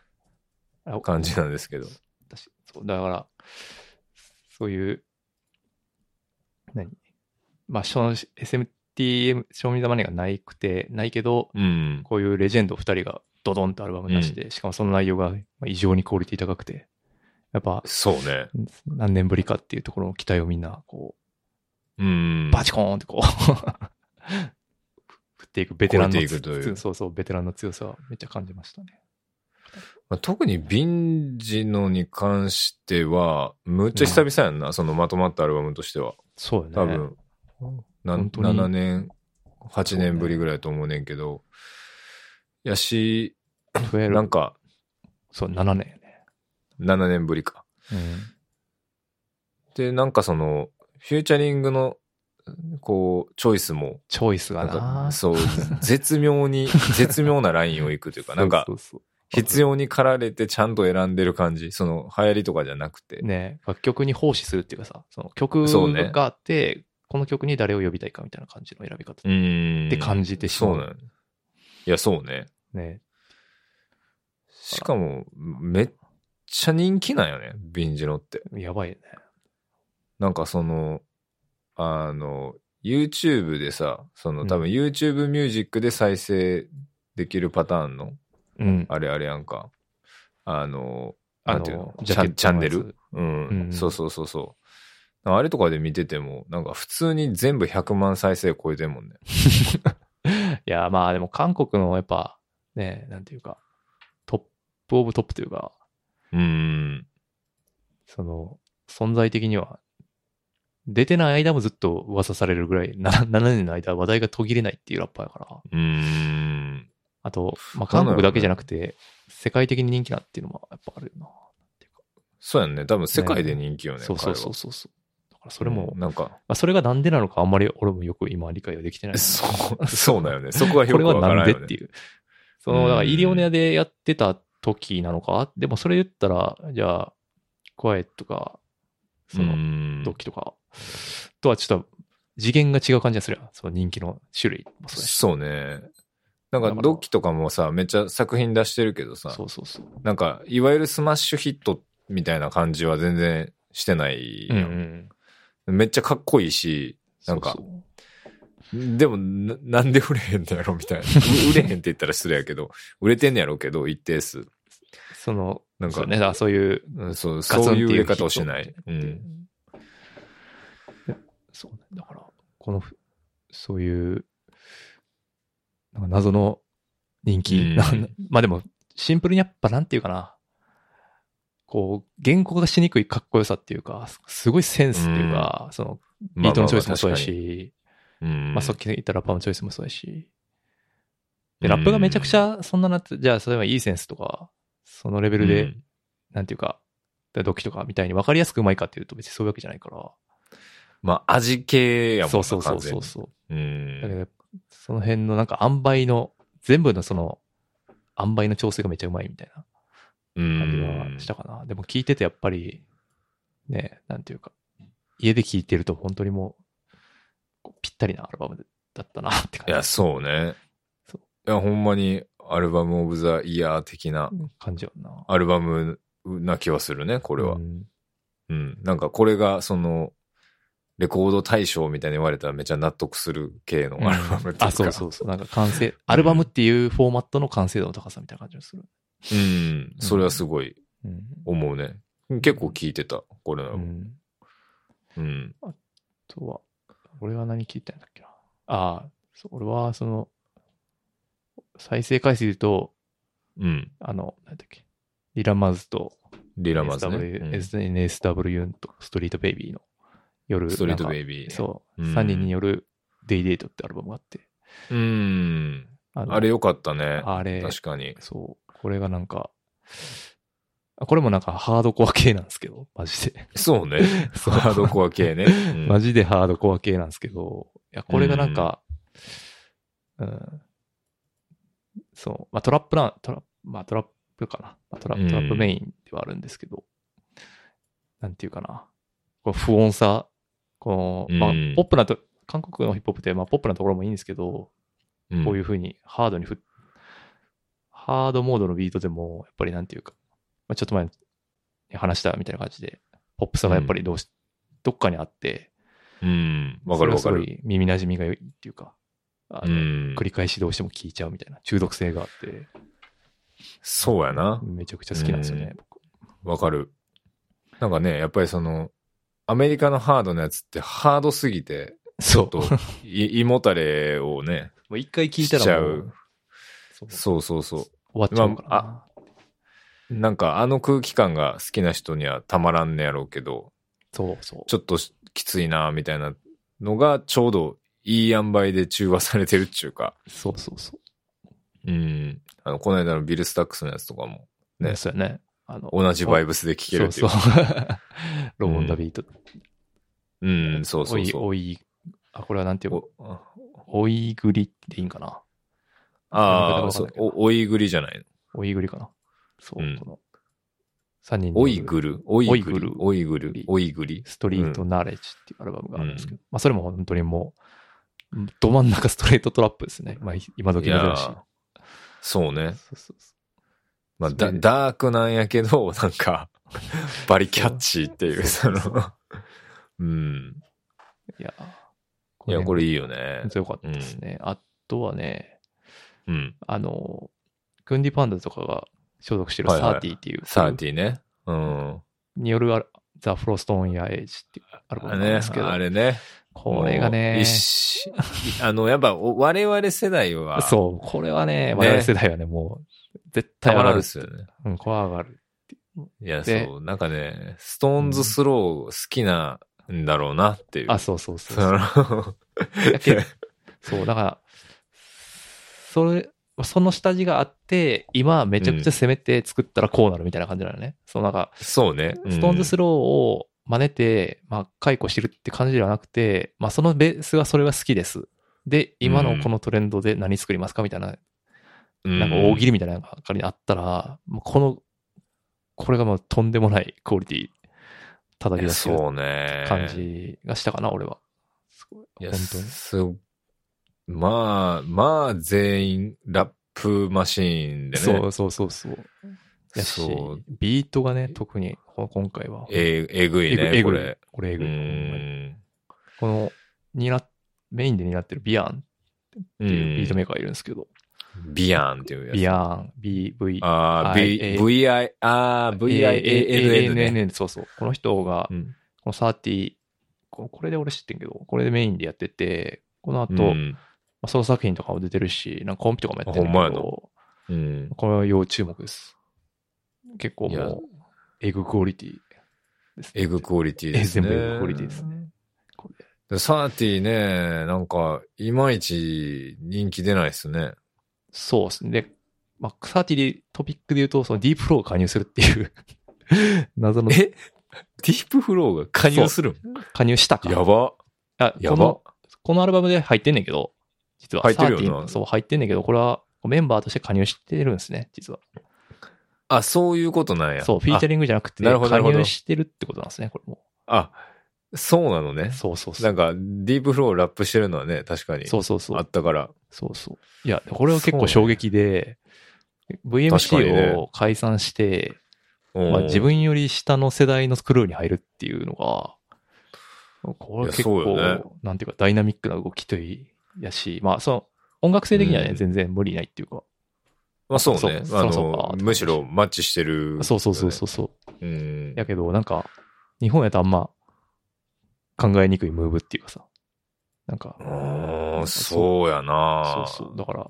Speaker 2: あ
Speaker 3: 感じなんですけど。
Speaker 2: だしそうだから、そういう、何まあ、その SMTM、賞味玉ねがないくて、ないけど、
Speaker 3: うん。
Speaker 2: こういうレジェンド2人がドドンとアルバム出して、しかもその内容がまあ異常にクオリティ高くて、やっぱ、
Speaker 3: そうね。
Speaker 2: 何年ぶりかっていうところの期待をみんな、こ
Speaker 3: うん。
Speaker 2: う、バチコーンってこう、 振っていくベテラン
Speaker 3: 超
Speaker 2: の
Speaker 3: えていくという
Speaker 2: そうそう、ベテランの強さはめっちゃ感じましたね。
Speaker 3: まあ特にビンジノに関しては、むっちゃ久々やんな、そのまとまったアルバムとしては。
Speaker 2: そうよね。
Speaker 3: 多分、な
Speaker 2: 本当に
Speaker 3: 7年、8年ぶりぐらいだと思うねんけど、やし、
Speaker 2: 12。
Speaker 3: なんか、
Speaker 2: そう、7年よね。
Speaker 3: 7年ぶりか。で、なんかその、フューチャリングの、こう、チョイスも、
Speaker 2: チョイスが
Speaker 3: なん
Speaker 2: な
Speaker 3: か、そう、絶 妙に、絶妙なラインをいくというか、なんか
Speaker 2: そ、うそうそう
Speaker 3: 必要に駆られてちゃんと選んでる感じ。その、流行りとかじゃなくて。
Speaker 2: ね、楽曲に奉仕するっていうかさ、その曲
Speaker 3: そうね
Speaker 2: があって、この曲に誰を呼びたいかみたいな感じの選び方
Speaker 3: うーん。
Speaker 2: って感じてしまう。
Speaker 3: そうなんいや、そうね。
Speaker 2: ね。
Speaker 3: しかも、めっちゃ人気なんよね、ビンジロって。
Speaker 2: やばいよね。
Speaker 3: なんかその、あの、YouTube でさ、その
Speaker 2: うん
Speaker 3: 多分 YouTube ミュージックで再生できるパターンの、
Speaker 2: うん。
Speaker 3: あれあれやんか。あの、
Speaker 2: あの
Speaker 3: なんていうの
Speaker 2: ジ
Speaker 3: チ
Speaker 2: ャケットのや
Speaker 3: ャ
Speaker 2: つ
Speaker 3: チャンネルうん、
Speaker 2: うん
Speaker 3: そうそうそうそう。あれとかで見てても、なんか普通に全部100万再生超えてるもんね。
Speaker 2: いや、まあでも韓国のやっぱ、ね、なんていうか、トップオブトップというか、
Speaker 3: うん。
Speaker 2: その、存在的には、出てない間もずっと噂されるぐらい、 な7年の間話題が途切れないっていうラッパーやから。
Speaker 3: うん。
Speaker 2: あと、まあ、
Speaker 3: そう
Speaker 2: 韓
Speaker 3: なのよね
Speaker 2: 国だけじゃなくて、世界的に人気なっていうのもやっぱあるよな。
Speaker 3: そうやんね。多分世界で人気よね。
Speaker 2: そうそうそう
Speaker 3: 彼は
Speaker 2: そうそう。だからそれも、
Speaker 3: うんなんか、
Speaker 2: まあ、それがなんでなのかあんまり俺もよく今理解はできてない。
Speaker 3: そう、そうだよね。そこはよ
Speaker 2: こ
Speaker 3: く
Speaker 2: れ
Speaker 3: わ
Speaker 2: は
Speaker 3: か
Speaker 2: な
Speaker 3: ら
Speaker 2: ん
Speaker 3: ん
Speaker 2: で
Speaker 3: よね。
Speaker 2: っていう。その、だから
Speaker 3: うん
Speaker 2: イリオネアでやってた時なのか、でもそれ言ったら、じゃあ、クワイエットか、その、
Speaker 3: の
Speaker 2: 時とか、とはちょっと次元が違う感じがするよその人気の種類もそうだし
Speaker 3: そうね。な
Speaker 2: だか
Speaker 3: んからドッキとかもさ、めっちゃ作品出してるけどさ、
Speaker 2: そうそうそう。
Speaker 3: なんかいわゆるスマッシュヒットみたいな感じは全然してないや、
Speaker 2: うんん
Speaker 3: めっちゃかっこいいし、なんか
Speaker 2: そうそう
Speaker 3: でもななんで売れへんのやろ みたいな。売れへんって言ったら失礼やけど、売れてんのやろうけど、一定数。
Speaker 2: その、
Speaker 3: なんか
Speaker 2: そうね、だからそういう、
Speaker 3: うんそう、
Speaker 2: ガツン
Speaker 3: そ
Speaker 2: っ
Speaker 3: う
Speaker 2: てい
Speaker 3: いうう売れ方をしない。う
Speaker 2: って
Speaker 3: ん。
Speaker 2: そうね。だから、このふ、そういう、なんか謎の人気、
Speaker 3: うん
Speaker 2: なんまあでも、シンプルにやっぱなんていうかな、こう、原稿がしにくいかっこよさっていうか、すすごいセンスっていうか、その、ビートのチョイスもそうやし、
Speaker 3: まあまあまあ、確かにうん
Speaker 2: まあさっき言ったラッパーのチョイスもそうやし、で、ラップがめちゃくちゃそんななって、じゃあ例えばいいセンスとか、そのレベルで、
Speaker 3: うん
Speaker 2: なんていうか、ドキとかみたいに分かりやすくうまいかっていうと別にそういうわけじゃないから。
Speaker 3: まあ、味系やもん
Speaker 2: そ
Speaker 3: な
Speaker 2: うそうそうそう
Speaker 3: 完
Speaker 2: そう。
Speaker 3: 全に
Speaker 2: だ
Speaker 3: う
Speaker 2: け
Speaker 3: ん。
Speaker 2: ど、その辺のなんか塩梅の、全部のその、塩梅の調整がめちゃうまいみたいな感じ
Speaker 3: うん
Speaker 2: はしたかな。でも聞いててやっぱり、ね、なんていうか、家で聞いてると本当にもう、こうぴったりなアルバムだったなって
Speaker 3: い
Speaker 2: 感
Speaker 3: や、
Speaker 2: じ。
Speaker 3: そうね。
Speaker 2: そう
Speaker 3: いや、ほんまにアルバムオブザイヤー的な
Speaker 2: 感じよな。
Speaker 3: アルバムな気はするね、こ
Speaker 2: こ
Speaker 3: れは。うん。なんかこれが、その、レコード大賞みたいに言われたらめちゃ納得する系のアルバムっていうか。
Speaker 2: あ、そうそうそう。なんか完成、アルバムっていうフォーマットの完成度の高さみたいな感じがする。
Speaker 3: うん。それはすごい
Speaker 2: うん。
Speaker 3: 思うね。結構聴いてた、これ
Speaker 2: う
Speaker 3: の。うん。
Speaker 2: んあとは、俺は何聞いたんだっけな。ああ、そう俺はその、再生回数で言うと、
Speaker 3: うん。
Speaker 2: あの、何だっけ、リラマズと、
Speaker 3: リラマズね。
Speaker 2: SW
Speaker 3: うん
Speaker 2: NSW とストリートベイビーの夜、
Speaker 3: ストリートベ
Speaker 2: イ
Speaker 3: イビーね。
Speaker 2: そう、
Speaker 3: うん
Speaker 2: 3人によるデイデートってアルバムがあって、
Speaker 3: うん。
Speaker 2: あの
Speaker 3: あれ良かったね。
Speaker 2: あれ
Speaker 3: 確かに。
Speaker 2: そう、これがなんか、あこれもなんかハードコア系なんですけど、マジで。
Speaker 3: そ うね。ハードコア系ね。うん
Speaker 2: マジでハードコア系なんですけど、いや、これがなんか、うん、そう、まあトラップな、トラップ、まあトラップかな。まあ、トラ
Speaker 3: うん
Speaker 2: トラップメインではあるんですけど、なんていうかな。こう不穏さ、この、まあ
Speaker 3: うん、
Speaker 2: ポップなと、韓国のヒップホップって、まあ、ポップなところもいいんですけど、
Speaker 3: うん
Speaker 2: こういうふうにハードにふっ、ハードモードのビートでも、やっぱりなんていうか、まあ、ちょっと前に話したみたいな感じで、ポップさがやっぱりどうし、どっかにあって、
Speaker 3: うん。わかるわ
Speaker 2: そ
Speaker 3: か
Speaker 2: れは
Speaker 3: る。
Speaker 2: すごい耳馴染みが良いっていうか、あ
Speaker 3: う
Speaker 2: の
Speaker 3: ん
Speaker 2: 繰。り返しどうしても聴いちゃうみたいな中毒性があって、
Speaker 3: そうやな。
Speaker 2: めちゃくちゃ好きなんですよね、僕。
Speaker 3: わかる。なんかね、やっぱりその、アメリカのハードのやつってハードすぎて、ちょっと、い胃 もたれをね、
Speaker 2: もう一回聞いた
Speaker 3: しち
Speaker 2: ら
Speaker 3: ゃ
Speaker 2: も
Speaker 3: う
Speaker 2: う、そう終
Speaker 3: そうそうそう。
Speaker 2: わっちゃうからな、
Speaker 3: まなんかあの空気感が好きな人にはたまらんねやろうけど、
Speaker 2: そうそう。
Speaker 3: ちょっとしきついなみたいなのがちょうどいい塩梅で中和されてるっちゅうか、
Speaker 2: そうそうそう。
Speaker 3: うん。あの、この間のビル・スタックスのやつとかもね
Speaker 2: そうやね。あの、
Speaker 3: 同じバイブスで聴けるってい
Speaker 2: そ
Speaker 3: う
Speaker 2: う
Speaker 3: か。
Speaker 2: そう。 ロボンダビート。
Speaker 3: うん、そうそうそう。
Speaker 2: おい、おい、あ、これはなんていうの
Speaker 3: おあ
Speaker 2: おいぐりでいいんかな
Speaker 3: あ
Speaker 2: わ
Speaker 3: ー、
Speaker 2: かん
Speaker 3: そ
Speaker 2: な
Speaker 3: う
Speaker 2: いけど
Speaker 3: お、おいぐりじゃないの。
Speaker 2: おいぐりかなそう、
Speaker 3: うん
Speaker 2: この。三人の
Speaker 3: おいぐる、おいぐる、お
Speaker 2: お
Speaker 3: い
Speaker 2: い
Speaker 3: ぐ
Speaker 2: ぐ
Speaker 3: る
Speaker 2: る、
Speaker 3: おいぐり。
Speaker 2: ストリートナレッジっていうアルバムがあるんですけど、まあそれも本当にもう、ど真ん中ストレートトラップですね。まあい今時
Speaker 3: いや
Speaker 2: 珍しい。
Speaker 3: ーそう
Speaker 2: そ
Speaker 3: ね。
Speaker 2: うそうそ
Speaker 3: まあ、
Speaker 2: そう
Speaker 3: だ
Speaker 2: ね
Speaker 3: ダークなんやけど、 なんか、バリキャッチーっていう、その、 うん。
Speaker 2: う。いやー、
Speaker 3: いや、これいいよね
Speaker 2: 本。当良かったですね。あとはね、
Speaker 3: うん。
Speaker 2: あの、クンディパンダとかが所属してる
Speaker 3: はいはい
Speaker 2: サーティっていう、
Speaker 3: サーティね。うん。
Speaker 2: によるアルザ・フロストオン・やエイジっていうアルバ
Speaker 3: あ
Speaker 2: ム
Speaker 3: れ
Speaker 2: なん
Speaker 3: ね
Speaker 2: ですけど、
Speaker 3: あれね。
Speaker 2: これが
Speaker 3: もう
Speaker 2: ね、
Speaker 3: 一あの、やっぱ、お我々世代は、
Speaker 2: そう、これはね、我々世代はね、もう、絶対
Speaker 3: た
Speaker 2: 上
Speaker 3: ま
Speaker 2: が
Speaker 3: ら
Speaker 2: る
Speaker 3: んっ。すよね。
Speaker 2: うん、怖がる。
Speaker 3: いや、
Speaker 2: で
Speaker 3: そう。なんかね、ストーンズスロー好きなんだろうなっていう。
Speaker 2: あ、そうそうそう
Speaker 3: そ
Speaker 2: そう。
Speaker 3: の
Speaker 2: だけどそう、だから、それ、その下地があって、今めちゃくちゃ攻めて作ったらこうなるみたいな感じなのね。そう、なんか、
Speaker 3: そうね。
Speaker 2: ストーンズス
Speaker 3: ロ
Speaker 2: ローを真似て、まあ、解雇してるって感じではなくて、まあ、そのベースはそれは好きです。で、今のこのトレンドで何作りますかみたいな、
Speaker 3: ー
Speaker 2: なんか大喜利みたいなのが仮にあったら、もうこの、これがもうとんでもないクオリティ叩き出してる
Speaker 3: そうね。
Speaker 2: 感じがしたかな、俺は。すごい。
Speaker 3: いや、
Speaker 2: 本当に。
Speaker 3: すまあ、まあ、全員、ラップマシーンでね。
Speaker 2: そうそうそうそう。やし
Speaker 3: そう、
Speaker 2: ビートがね、特に、こ今回は。
Speaker 3: え、えぐい
Speaker 2: えぐ
Speaker 3: ね、
Speaker 2: え
Speaker 3: こ
Speaker 2: ぐい
Speaker 3: れ。
Speaker 2: これえ
Speaker 3: う
Speaker 2: ぐい。
Speaker 3: ーん。
Speaker 2: この、にな、メインで担ってるビアン
Speaker 3: う
Speaker 2: っていうビート
Speaker 3: ん
Speaker 2: メーカーがいるんですけど、
Speaker 3: ビアンっていうやつ。
Speaker 2: ビアン、BV、
Speaker 3: あー、
Speaker 2: I-
Speaker 3: B、VI、あー、VIANN ね。
Speaker 2: ANN そうそう。この人が
Speaker 3: う、ん
Speaker 2: この30、このこれで俺知ってんけど、これでメインでやってて、この後、
Speaker 3: う
Speaker 2: ま
Speaker 3: ん
Speaker 2: あ、その作品とかも出てるし、なんかコンピとかもやってるん
Speaker 3: ほんま
Speaker 2: だ
Speaker 3: や
Speaker 2: け
Speaker 3: な
Speaker 2: ど、
Speaker 3: うん。
Speaker 2: これは要注目です。結構
Speaker 3: いや
Speaker 2: もう、エグクオリティですね。
Speaker 3: エグクオリティです
Speaker 2: 全
Speaker 3: ね。
Speaker 2: 部エグクオリティですね。これ
Speaker 3: でサーティね、なんか、いまいち人気出ないですね。
Speaker 2: そうですね。で、まあ、草ティトピックで言うと、そのディープフローを加入するっていう、 謎の
Speaker 3: えディープフローが加入する
Speaker 2: 加入したか。
Speaker 3: やば。
Speaker 2: あ
Speaker 3: や
Speaker 2: こ
Speaker 3: ば
Speaker 2: の、このアルバムで入ってんねんけど、実は。
Speaker 3: 入ってるよな
Speaker 2: 13そう、入ってんねんけど、これはメンバーとして加入してるんですね、実は。
Speaker 3: あ、そういうことなんや。
Speaker 2: そう、フィーチャリングじゃなくて、
Speaker 3: なるほど
Speaker 2: 加
Speaker 3: なるほど
Speaker 2: 入してるってことなんですね、これも。
Speaker 3: あ、そうなのね。
Speaker 2: そうそうそ
Speaker 3: な
Speaker 2: う。
Speaker 3: んか、ディープフローをラップしてるのはね、確かに。
Speaker 2: そうそうそう
Speaker 3: あ。ったから。
Speaker 2: そうそう。いや、これは結構衝撃で、
Speaker 3: 確かに
Speaker 2: VMC
Speaker 3: ね
Speaker 2: を解散して、
Speaker 3: うん
Speaker 2: まあ、自分より下の世代のクルーに入るっていうのが、これは結
Speaker 3: いやそう
Speaker 2: 構、
Speaker 3: よね
Speaker 2: なんていうかダイナミックな動きといいやし、まあその音楽性的にはね、
Speaker 3: うん
Speaker 2: 全然無理ないっていうか、
Speaker 3: まあそうね。
Speaker 2: そう
Speaker 3: あの
Speaker 2: そうそうか
Speaker 3: むしろマッチしてる、
Speaker 2: そうそうそうそうそう。
Speaker 3: う。うん。
Speaker 2: やけどなんか、日本やとあんま考えにくいムーブっていうかさ、なんか
Speaker 3: う、ーんそうや
Speaker 2: そ
Speaker 3: な
Speaker 2: うそう。だから、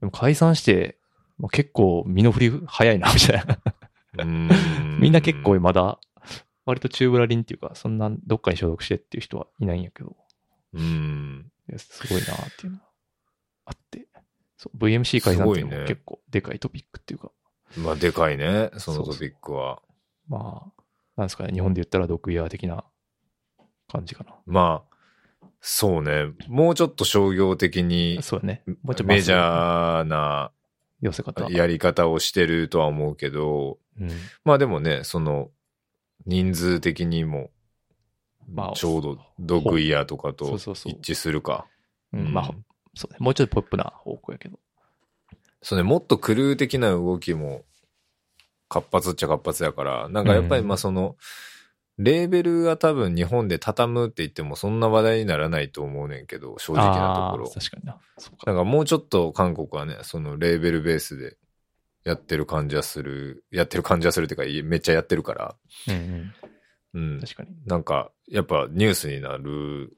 Speaker 2: でも解散して、まあ、結構身の振り早いな、みたいな。
Speaker 3: う ー
Speaker 2: みんな結構まだ、割と中ブラリンっていうか、そんなどっかに所属してっていう人はいないんやけど。
Speaker 3: うん。
Speaker 2: いやすごいなっていうのがあって、そう、VMC 解散っていうの
Speaker 3: すごいね
Speaker 2: も結構でかいトピックっていうか、
Speaker 3: まあでかいね、その
Speaker 2: そうそ
Speaker 3: ト
Speaker 2: う
Speaker 3: ピックは。
Speaker 2: まあ、なんですかね、日本で言ったら毒イヤー的な感じかな。
Speaker 3: まあ、そうね。もうちょっと商業的に、
Speaker 2: そうだね。もうちょっと
Speaker 3: メジ
Speaker 2: ー。
Speaker 3: ャーな
Speaker 2: 寄せ方。
Speaker 3: やり方をしてるとは思うけど、
Speaker 2: うん、
Speaker 3: まあでもね、その、人数的にも、
Speaker 2: まあ
Speaker 3: ちょうどドッグイヤーとか
Speaker 2: そ
Speaker 3: と
Speaker 2: うそうそう
Speaker 3: 一致するか。
Speaker 2: うんまあ、そうね。もうちょっとポップな方向やけど。
Speaker 3: そうね、もっとクルー的な動きも活発っちゃ活発やから、なんかやっぱり
Speaker 2: うん
Speaker 3: まあその、レーベルが多分日本で畳むって言ってもそんな話題にならないと思うねんけど、正直なとこ
Speaker 2: あ
Speaker 3: ろ
Speaker 2: ー。確かにな。そう
Speaker 3: な
Speaker 2: か。
Speaker 3: んかもうちょっと韓国はね、そのレーベルベースでやってる感じはする、やってる感じはするっていうか、めっちゃやってるから、
Speaker 2: うん、
Speaker 3: うん
Speaker 2: うん。。確かに。
Speaker 3: なんか、やっぱニュースになる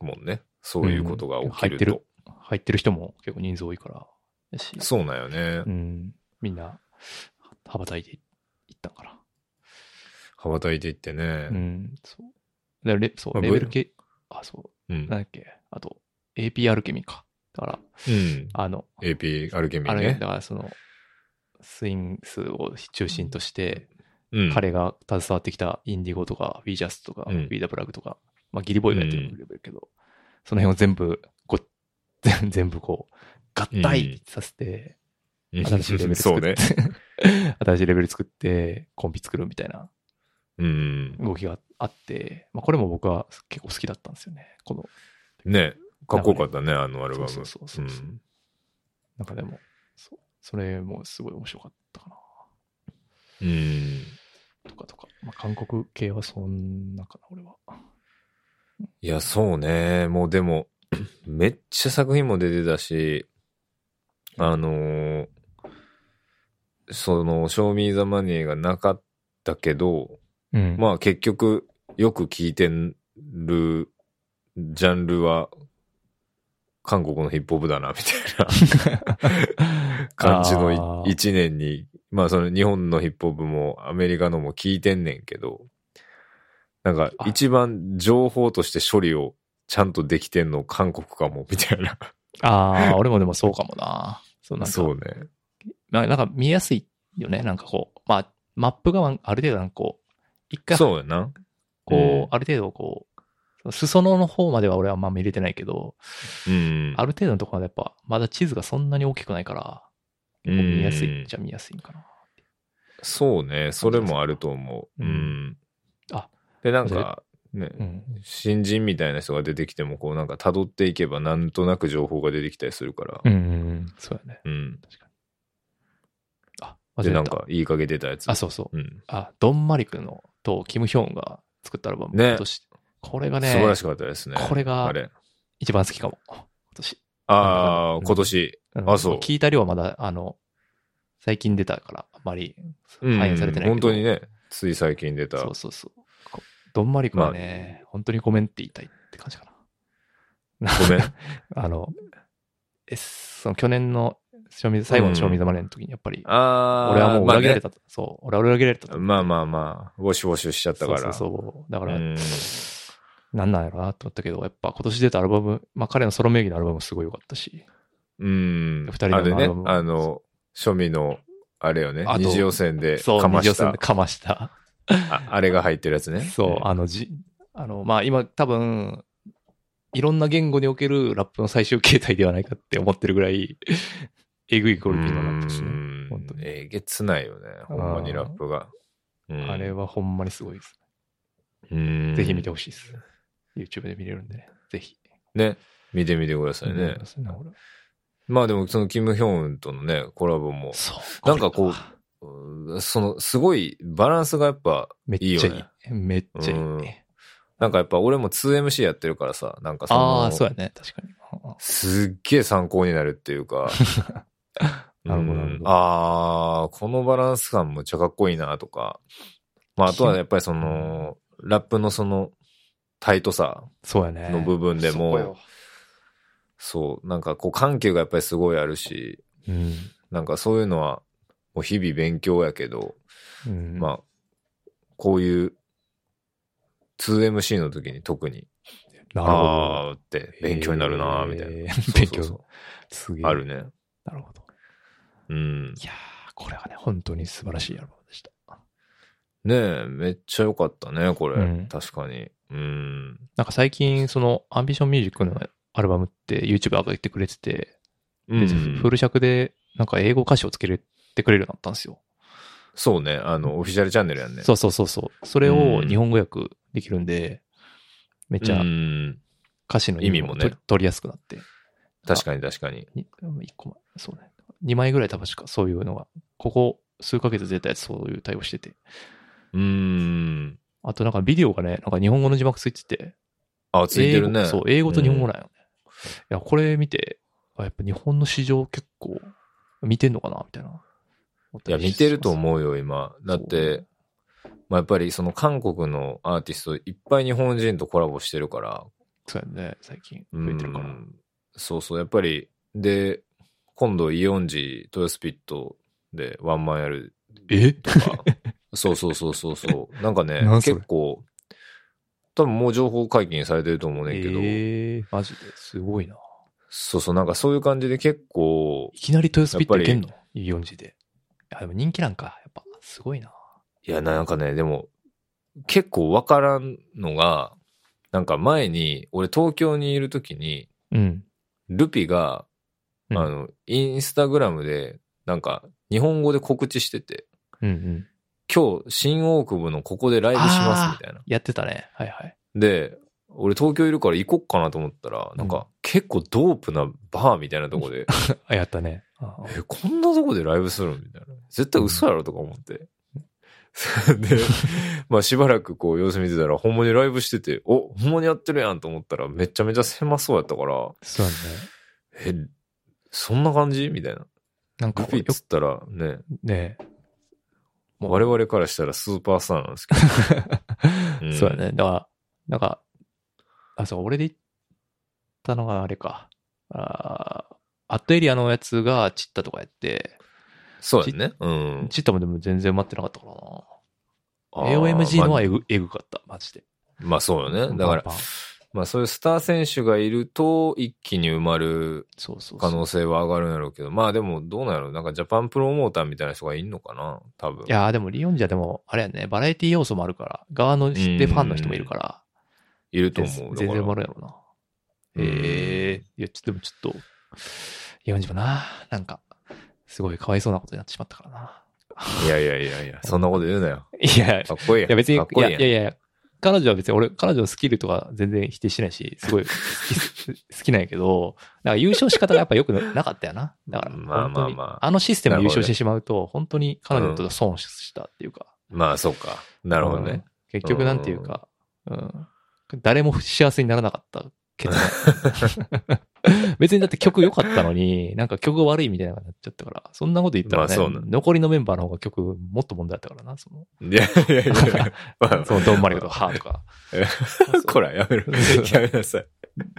Speaker 3: もんね。そういうことが起き
Speaker 2: 入
Speaker 3: る
Speaker 2: って
Speaker 3: と。
Speaker 2: る、入ってる人も結構人数多いから。やし
Speaker 3: そうなんよね
Speaker 2: う。ん。みんな、羽ばたいていったんかな。
Speaker 3: 羽ばたいていってね
Speaker 2: う。ん、そう。だからレそ
Speaker 3: ま
Speaker 2: う、
Speaker 3: あ
Speaker 2: レベル系、あ、そ
Speaker 3: うん。
Speaker 2: う、なんだっけ、あと、AP アルケミか。だから、
Speaker 3: うん
Speaker 2: あの、
Speaker 3: AP アルケミ
Speaker 2: あ
Speaker 3: ー
Speaker 2: れ、
Speaker 3: ね
Speaker 2: だ。からその、スイングスを中心として、
Speaker 3: うん。
Speaker 2: 彼が携わってきたインディゴとか、ビージャスとか、
Speaker 3: うん
Speaker 2: ビーダプラグとか、まあ、ギリボーイがやってるレベルけど、その辺を全部、こう、全全部こう、合体させて、
Speaker 3: うん
Speaker 2: 新しいレベル
Speaker 3: そ
Speaker 2: 作
Speaker 3: う
Speaker 2: っ
Speaker 3: ね
Speaker 2: て。、新しいレベル作って、コンビ作るみたいな
Speaker 3: うん。
Speaker 2: 動きがあって、まあ、これも僕は結構好きだったんですよね。この、
Speaker 3: ね。かっこよかったね、あのアルバム。
Speaker 2: そうそうそうそう
Speaker 3: うん
Speaker 2: なんかでも、そうそれもすごい面白かったかな。
Speaker 3: うん。
Speaker 2: とかとか。まあ、韓国系はそんなかな、俺は。
Speaker 3: いや、そうね。もうでも、 めっちゃ作品も出てたし、あのーその、ショーミーザマネーがなかったけど、
Speaker 2: うん
Speaker 3: まあ結局、よく聴いてるジャンルは、韓国のヒップホップだな、みたいな 感じの
Speaker 2: あー
Speaker 3: 一年に、まあその日本のヒップホップもアメリカのも聞いてんねんけど、なんか
Speaker 2: あ
Speaker 3: 一番情報として処理をちゃんとできてんの韓国かも、みたいな。
Speaker 2: ああ、俺もでもそうかもな。そうなんか
Speaker 3: そうね。
Speaker 2: ななんか見えやすいよね。なんかこう、まあ、マップがわんある程度なんかこう、一回、こ
Speaker 3: そうやな。
Speaker 2: う、
Speaker 3: うん
Speaker 2: ある程度こう、その裾野の方までは俺はあんま見れてないけど、
Speaker 3: うん。
Speaker 2: ある程度のところはやっぱ、まだ地図がそんなに大きくないから、結構見やすいっちゃ見やすいんかな。
Speaker 3: そうね。それもあると思う。
Speaker 2: う
Speaker 3: う
Speaker 2: ん
Speaker 3: ん。
Speaker 2: あ
Speaker 3: で、なんか、ね、
Speaker 2: うん。
Speaker 3: 新人みたいな人が出てきても、こうなんか辿っていけばなんとなく情報が出てきたりするから
Speaker 2: う。んうんうん、そうやね。
Speaker 3: うん。
Speaker 2: 確かに。あ、忘れて
Speaker 3: で、
Speaker 2: た。
Speaker 3: なんか、いいかげ出たやつ。
Speaker 2: あ、そうそう。
Speaker 3: うん。
Speaker 2: あ、ドン・マリクのとキム・ヒョンが作ったアルバム、
Speaker 3: ね
Speaker 2: 今年。これが
Speaker 3: 素
Speaker 2: ね、
Speaker 3: 晴らしかったですね。
Speaker 2: これが
Speaker 3: あれ。
Speaker 2: 一番好きかも。今年。
Speaker 3: ああ、
Speaker 2: うん
Speaker 3: 今年。
Speaker 2: ん
Speaker 3: あそう
Speaker 2: 聞いた量はまだ、あの、最近出たから、あまり
Speaker 3: うん
Speaker 2: 反映されてないけど、
Speaker 3: 本当にね、つい最近出た。
Speaker 2: そうそうそう。こドン・マリクはね、本当にごめんって言いたいって感じかな。
Speaker 3: ごめ ん。
Speaker 2: あの、え、その去年の、正味最後の賞味玉年の時に、やっぱり、
Speaker 3: ああ、
Speaker 2: 俺はもう裏切られ
Speaker 3: た。
Speaker 2: たと、そう、俺は裏切られたと。
Speaker 3: まあまあまあ、ウォシュウォシュしちゃったから。
Speaker 2: そうそうそう。だから、
Speaker 3: うん
Speaker 2: なんなんやろなと思ったけど、やっぱ今年出たアルバム、まあ彼のソロ名義のアルバムもすごい良かったし、
Speaker 3: うん。
Speaker 2: 二人の
Speaker 3: あれ
Speaker 2: ア
Speaker 3: ね
Speaker 2: ルバ、ム
Speaker 3: あの、庶民の、あれよね、
Speaker 2: あと
Speaker 3: 二次予選で
Speaker 2: そう、
Speaker 3: かま
Speaker 2: 二次予
Speaker 3: し
Speaker 2: 選
Speaker 3: た
Speaker 2: で。かました。
Speaker 3: ああれが入ってるやつね。
Speaker 2: そう、あの、じ、あの、まあ今多分、いろんな言語におけるラップの最終形態ではないかって思ってるぐらい、えぐいクオリティのラップです
Speaker 3: う
Speaker 2: ね。
Speaker 3: ん
Speaker 2: 本当に
Speaker 3: えげつないよね。ほんまにラップが。うん
Speaker 2: あれはほんまにすごいです。
Speaker 3: うん
Speaker 2: ぜひ見てほしいです。YouTube で見れるんでね。ぜひ。
Speaker 3: ね。見てみてくださいね。
Speaker 2: そうね俺
Speaker 3: まあでも、そのキム・ヒョンとのね、コラボも、
Speaker 2: そう。
Speaker 3: なんかこう
Speaker 2: れは
Speaker 3: うんその、すごいバランスがやっぱ、
Speaker 2: めっちゃい
Speaker 3: いい
Speaker 2: い
Speaker 3: よ。
Speaker 2: めっちゃいい
Speaker 3: うん
Speaker 2: ね。
Speaker 3: なんかやっぱ俺も 2MC やってるからさ、なんかその、
Speaker 2: ああ、そうやね。確かに。うんうん
Speaker 3: すっげえ参考になるっていうか、
Speaker 2: なるほどなるほど
Speaker 3: うんああ、このバランス感むっちゃかっこいいなとか、まああとはやっぱりその、ラップのその、タイトさ
Speaker 2: そうやね。
Speaker 3: の部分で
Speaker 2: そこよ
Speaker 3: も、そう、なんかこう緩急がやっぱりすごいあるし、
Speaker 2: うん。
Speaker 3: なんかそういうのは、もう日々勉強やけど、
Speaker 2: うん
Speaker 3: まあ、こういう、2MC の時に特に、
Speaker 2: なるほど。
Speaker 3: ああーって勉強になるなーみたい
Speaker 2: へ
Speaker 3: な。
Speaker 2: ー
Speaker 3: そう
Speaker 2: 勉
Speaker 3: そうそう
Speaker 2: 強。すげえ。
Speaker 3: あるね。
Speaker 2: なるほど。
Speaker 3: うん。
Speaker 2: いやー、これはね、本当に素晴らしいアルバムでした。
Speaker 3: ねえ、めっちゃ良かったね、これ。
Speaker 2: うん
Speaker 3: 確かに。うん。
Speaker 2: なんか最近、その、アンビションミュージックのアルバムって YouTube 上げてくれてて、
Speaker 3: う
Speaker 2: で
Speaker 3: ん、
Speaker 2: フル尺で、なんか英語歌詞をつけれてくれるようになったんですよ。
Speaker 3: そうね、あの、オフィシャルチャンネルやんね。。
Speaker 2: そううそうそうそう。それを日本語訳できるんで、めっちゃ
Speaker 3: ん。
Speaker 2: 歌詞の
Speaker 3: 意味もね
Speaker 2: 取り取りやすくなって。
Speaker 3: 確かに確かに。
Speaker 2: に一個前、そうね。2枚ぐらい多分しかそういうのが、ここ数ヶ月出たやつそういう対応してて。
Speaker 3: うん。
Speaker 2: あとなんかビデオがね、なんか日本語の字幕ついてて。
Speaker 3: あ、ついてる
Speaker 2: 英
Speaker 3: ね。
Speaker 2: 語そう、英語と日本語なんよね。いや、これ見て、あやっぱ日本の市場結構見てんのかなみたいな。
Speaker 3: いや、見てると思うよ、今。だって、まあ、やっぱりその韓国のアーティストいっぱい日本人とコラボしてるから、
Speaker 2: そうやね、最近増えてるから。
Speaker 3: うんそうそう、やっぱり、で、今度イオンジ、豊洲ピットでワンマンやる
Speaker 2: え
Speaker 3: と か、そうそうそうそうそう、なんかね、
Speaker 2: なんそれ
Speaker 3: 結構、多分もう情報解禁されてると思うねんけど、
Speaker 2: えー、マジですごいな。
Speaker 3: そうそう、なんかそういう感じで結構
Speaker 2: い、きなり豊洲ピット
Speaker 3: やっ
Speaker 2: い
Speaker 3: ぱ
Speaker 2: け
Speaker 3: り
Speaker 2: んのイオンジで。あ、でも人気なんか、やっぱ、すごいな。
Speaker 3: いや、なんかね、でも、結構わからんのが、なんか前に、俺東京にいるときに、
Speaker 2: うん。
Speaker 3: ルピが、
Speaker 2: うん
Speaker 3: あの、インスタグラムで、なんか、日本語で告知してて、
Speaker 2: うんうん。
Speaker 3: 今日、新大久保のここでライブしますみたいな。
Speaker 2: やってたね。はいはい。
Speaker 3: で、俺東京いるから行こっかなと思ったら、なん
Speaker 2: うん
Speaker 3: か、結構ドープなバーみたいなとこで、
Speaker 2: あ、やったね。ああ
Speaker 3: え、こんなとこでライブするのみたいな。絶対嘘やろとか思って。 で、まあしばらくこう様子見てたら、ほんまにライブしてて、お、ほんまにやってるやんと思ったら、めちゃめちゃ狭そうやったから、
Speaker 2: そうやね。
Speaker 3: え、そんな感じみたいな。
Speaker 2: なんか
Speaker 3: ル、フィっ
Speaker 2: よ
Speaker 3: つったらね、
Speaker 2: ねもう
Speaker 3: 我々からしたらスーパースターなんです けど。うん
Speaker 2: そうやね。だから、なんか、あ、そう、俺で行ったのがあれか。あーアットエリアのやつがチッタとかやって、
Speaker 3: そうやね。うん。
Speaker 2: チッタもでも全然待ってなかったからな。
Speaker 3: あー
Speaker 2: AOMG の
Speaker 3: まあ
Speaker 2: はえぐ,、えぐかった、マジで。
Speaker 3: まあそうよね。だから
Speaker 2: パンパン、
Speaker 3: まあそういうスター選手がいると、一気に埋まる
Speaker 2: そうそうそう
Speaker 3: 可能性は上がるんやろうけど、まあでもどうなんやろうなんかジャパンプロモーターみたいな人がいんのかな多分。
Speaker 2: いやーでもリオンじゃでも、あれやね、バラエティ要素もあるから、側の知ってファンの人もいるから、
Speaker 3: いると
Speaker 2: 全
Speaker 3: 思う。
Speaker 2: 然全
Speaker 3: だから
Speaker 2: 然丸やろうな。
Speaker 3: うん
Speaker 2: ええいや、ちょっと、でもちょっと、リオンじもな、なんか、すごいかわいそうなことになってしまったからな。
Speaker 3: いやいやいやいや、そんなこと言うなよ。
Speaker 2: いや、い
Speaker 3: かっこいいやん。
Speaker 2: や別に、い
Speaker 3: かっこい
Speaker 2: や
Speaker 3: い
Speaker 2: い
Speaker 3: やん。
Speaker 2: やいや、彼女は別に俺、彼女のスキルとか全然否定してないし、すごい好き 好きなんやけど、なんか優勝仕方がやっぱ良くなかったよな。だから、
Speaker 3: まあまあまあ
Speaker 2: 本当にあのシステムで優勝してしまうと、本当に彼女と損したっていうか。
Speaker 3: まあそうか。なるほどね。
Speaker 2: うん。結局なんていうか、うん、誰も幸せにならなかった結論。 別にだって曲良かったのに、なんか曲が悪いみたいなのになっちゃったから、そんなこと言ったら、ね
Speaker 3: まあそうなん
Speaker 2: 残りのメンバーの方が曲もっと問題だったからな、そ の、
Speaker 3: いやいやいや いや。まあ
Speaker 2: そのドンマリとか、ハーとか。
Speaker 3: え
Speaker 2: そう
Speaker 3: こら、やめろ。
Speaker 2: そう
Speaker 3: やめなさい。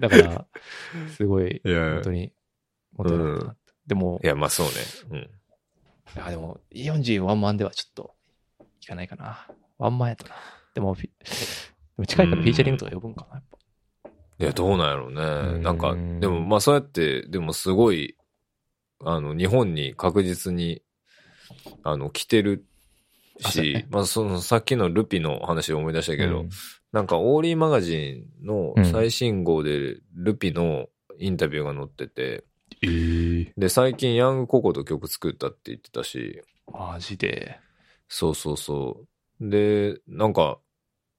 Speaker 2: だから、すごい、
Speaker 3: いや
Speaker 2: 本当に、本当になかったなってでも
Speaker 3: い、や、まあそうね。
Speaker 2: いやでも、イオンジワンマンではちょっと、いかないかな。ワンマンやとな。でも、フィでも近いからフィーチャリングとか呼ぶんかな、やっぱ。
Speaker 3: うん。いや、どうなんやろう
Speaker 2: う
Speaker 3: ね。
Speaker 2: ん
Speaker 3: なんか、でもまあそうやって、でもすごい、あの、日本に確実に、あの、来てる
Speaker 2: あそうや
Speaker 3: し
Speaker 2: ね、
Speaker 3: まあその、さっきのルピの話で思い出したけど、
Speaker 2: うん
Speaker 3: なんか、オーリーマガジンの最新号で、ルピのインタビューが載ってて、
Speaker 2: ええ
Speaker 3: で、最近、ヤングココと曲作ったって言ってたし、
Speaker 2: マジで。
Speaker 3: そうそうそう。で、なんか、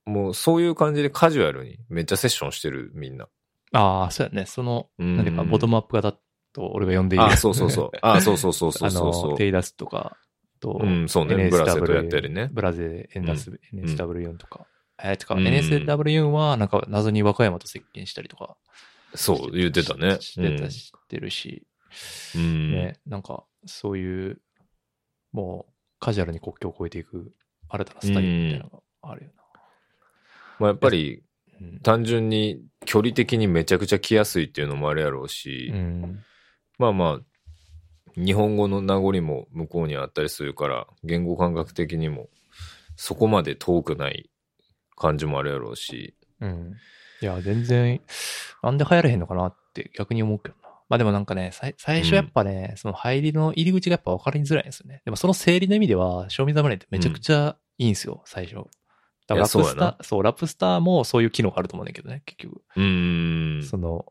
Speaker 3: もう、そういう感じでカジュアルに、めっちゃセッションしてる、みんな。
Speaker 2: ああ、そうやね。その、
Speaker 3: うん
Speaker 2: 何かボトムアップ型と、俺が呼んでいる。
Speaker 3: あ、そうそうそう。あ、そうそうそうそうそ う
Speaker 2: あ
Speaker 3: そ
Speaker 2: の、
Speaker 3: う。
Speaker 2: テイダスとか、と、
Speaker 3: うん、そうね。
Speaker 2: NSW
Speaker 3: ブラセとやったりね。
Speaker 2: ブラゼ、エンダス、
Speaker 3: ん
Speaker 2: NSW4 とか。えー、てか、
Speaker 3: うん
Speaker 2: NSW4 は、なんか、謎に和歌山と接近したりとか。
Speaker 3: そう、言ってたね。
Speaker 2: ししてた、知ってるし、
Speaker 3: うん。
Speaker 2: ね、なんか、そういう、もう、カジュアルに国境を越えていく、新たなスタイルみたいなのがあるよな。
Speaker 3: まあ、やっぱり、
Speaker 2: うん。
Speaker 3: 単純に、距離的にめちゃくちゃ来やすいっていうのもあるやろうし、
Speaker 2: うん
Speaker 3: まあまあ、日本語の名残も向こうにあったりするから、言語感覚的にも、そこまで遠くない感じもあるやろうし、
Speaker 2: うん。いや、全然、なんで入らへんのかなって逆に思うけどな。まあでもなんかね、さい最初やっぱね、その入りの入り口がやっぱ分かりづらいんですよね。でもその整理の意味では、賞味侍ってめちゃくちゃいいんですよ、最初。だからラ
Speaker 3: い
Speaker 2: ッ
Speaker 3: や
Speaker 2: プ
Speaker 3: そう
Speaker 2: ス
Speaker 3: やな
Speaker 2: ター、そう、ラップスターもそういう機能があると思うんだけどね、結局。
Speaker 3: うーん。
Speaker 2: その、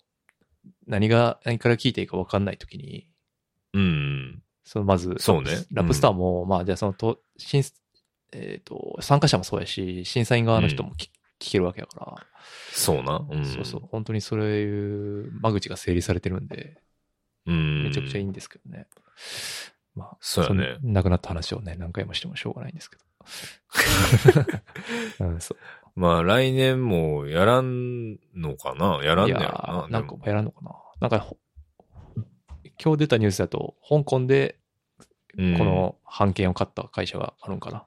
Speaker 2: 何が、何から聞いていいか分かんないときに、
Speaker 3: うん。
Speaker 2: そのまず、
Speaker 3: そうね
Speaker 2: ラップスターも、まあじゃあそのと、審えっ、と、参加者もそうやし、審査員側の人もき、聞けるわけやから。
Speaker 3: そうな。うん。
Speaker 2: そうそう、本当にそういう間口が整理されてるんで、
Speaker 3: うん。
Speaker 2: めちゃくちゃいいんですけどね。まあ、
Speaker 3: そうやね
Speaker 2: そんなくなった話をね、何回もしてもしょうがないんですけ ど。うん、そう
Speaker 3: まあ、来年もやらんのかなやらん
Speaker 2: い
Speaker 3: ねや
Speaker 2: や
Speaker 3: ろ
Speaker 2: ー
Speaker 3: な。
Speaker 2: なん
Speaker 3: で
Speaker 2: か
Speaker 3: も
Speaker 2: やらんのかな。なんかほ、今日出たニュースだと、香港で
Speaker 3: うん
Speaker 2: この判件を買った会社があるんかな。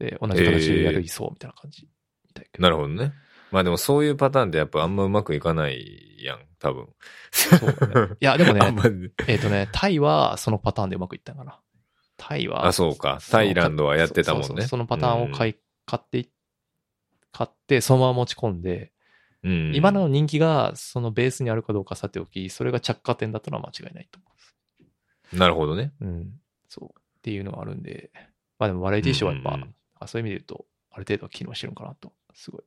Speaker 2: で、同じ形でやるいそうみたいな感じみたいけど
Speaker 3: なるほどね。まあでもそういうパターンでやっぱあんまうまくいかないやん、多分。
Speaker 2: そうだね。いや、でも
Speaker 3: あ
Speaker 2: ね
Speaker 3: ん、ま
Speaker 2: えっ、とね、タイはそのパターンでうまくいったんかな。タイは。
Speaker 3: あ、そうか。
Speaker 2: その
Speaker 3: タイランドはやってたもんね。
Speaker 2: そうそうそうそのパターンを買い、買ってい、買って、そのまま持ち込んで、
Speaker 3: うん、うん
Speaker 2: 今の人気がそのベースにあるかどうかさておき、それが着火点だったのは間違いないと思
Speaker 3: なるほどね。
Speaker 2: う。うん。そう。っていうのがあるんで、まあでもバラエティーショーはやっぱ、
Speaker 3: うんうんうん
Speaker 2: あそういう意味で言うと、ある程度は機能してるのかなと、すごい、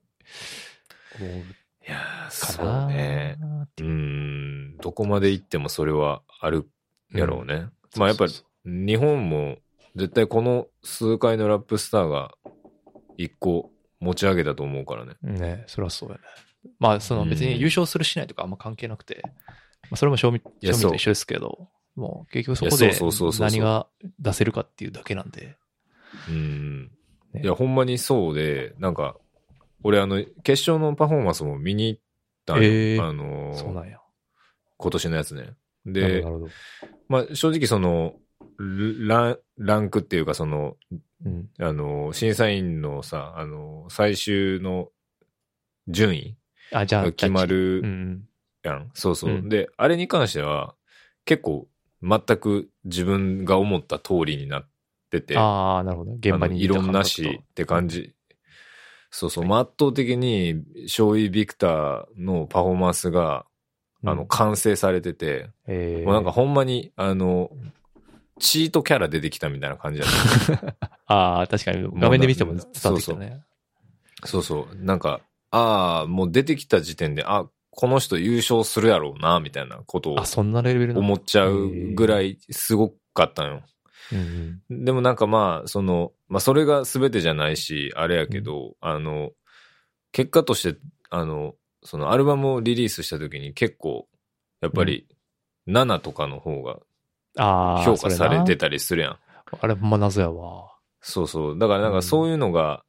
Speaker 2: 思う
Speaker 3: いやーそ
Speaker 2: かな
Speaker 3: うね。
Speaker 2: ーって
Speaker 3: う
Speaker 2: い
Speaker 3: ー
Speaker 2: う。
Speaker 3: ん。どこまで行ってもそれはあるやろうね。
Speaker 2: うん
Speaker 3: まあやっぱ
Speaker 2: そうそう
Speaker 3: 日本も絶対この数回のラップスターが一個持ち上げたと思うからね。
Speaker 2: ねそれはそうやね。まあ、その別に優勝するしないとかあんま関係なくて、まあ、それも賞味、
Speaker 3: いや
Speaker 2: 賞味と
Speaker 3: そう
Speaker 2: 一緒ですけど、もう結局そこ
Speaker 3: い
Speaker 2: で
Speaker 3: やそうそうそうそうそ
Speaker 2: 何
Speaker 3: う
Speaker 2: が出せるかっていうだけなんで。
Speaker 3: うん。
Speaker 2: ね
Speaker 3: いや、ほんまにそうで、なんか、俺あの、決勝のパフォーマンスも見に行ったんよ
Speaker 2: へー
Speaker 3: あの
Speaker 2: そう
Speaker 3: ー
Speaker 2: なんや。
Speaker 3: 今年のやつね。
Speaker 2: なる
Speaker 3: で
Speaker 2: ほどな、るほど。
Speaker 3: まあ正直その、ラン、ランクっていうかその、
Speaker 2: うん。
Speaker 3: あの、審査員のさ、あの、最終の順位
Speaker 2: あ、じゃあ、
Speaker 3: が決ま
Speaker 2: ジャッジ。うんう
Speaker 3: る
Speaker 2: ん。
Speaker 3: やん。そうそう。
Speaker 2: うん
Speaker 3: で、あれに関しては、結構、全く自分が思った通りになってて、
Speaker 2: ああ、なるほど。現場
Speaker 3: あの
Speaker 2: に
Speaker 3: 異
Speaker 2: いた
Speaker 3: 論
Speaker 2: 感
Speaker 3: な
Speaker 2: 覚と
Speaker 3: しって感。じ。そうそう。まあ圧倒的に、勝利ビクターのパフォーマンスが、あの、
Speaker 2: うん
Speaker 3: 完成されてて、
Speaker 2: えー
Speaker 3: もうなんかほんまに、あの、チートキャラ出てきたみたいな感じだった。
Speaker 2: ああ、確かに画面で見ても伝わってきたね。
Speaker 3: そうそう。なんか、ああ、もう出てきた時点で、あ、この人優勝するやろうな、みたいなことを
Speaker 2: あ、そんなレベルなの
Speaker 3: 思っちゃうぐらいすごかったのよ。
Speaker 2: うんうん
Speaker 3: でもなんかまあ、その、まあそれが全てじゃないし、あれやけど、あの、結果として、あの、そのアルバムをリリースした時に結構、やっぱり、7とかの方が
Speaker 2: ああ、
Speaker 3: 評価されて
Speaker 2: た。
Speaker 3: たりするやん。
Speaker 2: あれ、ほんま謎やわ。
Speaker 3: そうそう。だからなんかそういうのが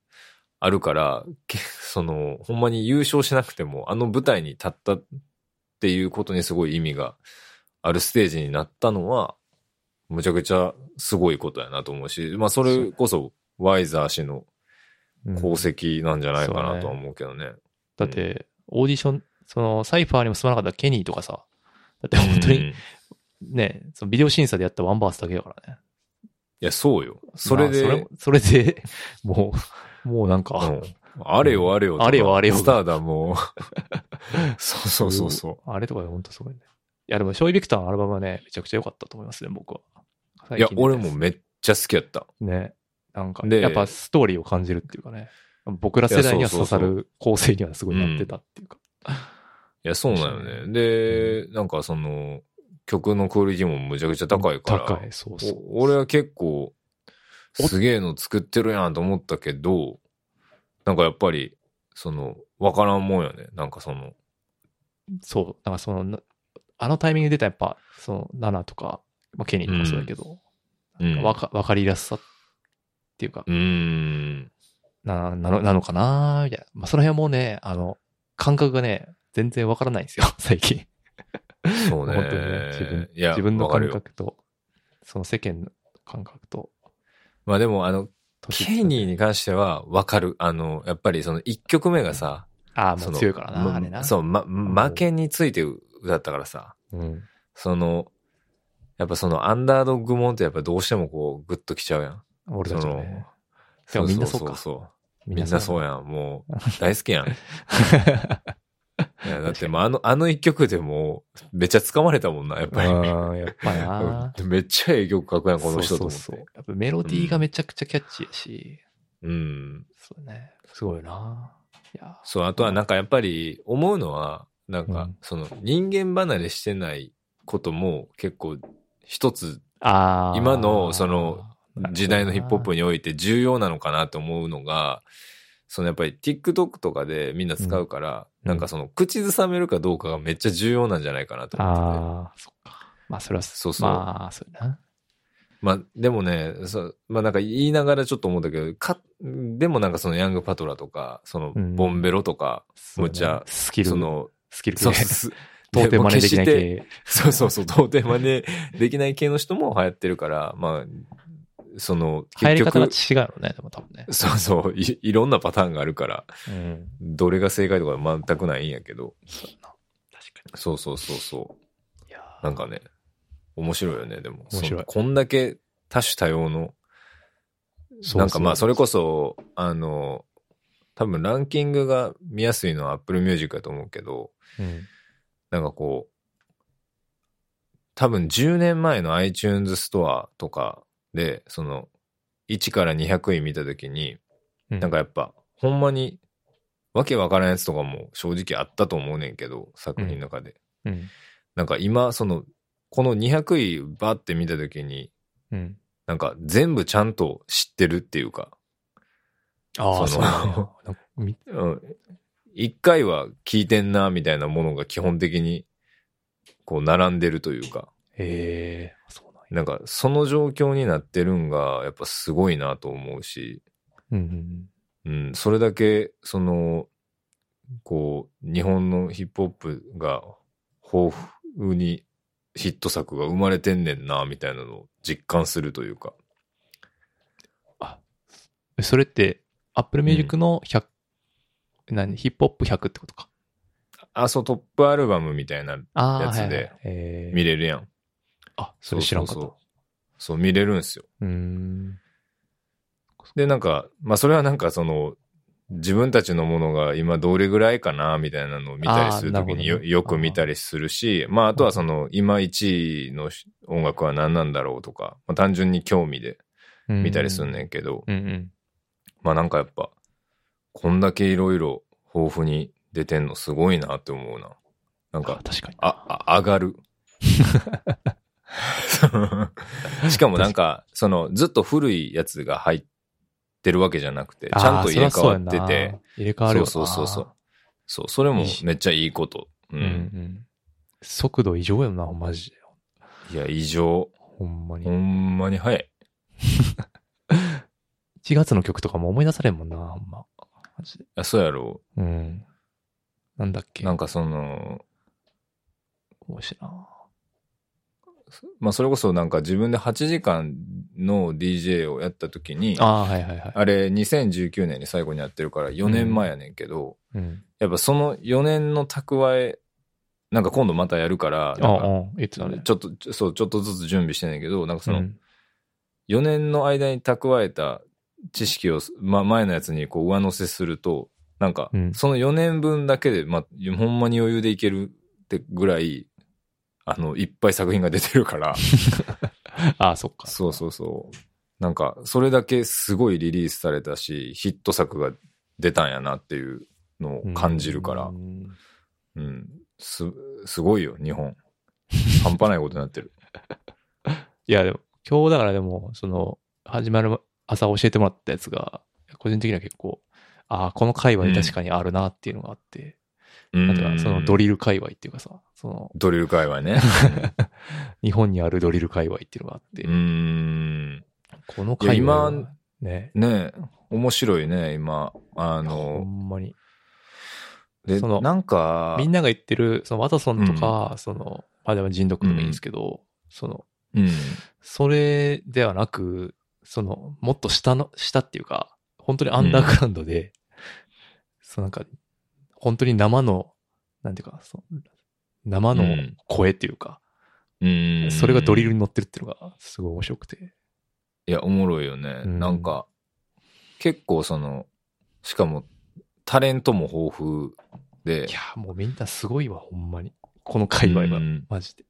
Speaker 3: あるから、け その、ほんまに優勝しなくても、あの舞台に立ったっていうことにすごい意味があるステージになったのは、むちゃくちゃすごいことやなと思うし、まあそれこそ、ワイザー氏の
Speaker 2: うん
Speaker 3: 功績なんじゃないか
Speaker 2: そう
Speaker 3: な
Speaker 2: ね
Speaker 3: とは思うけどね。
Speaker 2: だって、オーディション、その、サイファーにも進まなかったケニーとかさ、だって本当
Speaker 3: うん
Speaker 2: に
Speaker 3: い
Speaker 2: ね、そのビデオ審査でやったワンバースだけだからね。
Speaker 3: や、そうよ。それで、
Speaker 2: まあそれそれで、 もう、もうなん
Speaker 3: う
Speaker 2: か
Speaker 3: ん、あれよあれよとか
Speaker 2: あれよあれよ
Speaker 3: スターだもう。 そうそうそうそ
Speaker 2: あれとか本当すごいね。いや、でも、ショイビクターのアルバムはね、めちゃくちゃ良かったと思いますね、僕は。
Speaker 3: う。
Speaker 2: 最
Speaker 3: いや
Speaker 2: 近、の
Speaker 3: 俺
Speaker 2: つ
Speaker 3: もめっちゃ好きやった。
Speaker 2: ね。なんか、
Speaker 3: で
Speaker 2: やっぱストーリーを感じるっていうかね。僕ら世代には刺さる構成にはすごいなってたっていうか。
Speaker 3: いや、そうなのね。で、なんかその、曲のクオリティもむちゃくちゃ 高いから。
Speaker 2: 高い、そうそう。
Speaker 3: お俺は結構、すげえの作ってるやんと思ったけど、なんかやっぱり、その、わからんもんよね。なんかその、
Speaker 2: そう。だからその、なあのタイミングで出たやっぱ、その、ナナとか、まあ、ケニーとかそうだけど、
Speaker 3: うん
Speaker 2: なんかわかわかりやすさっていうか、
Speaker 3: うーん。
Speaker 2: な、なの、なのかなみたいな。まあ、その辺はもうね、あの、感覚がね、全然わからないんですよ、 最近。
Speaker 3: そうね。
Speaker 2: 本当にね自分
Speaker 3: いや、
Speaker 2: 自分の
Speaker 3: わか
Speaker 2: 感
Speaker 3: るよ。
Speaker 2: 覚と、その世間の感覚と、
Speaker 3: まあでも、あの、
Speaker 2: 年
Speaker 3: ケニーに関してはわかる。あの、やっぱりその1曲目がさ、
Speaker 2: ああ、も
Speaker 3: そうの
Speaker 2: 強いからな、
Speaker 3: ま
Speaker 2: あれな。
Speaker 3: そう、ま、負けについて歌ったからさ。
Speaker 2: うん。
Speaker 3: その、やっぱそのアンダードッグもんってやっぱどうしてもこうグッときちゃうやん。
Speaker 2: 俺たちもね。で
Speaker 3: そ
Speaker 2: も
Speaker 3: う
Speaker 2: みんなそうか。
Speaker 3: そうそうみんなそうやん。もう大好 きやん。いやだってもうあの、あの一曲でもうめっちゃ掴まれたもんな、やっぱり。
Speaker 2: うん、やっぱな。
Speaker 3: めっちゃええ曲書くやん、この人
Speaker 2: そう
Speaker 3: と思って。
Speaker 2: そうそう。やっぱメロディーがめちゃくちゃキャッチーやし、
Speaker 3: うん。
Speaker 2: そうね。すごいな。いや、
Speaker 3: そう、あとはなんかやっぱり思うのは、なん
Speaker 2: う
Speaker 3: か
Speaker 2: ん
Speaker 3: その人間離れしてないことも結構一つ
Speaker 2: あー
Speaker 3: 今のその、
Speaker 2: なるほどな
Speaker 3: 時代のヒップホップにおいて重要なのかなと思うのが、そのやっぱり TikTok とかでみんな使うから、
Speaker 2: うん
Speaker 3: なんかその口ずさめるかどうかがめっちゃ重要なんじゃないかなと思ってて。
Speaker 2: ああ、そっか。まあ、それは、
Speaker 3: そうそう
Speaker 2: まあ、そうやな。
Speaker 3: まあでもね、そうまあなんか言いながらちょっと思ったけど、か、でもなんかそのヤングパトラとか、その
Speaker 2: うん
Speaker 3: ボンベロとか、
Speaker 2: そうね
Speaker 3: むっちゃ
Speaker 2: スキル、
Speaker 3: その、
Speaker 2: スキル系
Speaker 3: そう、す
Speaker 2: 到底真似できない
Speaker 3: でも決し
Speaker 2: 系。
Speaker 3: てそうそうそう、到底真似できない系の人も流行ってるから、まあ、その、
Speaker 2: 入り方が違うよね、でも多分ね。
Speaker 3: そうそうい、いろんなパターンがあるから、
Speaker 2: うん。
Speaker 3: どれが正解とか全くないんやけど、
Speaker 2: そうやな確か
Speaker 3: そうそうそうそう。
Speaker 2: に。いやー
Speaker 3: なんかね、面白いよね、でも。
Speaker 2: 面白い
Speaker 3: そのこんだけ多種多様の、
Speaker 2: そうそう
Speaker 3: なんかまあ、それこそ、あの、多分ランキングが見やすいのは Apple Music だと思うけど、
Speaker 2: うん。
Speaker 3: なんかこう、多分10年前の iTunes ストアとかで、その、1から200位見たときに、
Speaker 2: うん
Speaker 3: なんかやっぱ、ほんまに、わけわからんやつとかも正直あったと思うねんけど、作品の中で。
Speaker 2: うん。
Speaker 3: なんか今、その、この200位バーって見たときに、
Speaker 2: うん。
Speaker 3: なんか全部ちゃんと知ってるっていうか、
Speaker 2: ああ、
Speaker 3: そ
Speaker 2: そう
Speaker 3: の
Speaker 2: なんやなんかみ
Speaker 3: うん、一回は聞いてんなみたいなものが基本的に、こう並んでるというか、
Speaker 2: ええそうなんや。
Speaker 3: なんかその状況になってるんが、やっぱすごいなと思うし、
Speaker 2: うん
Speaker 3: うん、それだけ、その、こう、日本のヒップホップが豊富にヒット作が生まれてんねんな、みたいなのを実感するというか。
Speaker 2: うん。それって、Apple Music の100、何ヒップホップ100ってことか。
Speaker 3: あ、そう、トップアルバムみたいな
Speaker 2: ああ、
Speaker 3: やつで
Speaker 2: はいはいえ
Speaker 3: 見れるやん。
Speaker 2: ーあ、それ知らんかった。
Speaker 3: そううそうそうそう見れるんすよ。
Speaker 2: ーん。
Speaker 3: で、なんか、まあ、それはなんかその、自分たちのものが今どれぐらいかな、みたいなのを見たりするときに
Speaker 2: あーなる
Speaker 3: よ
Speaker 2: ほどね
Speaker 3: よく見たりするし、まあ、あとはその、今1位の音楽は何なんだろうとか、まあ、単純に興味で見たりすんねんけど、
Speaker 2: うんうん。
Speaker 3: まあ、なんかやっぱ、こんだけいろいろ豊富に出てんのすごいなって思うな。なん
Speaker 2: あ
Speaker 3: か、
Speaker 2: 確かに。
Speaker 3: あ、あ、上 がる。しかもなんか、その、ずっと古いやつが入ってるわけじゃなくて、ち
Speaker 2: あー、
Speaker 3: ゃんと入れ替わ
Speaker 2: そり
Speaker 3: っ
Speaker 2: ゃ
Speaker 3: て
Speaker 2: そうやん
Speaker 3: て
Speaker 2: な、。入れ替わる
Speaker 3: そ
Speaker 2: よ
Speaker 3: う
Speaker 2: な
Speaker 3: そうそうそう。そう、それもめっちゃいいこと。う。
Speaker 2: うんんうん。速度異常やんな、マジで。
Speaker 3: いや、異常。
Speaker 2: ほんまに。
Speaker 3: ほんまに早い。
Speaker 2: 1月の曲とかも思い出されんもんな、ほんま。マジで。
Speaker 3: あそうやろ
Speaker 2: うん。なんだっけ
Speaker 3: う。なんかその、
Speaker 2: 面白いな。
Speaker 3: まあ、それこそなんか自分で8時間の DJ をやった時に、
Speaker 2: ああ、はいはいはい。
Speaker 3: あれ2019年に最後にやってるから4年前やねんけど、
Speaker 2: うん。
Speaker 3: やっぱその4年の蓄え、なんか今度またやるから、
Speaker 2: あ
Speaker 3: なんか
Speaker 2: あ、いつだね。
Speaker 3: ちょっと、ちょそう、ちょっとずつ準備してんねんけど、なんかそうの
Speaker 2: ん
Speaker 3: 4年の間に蓄えた知識を、ま、前のやつにこう上乗せすると、なんか
Speaker 2: うん
Speaker 3: その4年分だけで、ま、ほんまに余裕でいけるってぐらい、あの、いっぱい作品が出て るから、
Speaker 2: ああ、そっか。
Speaker 3: そうそうそう。なんか、それだけすごいリリースされたし、ヒット作が出たんやなっていうのを感じるから、
Speaker 2: うん
Speaker 3: うん。す、すごいよ、日本。半端ないことになってる。
Speaker 2: いや、でも、今日だからでも、その、始まる朝教えてもらったやつが、個人的には結構、ああ、この界隈確かにあるなっていうのがあって、
Speaker 3: うん
Speaker 2: なんていうか、そのドリル界隈っていうかさ、その、
Speaker 3: ドリル界隈ね。
Speaker 2: 日本にあるドリル界隈っていうのがあって、
Speaker 3: うーん。
Speaker 2: この界隈はい
Speaker 3: や今、
Speaker 2: ね、
Speaker 3: ねえ面白いね、今。
Speaker 2: ほ
Speaker 3: あの、
Speaker 2: んまに。
Speaker 3: で、
Speaker 2: その
Speaker 3: なんか、
Speaker 2: みんなが言ってる、そのワトソンとか、その、まあでも人読でもいいんですけど、その、
Speaker 3: うん。
Speaker 2: それではなく、その、もっと下の、下っていうか、本当にアンダーグラウンドで、そのなんか、本当に生の、なんていうか、その生の
Speaker 3: うん
Speaker 2: 声っていうか、
Speaker 3: うん。
Speaker 2: それがドリルに乗ってるっていうのが、すごい面白くて。
Speaker 3: いや、おもろいよね。
Speaker 2: うん
Speaker 3: なんか、結構その、しかも、タレントも豊富で
Speaker 2: い、や、もうみんなすごいわ、ほんまに。この界隈は
Speaker 3: うん、
Speaker 2: マジで。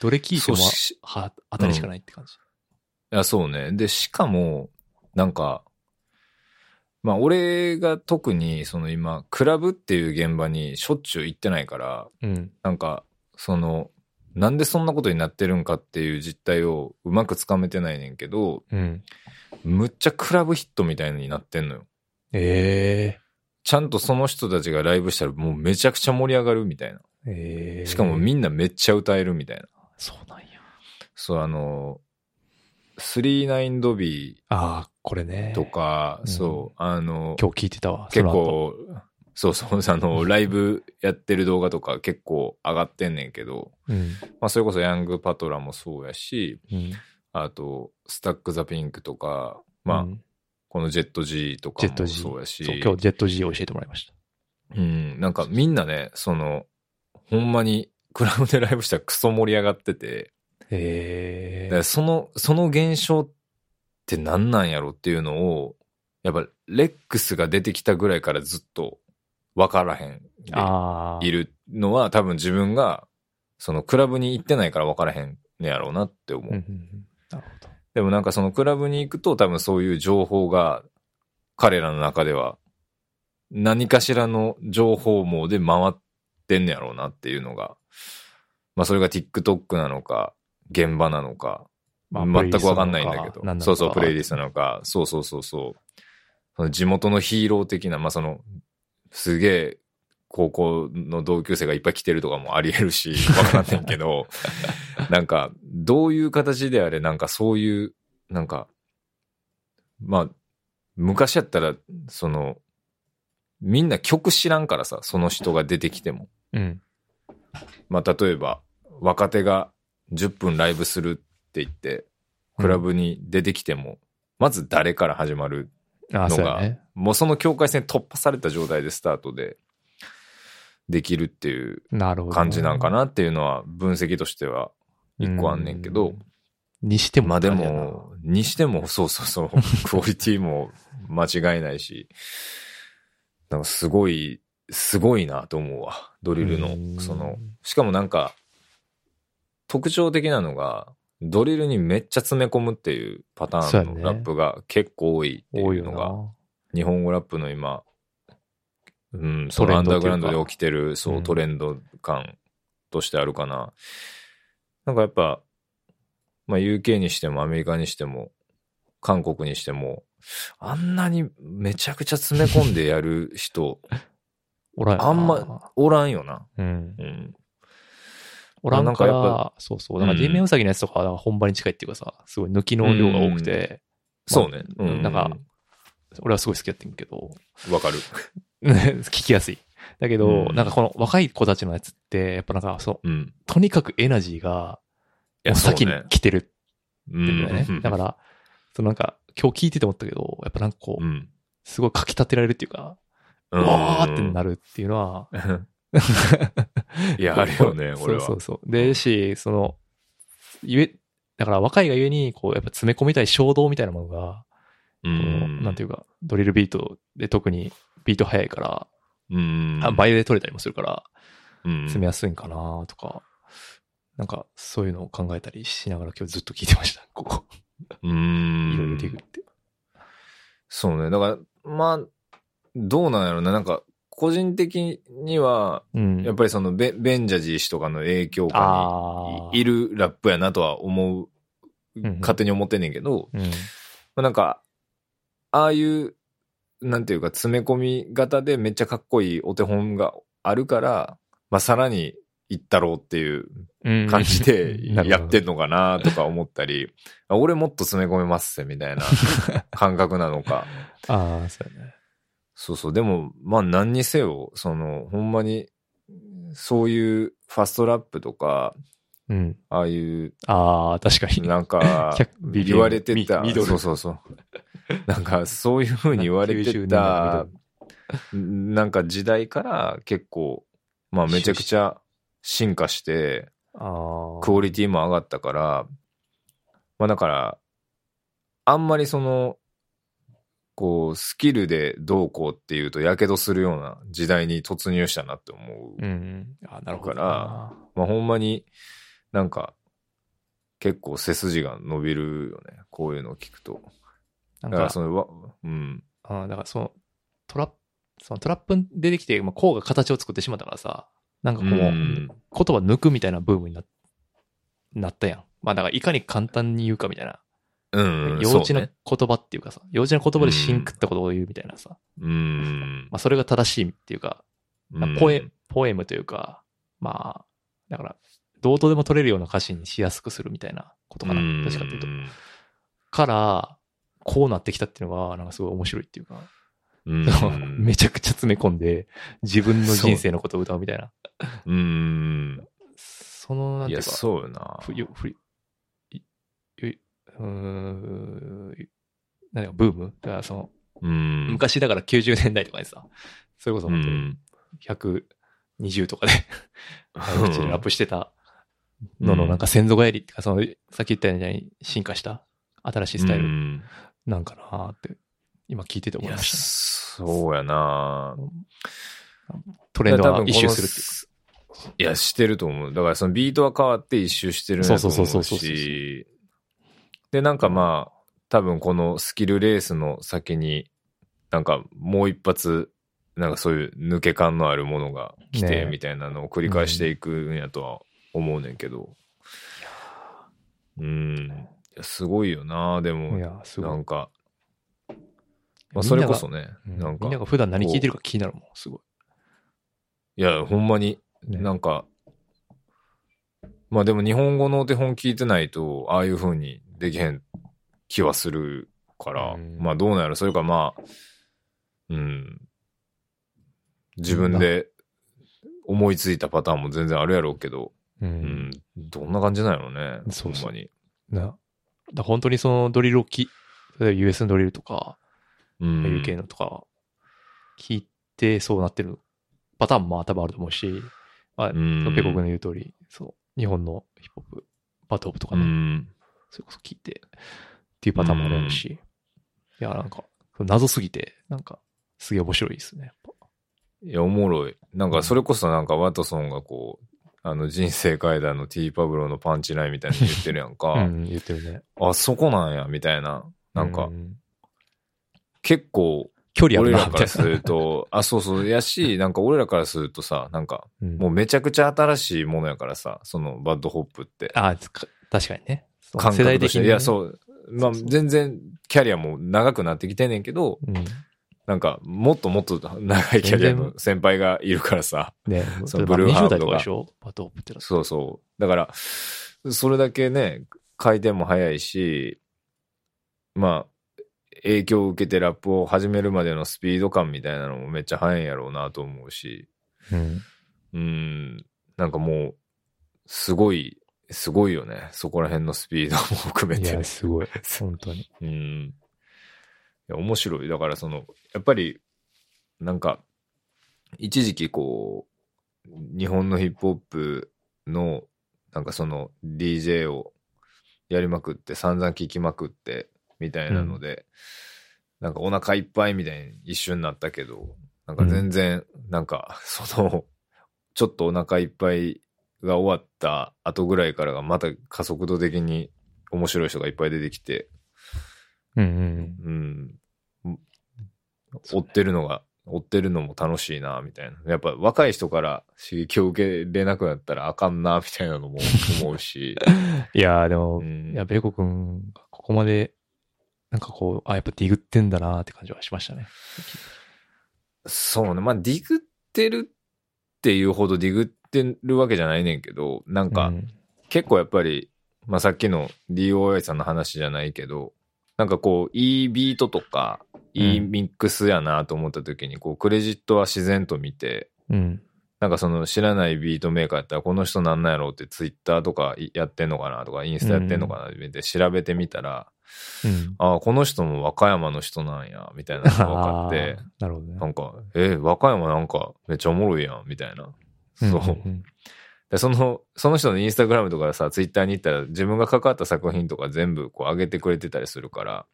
Speaker 2: どれ聞いても
Speaker 3: そうし
Speaker 2: は当たりしかないって感じ。
Speaker 3: いや、そうね。で、しかも、なんか、まあ、俺が特に、その今、クラブっていう現場にしょっちゅう行ってないから、
Speaker 2: うん。
Speaker 3: なんか、その、なんでそんなことになってるんかっていう実態をうまくつかめてないねんけど、
Speaker 2: うん。
Speaker 3: むっちゃクラブヒットみたいのになってんのよ。
Speaker 2: え
Speaker 3: ちゃんとその人たちがライブしたらもうめちゃくちゃ盛り上がるみたいな。
Speaker 2: えええ
Speaker 3: しかもみんなめっちゃ歌えるみたいな。
Speaker 2: そうなんや。
Speaker 3: そう、あの、39ドビ
Speaker 2: ああ、これね
Speaker 3: ー。とか、
Speaker 2: うん
Speaker 3: そう、あの、
Speaker 2: 今日聞いてたわ。
Speaker 3: 結
Speaker 2: その後。
Speaker 3: 構、そうそう、あの、ライブやってる動画とか結構上がってんねんけど、
Speaker 2: うん。
Speaker 3: まあ、それこそヤングパトラもそうやし、
Speaker 2: うん。
Speaker 3: あと、スタック・ザ・ピンクとか、まあ、
Speaker 2: うん
Speaker 3: このジェット G とか
Speaker 2: ジェット
Speaker 3: も
Speaker 2: G
Speaker 3: そうやし、
Speaker 2: そう、今日ジェット G を教えてもらいました。
Speaker 3: うん、なんかみんなね、その、ほんまにクラブでライブしたらクソ盛り上がってて、
Speaker 2: へ
Speaker 3: だからその、その現象って何なんやろっていうのを、やっぱレックスが出てきたぐらいからずっと分からへんで
Speaker 2: ああ。
Speaker 3: い。るのは多分自分が、そのクラブに行ってないから分からへんねやろうなって思う。
Speaker 2: うんうんうん。なるほど。
Speaker 3: でもなんかそのクラブに行くと多分そういう情報が彼らの中では何かしらの情報網で回ってんねやろうなっていうのが、まあそれが TikTok なのか、現場なのか、全くわかんないんだけど、そうそう、プレイリストなのか、そうそうそうそう、その地元のヒーロー的な、まあその、すげえ高校の同級生がいっぱい来てるとかもあり得る し、わかんないけど、なんか、どういう形であれ、なんかそういう、なんか、まあ、昔やったら、その、みんな曲知らんからさ、その人が出てきても。
Speaker 2: ト。うん。
Speaker 3: まあ、例えば、若手が10分ライブするって言って、クラブに出てきても、まず誰から始まる
Speaker 2: ああ、
Speaker 3: の
Speaker 2: そうや
Speaker 3: が、
Speaker 2: ね。
Speaker 3: もうその境界線突破された状態でスタートで、できるっていう
Speaker 2: なるほど。
Speaker 3: 感じなんかなっていうのは、分析としては一個あんねんけど、
Speaker 2: うにしても。
Speaker 3: まあでも、にしても、 そうそうそう、クオリティも間違いないし、なんかすごい、すごいなと思うわ。ドリル
Speaker 2: うん
Speaker 3: の、その、しかもなんか、特徴的なのが、ドリルにめっちゃ詰め込むっていうパタ
Speaker 2: そう
Speaker 3: ー
Speaker 2: や
Speaker 3: ン
Speaker 2: ね
Speaker 3: のラップが結構多いって
Speaker 2: 多い
Speaker 3: いう
Speaker 2: よ
Speaker 3: のが、
Speaker 2: な。
Speaker 3: 日本語ラップの今、うん、そ
Speaker 2: ト
Speaker 3: の
Speaker 2: レ
Speaker 3: ア
Speaker 2: ン
Speaker 3: ン
Speaker 2: ド
Speaker 3: ダ
Speaker 2: っ
Speaker 3: ー
Speaker 2: ていうか
Speaker 3: グラウンドで起きてる、そうう、
Speaker 2: ん
Speaker 3: トレンド感としてあるかな。なんかやっぱ、まあ UK にしてもアメリカにしても、韓国にしても、あんなにめちゃくちゃ詰め込んでやる 人、
Speaker 2: おらんよな
Speaker 3: あんま、おらんよな。
Speaker 2: うん。
Speaker 3: うん。
Speaker 2: おらんか
Speaker 3: なんかやっぱ
Speaker 2: ら、そうそう。だから、
Speaker 3: うん
Speaker 2: 人面ウサギのやつとかは本場に近いっていうかさ、すごい抜きの量が多くて、まあ
Speaker 3: そうね。うん。
Speaker 2: なんか、俺はすごい好きやってんけど、
Speaker 3: わかる。
Speaker 2: 聞きやすい。だけど、
Speaker 3: うん
Speaker 2: なんかこの若い子たちのやつって、やっぱなんか、そう、
Speaker 3: うん。
Speaker 2: とにかくエナジーが、
Speaker 3: い
Speaker 2: もう先に
Speaker 3: そうね
Speaker 2: 来てるって
Speaker 3: う
Speaker 2: いうんだよね。
Speaker 3: ん。
Speaker 2: だから、そのなんか、今日聞いてて思ったけど、やっぱなんかこう、
Speaker 3: うん。
Speaker 2: すごいかき立てられるっていうか、う
Speaker 3: うん
Speaker 2: わーってなるっていうのは、
Speaker 3: いや、あるよね、
Speaker 2: そ
Speaker 3: 俺
Speaker 2: う
Speaker 3: は。
Speaker 2: そうそう。で、し、その、ゆえ、だから若いがゆえに、こう、やっぱ詰め込みたい衝動みたいなものが、
Speaker 3: う
Speaker 2: この
Speaker 3: ん。
Speaker 2: なんていううか、ドリルビートで特にビート早いから、
Speaker 3: うん。
Speaker 2: あ倍で取れたりもするから、
Speaker 3: うん
Speaker 2: 詰めやすいんかなとか、なんかそういうのを考えたりしながら今日ずっと聞いてました、ここ。
Speaker 3: う
Speaker 2: いろい
Speaker 3: ー
Speaker 2: ろ
Speaker 3: ん
Speaker 2: ディグって。
Speaker 3: そうね。だから、まあ、どうなんやろうな。なんか、個人的には、
Speaker 2: うん。
Speaker 3: やっぱりそのベ、ベンジャジー氏とかの影響下
Speaker 2: ああ。
Speaker 3: にいいるラップやなとは
Speaker 2: ん
Speaker 3: 思う、
Speaker 2: うん
Speaker 3: 勝手に思ってんねんけど、
Speaker 2: うん。
Speaker 3: まあなんか、ああいう、なんていうか、詰め込み型でめっちゃかっこいいお手本があるから、まあ、さらに行ったろうっていう
Speaker 2: うん
Speaker 3: 感じで
Speaker 2: なるほど
Speaker 3: やってんのかなとか思ったり、あ俺もっと詰め込めますぜみたいな感覚なのか。
Speaker 2: ああ、そうやね。
Speaker 3: そうそう。でも、まあ何にせよ、その、ほんまに、そういうファストラップとか、
Speaker 2: うん。
Speaker 3: ああいう、
Speaker 2: ああ、確かに。、
Speaker 3: なんか
Speaker 2: 100
Speaker 3: 言われてた、
Speaker 2: ミミドル
Speaker 3: そうそうそう。 なんか、そういうふうに言われて
Speaker 2: 90
Speaker 3: た、なんか時代から結構、まあめちゃくちゃ進化して、
Speaker 2: ああ。
Speaker 3: クオリティも上がったから、まあだから、あんまりその、こう、スキルでどうこうっていうと、やけどするような時代に突入したなって思
Speaker 2: う
Speaker 3: う。
Speaker 2: ん。あなるほどな。
Speaker 3: からまあほんまになんか、結構背筋が伸びるよね。こういうのを聞くと。
Speaker 2: なん
Speaker 3: だから
Speaker 2: か、
Speaker 3: その、わうん。
Speaker 2: あだからその、トラップ、そのトラップに出てきて、まあ、こうが形を作ってしまったからさ、なんかこう、
Speaker 3: うん
Speaker 2: 言葉抜くみたいなブームにななったやん。まあだから、いかに簡単に言うかみたいな。
Speaker 3: うん。
Speaker 2: 幼稚
Speaker 3: そう
Speaker 2: な
Speaker 3: ね
Speaker 2: 言葉っていうかさ、幼稚な言葉でシンクったことを言うみたいなさ、
Speaker 3: うん
Speaker 2: ま。あそれが正しいっていうか、まあポエ、ポエムというか、まあ、だから、どうとでも取れるような歌詞にしやすくするみたいなことかな。
Speaker 3: うん
Speaker 2: 確かっていうと。から、こうなってきたっていうのが、なんかすごい面白いっていうか。
Speaker 3: うん。
Speaker 2: めちゃくちゃ詰め込んで、自分の人生のことを歌うみたいな。
Speaker 3: うん。
Speaker 2: その、なんてい
Speaker 3: い
Speaker 2: う
Speaker 3: や、
Speaker 2: か、
Speaker 3: そうよな。
Speaker 2: ふよふよいうーん、なんかブームだからその、
Speaker 3: うん。
Speaker 2: 昔だから90年代とかにさ、それこそ
Speaker 3: う
Speaker 2: 本当に
Speaker 3: ん。
Speaker 2: 120とか で、
Speaker 3: うん
Speaker 2: 口にラップしてたのの、
Speaker 3: うん
Speaker 2: なんか先祖返りっていうか、その、さっき言ったように進化した新しいスタイ
Speaker 3: う
Speaker 2: ル
Speaker 3: ん
Speaker 2: なんかなーって、今聞いてて思いましたね。
Speaker 3: そうやな
Speaker 2: トレンド
Speaker 3: 多
Speaker 2: は
Speaker 3: 分
Speaker 2: 一
Speaker 3: こ
Speaker 2: 周
Speaker 3: の
Speaker 2: するっていう。
Speaker 3: いや、してると思う。だからそのビートは変わって一周してるんやと
Speaker 2: そうそ
Speaker 3: 思
Speaker 2: う
Speaker 3: う
Speaker 2: そうそうそう
Speaker 3: し。で、なんかまあ、多分このスキルレースの先に、なんかもう一発、なんかそういう抜け感のあるものが来
Speaker 2: ねえ
Speaker 3: て、みたいなのを繰り返していくんやとは思うねんけど。うん。いやすごいよなで
Speaker 2: い
Speaker 3: も、
Speaker 2: や、す
Speaker 3: な
Speaker 2: ごい。
Speaker 3: んか、まあ、それこそね、
Speaker 2: みんなが、
Speaker 3: な
Speaker 2: うん
Speaker 3: ん
Speaker 2: み
Speaker 3: か、
Speaker 2: ん
Speaker 3: い
Speaker 2: なが普段何聞いてるか気になるもん、すごい。
Speaker 3: や、ほんまに、
Speaker 2: ね
Speaker 3: なんか、まあでも日本語のお手本聞いてないと、ああいう風にできへん気はするから、
Speaker 2: うん
Speaker 3: まあどうなるそれかまあ、うん。自分で思いついたパターンも全然あるやろうけど、
Speaker 2: う
Speaker 3: うんん、どんな感じなのね、
Speaker 2: そうそう
Speaker 3: ほんまに。
Speaker 2: なだから本当にそのドリルをき、例えば US のドリルとか、
Speaker 3: うん。
Speaker 2: UK のとか、聞いてそうなってるパターンも多分あると思うし、まあ、
Speaker 3: うん
Speaker 2: ペコ君の言う通り、そう、日本のヒップホップ、バトオブとか
Speaker 3: う
Speaker 2: ね、
Speaker 3: ん。
Speaker 2: それこそ聞いて、っていうパターンもあるやろうし、いや、なんか、謎すぎて、なんか、すげえ面白いですね、やっぱ。
Speaker 3: いや、おもろい。なんか、それこそなんか、ワトソンがこう、あの、人生階段の T パブロのパンチラインみたいに言ってるやんか。
Speaker 2: うん、言ってるね。
Speaker 3: あ、そこなんや、みたいな。なんか
Speaker 2: う、
Speaker 3: 結構、
Speaker 2: 距離あ
Speaker 3: 俺
Speaker 2: るな、
Speaker 3: ら
Speaker 2: み
Speaker 3: か
Speaker 2: たい
Speaker 3: ら
Speaker 2: な。
Speaker 3: すると、あ、そうそう、やし、なんか俺らからするとさ、なんか、
Speaker 2: うん
Speaker 3: もうめちゃくちゃ新しいものやからさ、その、バッドホップって。
Speaker 2: あつか確かにね。その
Speaker 3: 感
Speaker 2: 世代
Speaker 3: 覚と
Speaker 2: 的
Speaker 3: し
Speaker 2: に
Speaker 3: て。
Speaker 2: ね、
Speaker 3: いや、そう。まあ、
Speaker 2: そうそう
Speaker 3: 全然、キャリアも長くなってきてんねんけど、
Speaker 2: うん。
Speaker 3: なんか、もっともっと長いキャリアの先輩がいるからさ。
Speaker 2: ね、
Speaker 3: そ
Speaker 2: 例
Speaker 3: の
Speaker 2: えば
Speaker 3: ブルーハ
Speaker 2: 20
Speaker 3: ー
Speaker 2: 代と
Speaker 3: ブと
Speaker 2: か
Speaker 3: か
Speaker 2: でしょバトオブってのは
Speaker 3: そうそう。だから、それだけね、回転も早いし、まあ、影響を受けてラップを始めるまでのスピード感みたいなのもめっちゃ速いんやろうなと思うし、うん、なんかもう、すごい、すごいよね。そこら辺のスピードも含め
Speaker 2: い
Speaker 3: て
Speaker 2: や、。すごい。本当 に。
Speaker 3: うん。いや、面白い。だからその、やっぱり、なんか、一時期こう、日本のヒップホップの、なんかその DJ をやりまくって、散々聴きまくって、みたいなので、なんかお腹いっぱいみたいに一瞬になったけど、なんか全然、なんか、その、ちょっとお腹いっぱいが終わった後ぐらいからがまた加速度的に面白い人がいっぱい出てきて、
Speaker 2: うんうん。
Speaker 3: うん。
Speaker 2: そ
Speaker 3: 追
Speaker 2: うね
Speaker 3: ってるのが、追ってるのも楽しいな、みたいな。やっぱ若い人から刺激を受けれなくなったらあかんな、みたいなの も思うし。
Speaker 2: いやー、でも、
Speaker 3: うん
Speaker 2: いや、ベコ君がここまで、なんかこう、あ、やっぱディグってんだなーって感じはしましたね。
Speaker 3: そうね。まあ、ディグってるっていうほどディグってるわけじゃないねんけど、なん
Speaker 2: う
Speaker 3: か
Speaker 2: ん
Speaker 3: 結構やっぱり、まあ、さっきの DOI さんの話じゃないけど、なんかこう、いいビートとか、いいミックスやなと思った時に、こう、クレジットは自然と見て、
Speaker 2: うん。
Speaker 3: なんかその知らないビートメーカーやったらこの人なんなんやろうってツイッターとかやってんのかなとかインスタやってんのかなって調べてみたら、
Speaker 2: うん。
Speaker 3: ああ、この人も和歌山の人なんや、みたいなのが分かっ て
Speaker 2: あ、ーなるほどね
Speaker 3: な。んか、えー和歌山なんかめっちゃおもろいやん、みたいな。そう。
Speaker 2: ん
Speaker 3: で、その、その人のインスタグラムとかさ、ツイッターに行ったら自分が関わった作品とか全部こう上げてくれてたりするから、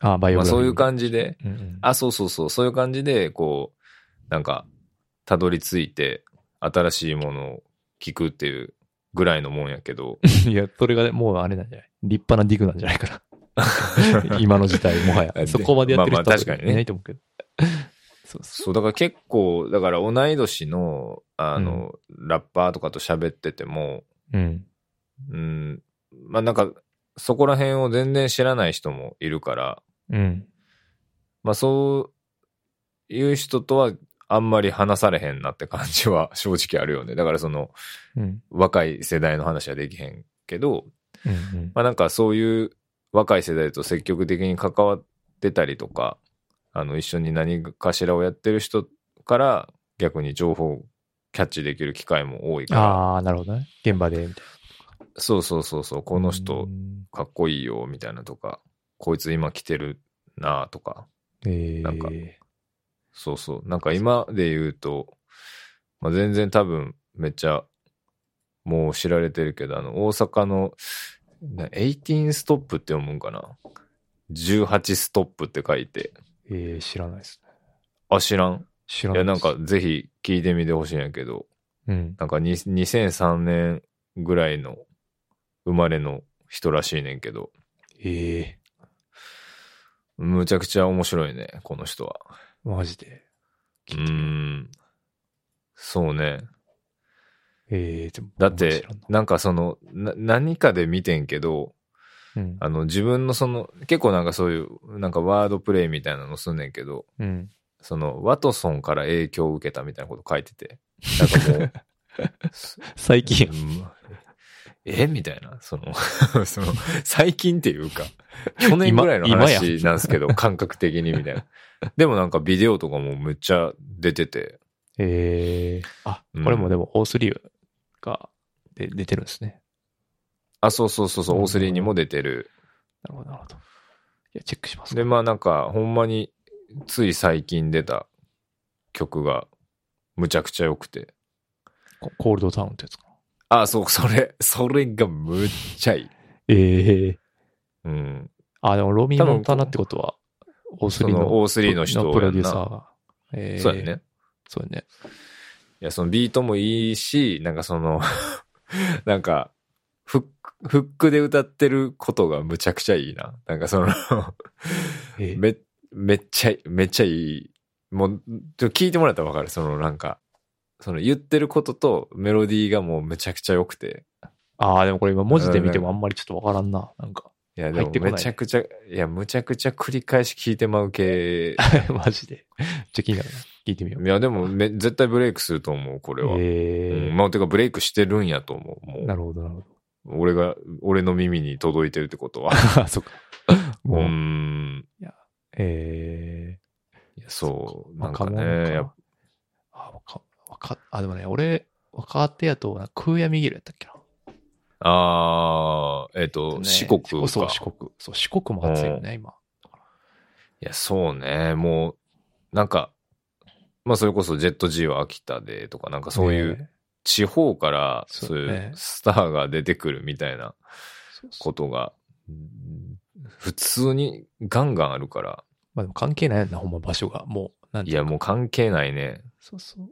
Speaker 2: あー、バイオ
Speaker 3: まあそういう
Speaker 2: じ。
Speaker 3: 感じで、
Speaker 2: うんうん
Speaker 3: あ、そうそうそう、そういう感じで、こう、なんか、たどり着いて、新しいものを聞くっていうぐらいのもんやけど、
Speaker 2: いや、それがねもうあれなんじゃない立派なディグなんじゃないか な。今の時代、もはや。
Speaker 3: で
Speaker 2: そこまでやってる
Speaker 3: まあ
Speaker 2: 人
Speaker 3: まあ
Speaker 2: は
Speaker 3: 確かにね
Speaker 2: いないと思うけど。そうそう。
Speaker 3: そう、だから結構、だから同い年の、あの、ラッパーとかと喋ってても、
Speaker 2: うん。
Speaker 3: うん、まあなんか、そこら辺を全然知らない人もいるから、
Speaker 2: うん。
Speaker 3: まあそういう人とはあんまり話されへんなって感じは正直あるよね。だからその
Speaker 2: うん。
Speaker 3: 若い世代の話はできへんけど、
Speaker 2: うんうん。
Speaker 3: まあなんかそういう若い世代と積極的に関わってたりとか、あの一緒に何かしらをやってる人から逆に情報をキャッチできる機会も多いから、
Speaker 2: ああ、なるほどね。現場で、みたい
Speaker 3: そうそうそうそう、この人かっこいいよ、みたいなとか、こいつ今着てるなとか、
Speaker 2: えー、
Speaker 3: なんかそうそう、なんか今で言うと、まあ、全然多分めっちゃもう知られてるけど、あの、大阪の、18ストップって読むんかな ?18 ストップって書いて。
Speaker 2: えー、知らないですね。
Speaker 3: あ、知らん
Speaker 2: 知ら
Speaker 3: い
Speaker 2: ない
Speaker 3: や、
Speaker 2: で
Speaker 3: な
Speaker 2: す
Speaker 3: んかぜひ聞いてみてほしいんやけど、
Speaker 2: うん。
Speaker 3: なんかに2003年ぐらいの生まれの人らしいねんけど、
Speaker 2: ええ
Speaker 3: むちゃくちゃ面白いね、この人は。
Speaker 2: マジで。
Speaker 3: うーん。そうね。
Speaker 2: ええでも
Speaker 3: だって
Speaker 2: 知らんな、
Speaker 3: なんかその、な何かで見てんけど、
Speaker 2: うん。
Speaker 3: あの、自分のその、結構なんかそういう、なんかワードプレイみたいなのすんねんけど、
Speaker 2: うん。
Speaker 3: その、ワトソンから影響を受けたみたいなこと書いてて、なんかもう、
Speaker 2: 最近。
Speaker 3: うんえみたいな、その、 その、最近っていうか、去年ぐらいの
Speaker 2: 今今
Speaker 3: 話なんですけど、感覚的にみたいな。でもなんかビデオとかもめっちゃ出てて、
Speaker 2: ええあ、
Speaker 3: うん
Speaker 2: これもでも、オースリーがで出てるんですね。
Speaker 3: あ、そうそうそうそう、
Speaker 2: うん
Speaker 3: O3 にも出てる。
Speaker 2: なるほど、なるほど。いや、チェックします。
Speaker 3: で、まあなんか、ほんまに、つい最近出た曲が、むちゃくちゃ良くて。
Speaker 2: ココールドタウンってやつかな。
Speaker 3: あ、そう、それ、それがむっちゃいい。
Speaker 2: ええ
Speaker 3: うん。
Speaker 2: あ、でも、ロミー・モンタナってことは、オース
Speaker 3: そ
Speaker 2: リー
Speaker 3: の
Speaker 2: の
Speaker 3: O3 の人
Speaker 2: プ
Speaker 3: や
Speaker 2: ロ
Speaker 3: ん
Speaker 2: デュー
Speaker 3: な
Speaker 2: サーが。ええ
Speaker 3: そうやね。。
Speaker 2: そうやね。
Speaker 3: いや、そのビートもいいし、なんかその、 なんか、フック、フックで歌ってることがむちゃくちゃいいな。なんかその
Speaker 2: ええ
Speaker 3: め、めっちゃいい、めっちゃいい。もう、ちょっと聞いてもらったらわかる。そのなんか、その言ってることとメロディーがもうめちゃくちゃ良くて。
Speaker 2: ああ、でもこれ今文字で見てもあんまりちょっとわからんな。なんか、
Speaker 3: いや、で
Speaker 2: 入
Speaker 3: も
Speaker 2: ってこない
Speaker 3: めちゃくちゃ、いや、むちゃくちゃ繰り返し聞いてまう系。
Speaker 2: マジで。めっちゃ気になるな。聞いてみよう
Speaker 3: い。や、でもめ、絶対ブレイクすると思う、これは。うん
Speaker 2: え
Speaker 3: まあ、てかブレイクしてるんやと思う。も
Speaker 2: え
Speaker 3: う
Speaker 2: なるほど、なるほ
Speaker 3: 俺が、俺の耳に届いてるってことは。
Speaker 2: ど。あ、そっか。
Speaker 3: う
Speaker 2: もう、
Speaker 3: ーん。
Speaker 2: ええ
Speaker 3: いやそう、なん
Speaker 2: 若
Speaker 3: か
Speaker 2: 者
Speaker 3: ね、やっぱ
Speaker 2: あ、わか、わか、あ、でもね、俺、若手やと、なんか空やみぎるやったっけな。
Speaker 3: あーえっと、
Speaker 2: ね
Speaker 3: 四国か。
Speaker 2: そう、四国。そう、四国も暑いよね、今。
Speaker 3: いや、そうね、もう、なんか、まあ、それこそジェット G は秋田でとか、なんかそういう
Speaker 2: ね。
Speaker 3: 地方から、
Speaker 2: そう
Speaker 3: そうい
Speaker 2: ね
Speaker 3: うスターが出てくるみたいな
Speaker 2: そうそう
Speaker 3: ことが、うん普通にガンガンあるから、
Speaker 2: まあでも関係ないよな、ほんま場所が。もう、なんて
Speaker 3: いうや、もう関係ないね。
Speaker 2: そうそう。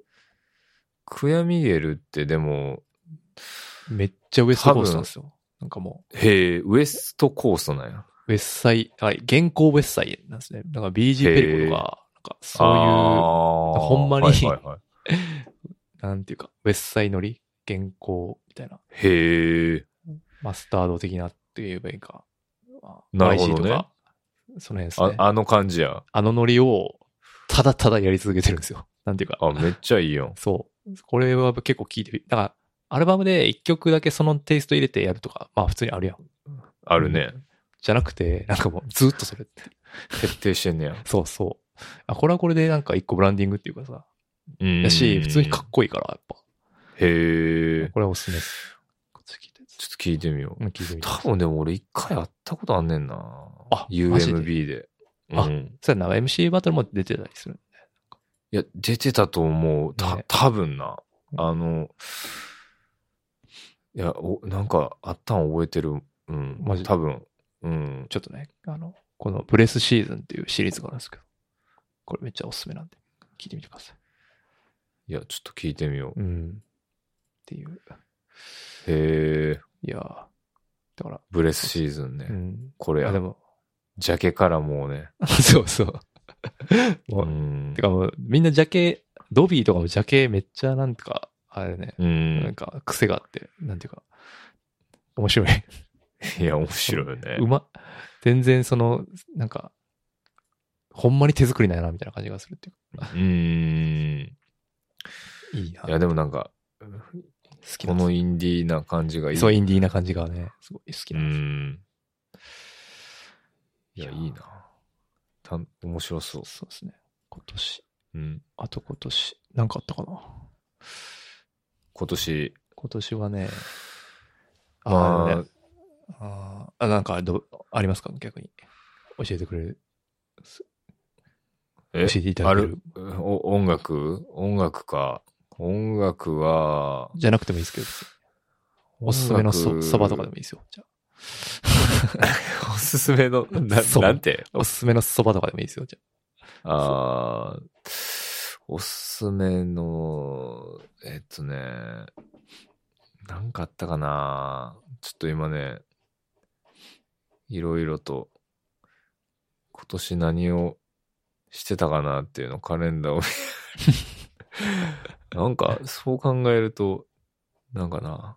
Speaker 3: クヤミゲルってでも、
Speaker 2: めっちゃウエストコースなんですよ。なんかもう。
Speaker 3: へえ、ウエストコーストなんや。
Speaker 2: ウェッサイ、あ、現行ウェッサイなんですね。なんか BG ペリコとか、なんかそうい
Speaker 3: あー
Speaker 2: ほんまに、
Speaker 3: はいはいはいう
Speaker 2: なんていうか、ウェッサイ乗り、現行みたいな、
Speaker 3: へえ。
Speaker 2: マスタード的なって言えばいいんか。まあ
Speaker 3: なるほど
Speaker 2: YG と
Speaker 3: ね
Speaker 2: か、その辺です
Speaker 3: あ
Speaker 2: ねあ。
Speaker 3: あの感じや。
Speaker 2: のノリを、ただただやり続けてるんです よ。なんていうか、
Speaker 3: あ、めっちゃいいやん。
Speaker 2: そう。これは結構聞いてる。だから、アルバムで一曲だけそのテイスト入れてやるとか、まあ普通にあるやん。
Speaker 3: あるね。
Speaker 2: じゃなくて、なんかもうずっとそれって。
Speaker 3: 徹底してんねや。
Speaker 2: そうそう。あ、これはこれでなんか一個ブランディングっていうかさ、
Speaker 3: うん
Speaker 2: やし、普通にかっこいいから、やっぱ。
Speaker 3: へえ。
Speaker 2: これはおすすめです。こっち聞いたや
Speaker 3: ちょ
Speaker 2: つ
Speaker 3: っと聞いてみよう。
Speaker 2: うん聞いてみて。
Speaker 3: 多分でも俺一回会ったことあんねんな。
Speaker 2: あマジで
Speaker 3: UMB で。
Speaker 2: あ
Speaker 3: うん。
Speaker 2: そうやな、MC バトルも出てたりする。
Speaker 3: いや、出てたと思う。た
Speaker 2: ね、
Speaker 3: 多分な。あの、いや、お、なんかあったん覚えてる。うん
Speaker 2: マジ。で
Speaker 3: 多分。うん。
Speaker 2: ちょっとね、あの、このブレスシーズンっていうシリーズがあるんですけど、これめっちゃおすすめなんで、聞いてみてください。
Speaker 3: いや、ちょっと聞いてみよう。
Speaker 2: うん。っていう。
Speaker 3: へえ。
Speaker 2: いやーだから、
Speaker 3: ブレスシーズン
Speaker 2: う
Speaker 3: ね。
Speaker 2: ん。
Speaker 3: これ
Speaker 2: あ、
Speaker 3: や
Speaker 2: で。も、
Speaker 3: ジャケからもうね。
Speaker 2: そう そう。も
Speaker 3: う
Speaker 2: う、
Speaker 3: ん
Speaker 2: て。かもう、みんなジャケ、ドビーとかもジャケめっちゃなんとか、あれね、
Speaker 3: う
Speaker 2: なん
Speaker 3: ん。
Speaker 2: か癖があって、なんていうか、面白い。
Speaker 3: いや、面白いよね。
Speaker 2: うま、全然その、なんか、ほんまに手作りなんやな、みたいな感じがするっていう
Speaker 3: うーん。い
Speaker 2: か。いいな。
Speaker 3: や、でもなんか、
Speaker 2: 好き
Speaker 3: こ
Speaker 2: な
Speaker 3: のインディーな感じがいい。
Speaker 2: そう、
Speaker 3: う
Speaker 2: インディーな感じがね、すごい好き
Speaker 3: ー
Speaker 2: なんです。
Speaker 3: ん。いや、いいな。た面白そう。
Speaker 2: そうですね。今年、
Speaker 3: うん。
Speaker 2: あと今年、なんかあったかな。
Speaker 3: 今年、
Speaker 2: 今年はね、まあ、ね、ああなんかど、ありますか逆に。教えてくれる。教えていただける。
Speaker 3: お音楽音楽か。音 楽は、
Speaker 2: じゃなくてもいいですけど、おすすめのそそばとかでもいいですよ。じゃ
Speaker 3: おすすめの、ななんて
Speaker 2: おすすめのそばとかでもいいですよ。じ
Speaker 3: ゃあ。あおすすめの、えっとね、なんかあったかなちょっと今ね、いろいろと、今年何をしてたかなっていうのカレンダーをなんか、そう考えると、なんかな。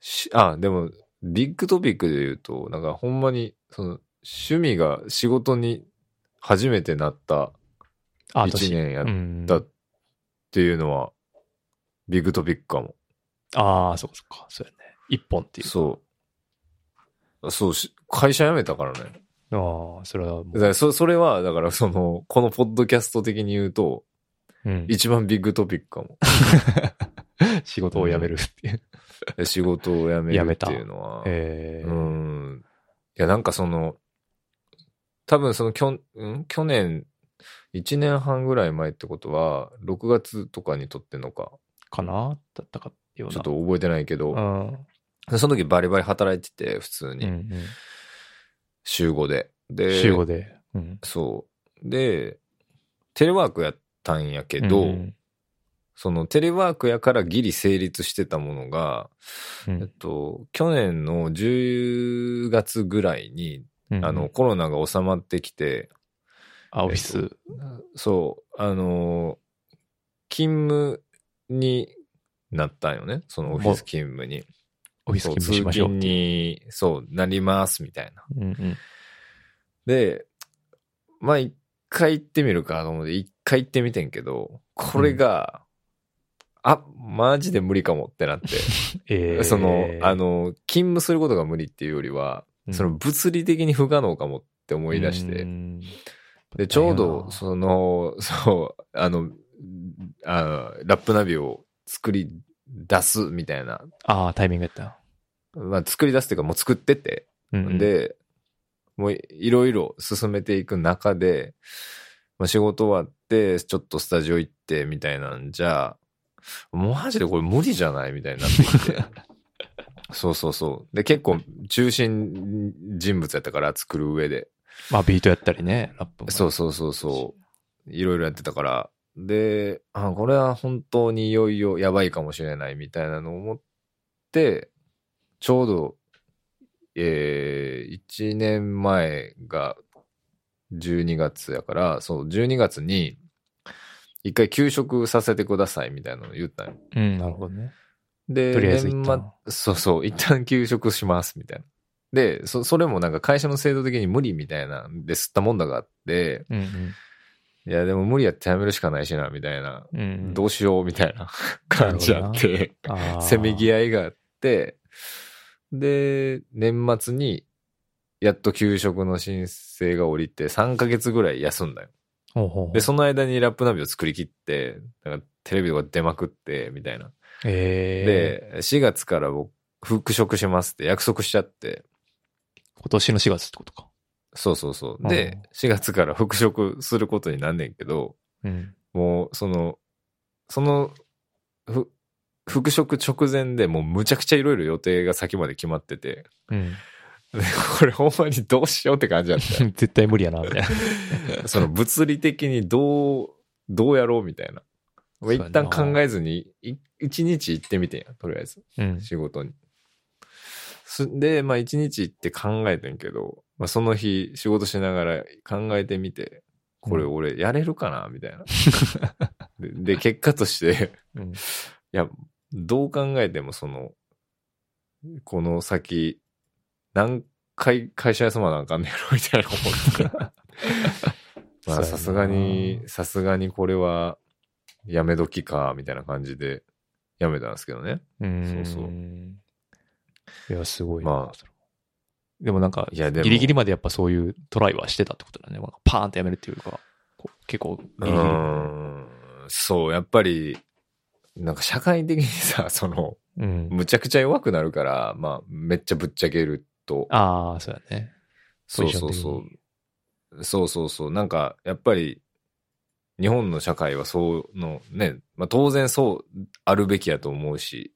Speaker 3: し、あ、でも、ビッグトピックで言うと、なんかほんまに、その、趣味が仕事に初めてなった一年やったっていうのは、ビッグトピックかも。
Speaker 2: ああ、そっかそっか。そうやね。一本っていう。
Speaker 3: そう。そうし、会社辞めたからね。
Speaker 2: ああ、それはも
Speaker 3: う。だそそれは、だからその、このポッドキャスト的に言うと、うん、一番ビッグトピックか も。
Speaker 2: 仕事を辞めるっていう、
Speaker 3: うん。仕事を辞めるっていうのは。
Speaker 2: え
Speaker 3: ー、うん。いや、なんかその、多分そのきょ、うん、去年、1年半ぐらい前ってことは、6月とかに撮ってんのか。
Speaker 2: かなだったか
Speaker 3: ちょっと覚えてないけど、その時バリバリ働いてて、普通に。うんうん、週5で。で、
Speaker 2: 週5で、
Speaker 3: うん、そう。で、テレワークやったんやけど、うんうん、そのテレワークやからギリ成立してたものが、うん、えっと、去年の10月ぐらいに、うん、あの、コロナが収まってきて、
Speaker 2: あ、オフィス。
Speaker 3: そう、あの、勤務になったんよね。そのオフィス勤務に。
Speaker 2: オフィス勤務しましょう。通勤
Speaker 3: に、そう、なりますみたいな。
Speaker 2: うんうん、
Speaker 3: で、まあ、一回行ってみるかと思って、一回行ってみてんけど、これが、うん、あ、マジで無理かもってなって、
Speaker 2: えー、
Speaker 3: その、あの、勤務することが無理っていうよりは、うん、その物理的に不可能かもって思い出して、うん、で、ちょうど、その、 そう、あの、あラップナビを作り出すみたいな。
Speaker 2: ああ、タイミングやった。
Speaker 3: まあ、作り出すというか、もう作ってて。うんうん、で、もういろいろ進めていく中で、まあ、仕事終わって、ちょっとスタジオ行ってみたいなんじゃ、マジでこれ無理じゃないみたいになってき て。そうそうそう。で、結構中心人物やったから、作る上で。
Speaker 2: まあ、ビートやったりね、ラップも、ね。
Speaker 3: そうそうそうそう。いろいろやってたから、で、あ、これは本当にいよいよやばいかもしれないみたいなのを思って、ちょうど、えー、1年前が12月やから、そう、12月に、一回休職させてくださいみたいなの言ったよ。
Speaker 2: うん、なるほどね。
Speaker 3: で、とりあえず年末、そうそう、一旦休職しますみたいな。で、そ、それもなんか会社の制度的に無理みたいなんで吸ったもんだがあって、
Speaker 2: うん、うん
Speaker 3: いや、でも無理やってやめるしかないしな、みたいな。うん、どうしよう、みたい な感じあって、せめぎ合いがあって、で、年末に、やっと給食の申請が降りて、3ヶ月ぐらい休んだよ。
Speaker 2: ほうほう
Speaker 3: で、その間にラップナビを作り切って、テレビとか出まくって、みたいな。
Speaker 2: え
Speaker 3: ー、で、4月から僕、復職しますって約束しちゃって。
Speaker 2: 今年の4月ってことか。
Speaker 3: そうそうそう。で、4月から復職することになんねんけど、
Speaker 2: うん、
Speaker 3: もう、その、その、復職直前でもうむちゃくちゃいろいろ予定が先まで決まってて、
Speaker 2: うん、
Speaker 3: これほんまにどうしようって感じだった。
Speaker 2: 絶対無理やな、みたい
Speaker 3: な。その物理的にどう、どうやろうみたいな。一旦考えずに、一日行ってみてんや、とりあえず。
Speaker 2: うん、
Speaker 3: 仕事に。で、まあ一日行って考えてんけど、まあ、その日仕事しながら考えてみて、これ俺やれるかなみたいな。うん、で結果として
Speaker 2: うん、い
Speaker 3: や、どう考えてもその、この先、何回会社休まなあかんねやろみたいな思って。 まあさすがに、さすがにこれはやめ時か、みたいな感じでやめたんですけどね。
Speaker 2: うそうそう。いや、すごい
Speaker 3: まあ、
Speaker 2: でもなんか、ギリギリまでやっぱそういうトライはしてたってことだね。パーンってやめるっていうか、結構ギリギリ。
Speaker 3: うん。そう、やっぱり、なんか社会的にさ、その、
Speaker 2: うん。
Speaker 3: むちゃくちゃ弱くなるから、まあ、めっちゃぶっちゃけると。
Speaker 2: ああ、そうやね。
Speaker 3: そうそうそう。そうそうそう。なんか、やっぱり、日本の社会はそうの、ね、まあ当然そうあるべきやと思うし、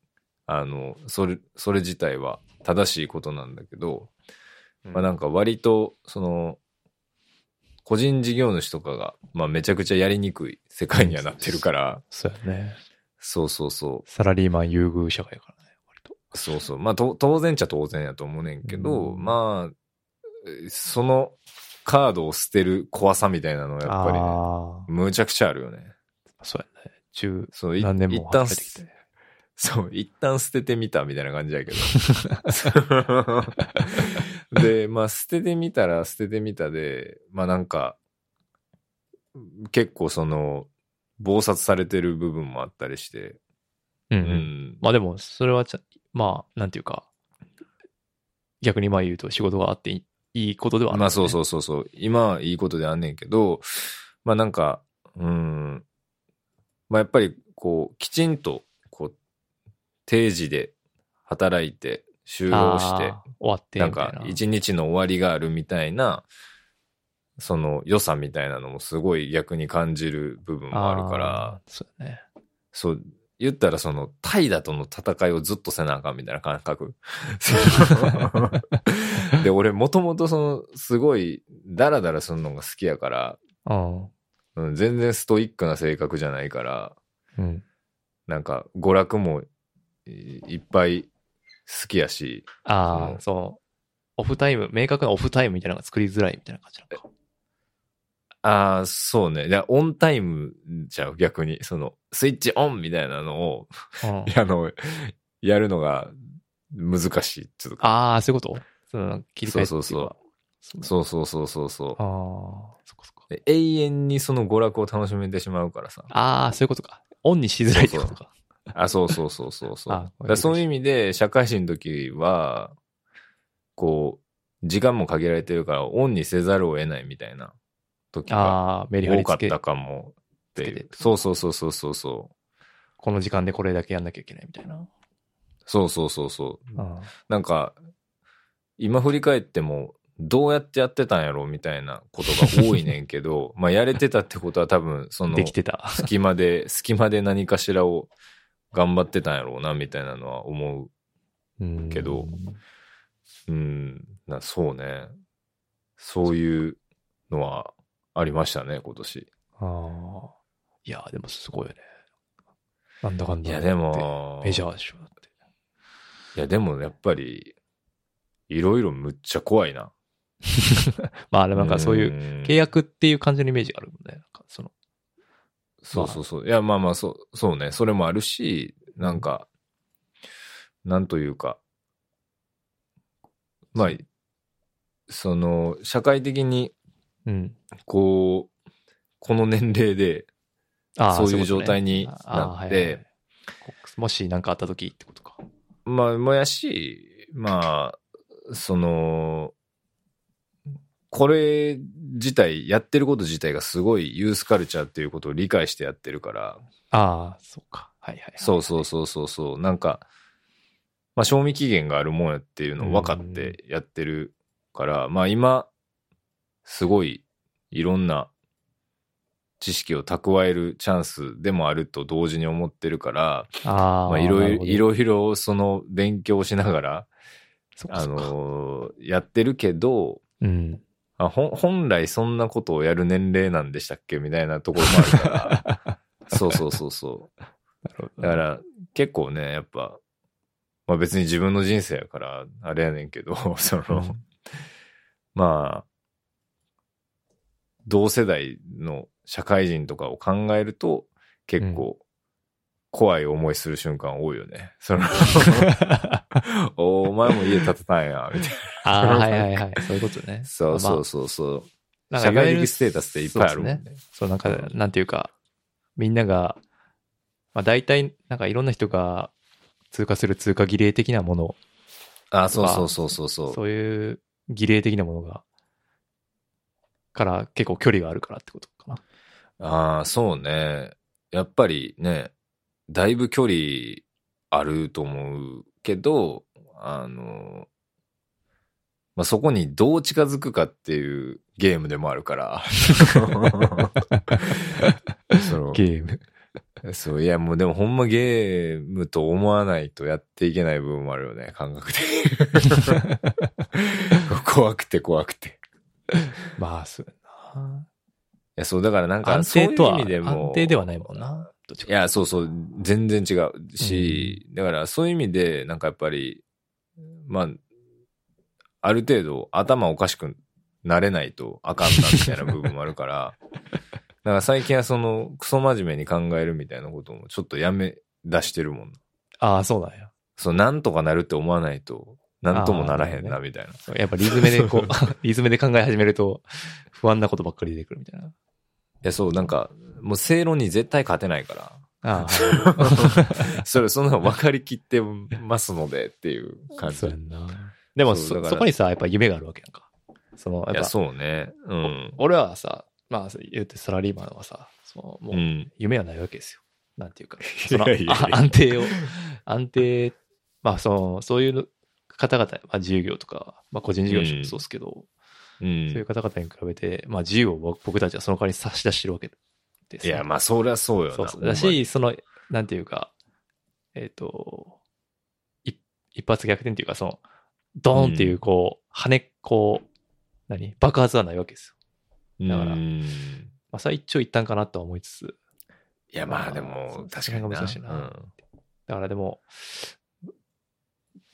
Speaker 3: あの、それ、それ自体は正しいことなんだけど、まあなんか割と、その、個人事業主とかが、まあめちゃくちゃやりにくい世界にはなってるから、
Speaker 2: そうやね。
Speaker 3: そうそうそう。
Speaker 2: サラリーマン優遇社会やからね、割と。
Speaker 3: そうそう。まあ、と当然っちゃ当然やと思うねんけど、
Speaker 2: うん
Speaker 3: まあ、えそのカードを捨てる怖さみたいなのはやっぱり、ね、
Speaker 2: あ
Speaker 3: むちゃくちゃあるよね。
Speaker 2: あ、そうやね。中、
Speaker 3: そう、い
Speaker 2: 何年も
Speaker 3: 一旦
Speaker 2: 働いてきて。
Speaker 3: そう、一旦捨ててみたみたいな感じやけ ど。で、まあ、捨ててみたら捨ててみたで、まあなんか、結構その、暴殺されてる部分もあったりして、
Speaker 2: うんう
Speaker 3: う
Speaker 2: ん
Speaker 3: ん、
Speaker 2: まあでも、それはちゃ、まあ、なんていうか、逆にまあ言うと仕事があっていいいいことではある、
Speaker 3: まあそうそうそうそう。今はいいことであんねんけど、まあなんか、うん。まあやっぱりこう、きちんと、こう、定時で働いて、就
Speaker 2: う
Speaker 3: 労して、
Speaker 2: 終わって
Speaker 3: なん
Speaker 2: みたい
Speaker 3: か一日の終わりがあるみたいな、その良さみたいなのもすごい逆に感じる部分もあるから、
Speaker 2: ーそうやね。
Speaker 3: そう、言ったらその、怠惰との戦いをずっとせなあかんみたいな感覚。で、俺もともとその、すごい、ダラダラするのが好きやから、
Speaker 2: うん。
Speaker 3: うん、全然ストイックな性格じゃないから、
Speaker 2: うん。
Speaker 3: なんか、娯楽もいいっぱい好きやし、
Speaker 2: ああ、
Speaker 3: うん
Speaker 2: そう。オフタイム、明確なオフタイムみたいなのが作りづらいみたいな感じなの か。
Speaker 3: ああ、そうね。いや、オンタイムじゃう、逆に。その、スイッチオンみたいなのを、
Speaker 2: うん
Speaker 3: あの、やるのが難しいっていうか。
Speaker 2: ああ、そういうことその切り替えってい
Speaker 3: そうそう
Speaker 2: かそう
Speaker 3: そうそうそうそうそう
Speaker 2: あ。あ、そっかそっか。
Speaker 3: で永遠にその娯楽を楽しめてしまうからさ。
Speaker 2: ああ、そういうことか。オンにしづらいってことか。
Speaker 3: あ、そうそうそうそうそう。
Speaker 2: あ
Speaker 3: だからそういう意味で、社会人の時は、こう、時間も限られてるから、オンにせざるを得ないみたいな時が
Speaker 2: ああ、メリハリ
Speaker 3: 多
Speaker 2: つ
Speaker 3: かっ
Speaker 2: け
Speaker 3: た、かもってい
Speaker 2: つけ
Speaker 3: う
Speaker 2: て。
Speaker 3: そうそうそうそうそうそう。
Speaker 2: この時間でこれだけやんなきゃいけないみたいな。
Speaker 3: そうそうそうそう。
Speaker 2: あ
Speaker 3: なんか、今振り返っても、どうやってやってたんやろうみたいなことが多いねんけど、 まあやれてたってことは多分、そ
Speaker 2: あ
Speaker 3: の、
Speaker 2: できてた。
Speaker 3: 隙間で、 隙間で何かしらを頑張ってたんやろうな、みたいなのは思う。
Speaker 2: うん
Speaker 3: けどうん、なそうね。そういうのはありましたね、今年。
Speaker 2: ああ。いや、でもすごいよね。なんだかん
Speaker 3: い
Speaker 2: だ。
Speaker 3: や、で。も、
Speaker 2: メジャーでしょ、だって。
Speaker 3: いや、でもやっぱり、いろいろむっちゃ怖いな。
Speaker 2: まあ、でもなんかそういう
Speaker 3: う
Speaker 2: 契約っていう感じのイメージがあるもんね。なんかその、
Speaker 3: そうそうそう。いや、まあまあ、そう、そうね。それもあるし、なんか、なんというか、まあ、その、社会的に、
Speaker 2: うん。
Speaker 3: こう、この年齢で、
Speaker 2: ああ
Speaker 3: そうい
Speaker 2: こ
Speaker 3: う
Speaker 2: とね
Speaker 3: 状態に
Speaker 2: ああ
Speaker 3: なって
Speaker 2: はいはいもし何かあった時ってことか。
Speaker 3: まあ、もやし、まあ、その、これ自体、やってること自体がすごいユースカルチャーっていうことを理解してやってるから、
Speaker 2: ああ、そうか。はいはい。
Speaker 3: そうそうそうそうそう。なんか、まあ、賞味期限があるもんやっていうのを分かってやってるから、まあ今、すごいいろんな知識を蓄えるチャンスでもあると同時に思ってるから、
Speaker 2: ああ。
Speaker 3: まあいろ
Speaker 2: ないる
Speaker 3: ろ、
Speaker 2: ほど
Speaker 3: いろいろその勉強しながら、
Speaker 2: そっか
Speaker 3: あ
Speaker 2: そっか
Speaker 3: のーやってるけど、
Speaker 2: うん。
Speaker 3: あほん本来そんなことをやる年齢なんでしたっけみたいなところもあ るから。そうそうそうそう。
Speaker 2: なるほど
Speaker 3: だから、結構ね、やっぱ、まあ別に自分の人生やから、あれやねんけど、 その、
Speaker 2: うん
Speaker 3: まあ、同世代の社会人とかを考えると、結構、怖い思いする瞬間多いよ ね。その、おお前も家建てたんや、みたい
Speaker 2: ああ、はいはいはい。そういうことね。
Speaker 3: な。そう
Speaker 2: まあ
Speaker 3: そうそうそう。
Speaker 2: なんか
Speaker 3: 社
Speaker 2: いわゆ
Speaker 3: 会
Speaker 2: る
Speaker 3: 的ステータスっていっぱいあるも
Speaker 2: そ
Speaker 3: ん
Speaker 2: うで
Speaker 3: ね。
Speaker 2: すそう、なんか、なんていうか、みんなが、まあ大体、なんかいろんな人が通過する通過儀礼的なもの、
Speaker 3: あ、そうそうそうそうそう。
Speaker 2: そういう儀礼的なものが、から結構距離があるからってことかな。
Speaker 3: ああ、そうね。やっぱりね、だいぶ距離あると思うけど、あの、まあ、そこにどう近づくかっていうゲームでもあ るから。その
Speaker 2: ゲーム。
Speaker 3: そう、いやもうでもほんまゲームと思わないとやっていけない部分もあるよね、感 覚で。怖くて怖くて。
Speaker 2: まあ、そうやな。
Speaker 3: いや、そう、だからなんか、
Speaker 2: 安
Speaker 3: そういう
Speaker 2: 定と
Speaker 3: 意
Speaker 2: は、
Speaker 3: 味でも。
Speaker 2: 安定ではないもんな。どっち
Speaker 3: い
Speaker 2: か
Speaker 3: や、そうそう、全然違うし、だからそういう意味で、なんかやっぱり、まあ、ある程度頭おかしくなれないとあかんなみたいな部分もあ るから、だから最近はその、クソ真面目に考えるみたいなこともちょっとやめ出してるもんな。
Speaker 2: ああ、そうなんや。
Speaker 3: そう、なんとかなるって思わないと、なんともならへん
Speaker 2: あ
Speaker 3: な、
Speaker 2: ー
Speaker 3: みたいな。
Speaker 2: やっぱリズムでこう、 リズムで考え始めると、不安なことばっかり出てくるみたいな。
Speaker 3: いや、そう、なんか、もう正論に絶対勝てない から。
Speaker 2: あ
Speaker 3: それ、そんなの分かりきってますのでっていう感
Speaker 2: あ、
Speaker 3: じ。
Speaker 2: そうやんな。でも
Speaker 3: そ
Speaker 2: そ、
Speaker 3: うだから
Speaker 2: そこにさ、やっぱ夢があるわけやんか。その、
Speaker 3: い
Speaker 2: や
Speaker 3: や、
Speaker 2: っぱ、
Speaker 3: そうね。うん。
Speaker 2: 俺はさ、まあ、言うてサラリーマンはさ、そのもう、
Speaker 3: ん。
Speaker 2: 夢はないわけですよ。なんていうか、
Speaker 3: い
Speaker 2: そ
Speaker 3: や
Speaker 2: の
Speaker 3: いやいや
Speaker 2: あ安定を、安定、まあその、そういう方々、まあ、自由業とか、まあ、個人事業主
Speaker 3: うん
Speaker 2: もそうですけど、
Speaker 3: うん。
Speaker 2: そういう方々に比べて、まあ、自由を僕僕たちはその代わりに差し出してるわけです
Speaker 3: い
Speaker 2: よ。
Speaker 3: や、まあ、そりゃそうよな。
Speaker 2: そうそう
Speaker 3: ほん
Speaker 2: だ
Speaker 3: まに
Speaker 2: し、その、なんていうか、えっ、と、一一発逆転っていうか、その、ドーンっていう、こう、跳ね、こう、何爆発はないわけですよ。だから
Speaker 3: うんい
Speaker 2: まあ、それは一長一短かなとは思いつつ、
Speaker 3: や、まあ、でも、確かに
Speaker 2: その辺が難しいな
Speaker 3: うん
Speaker 2: だからでも、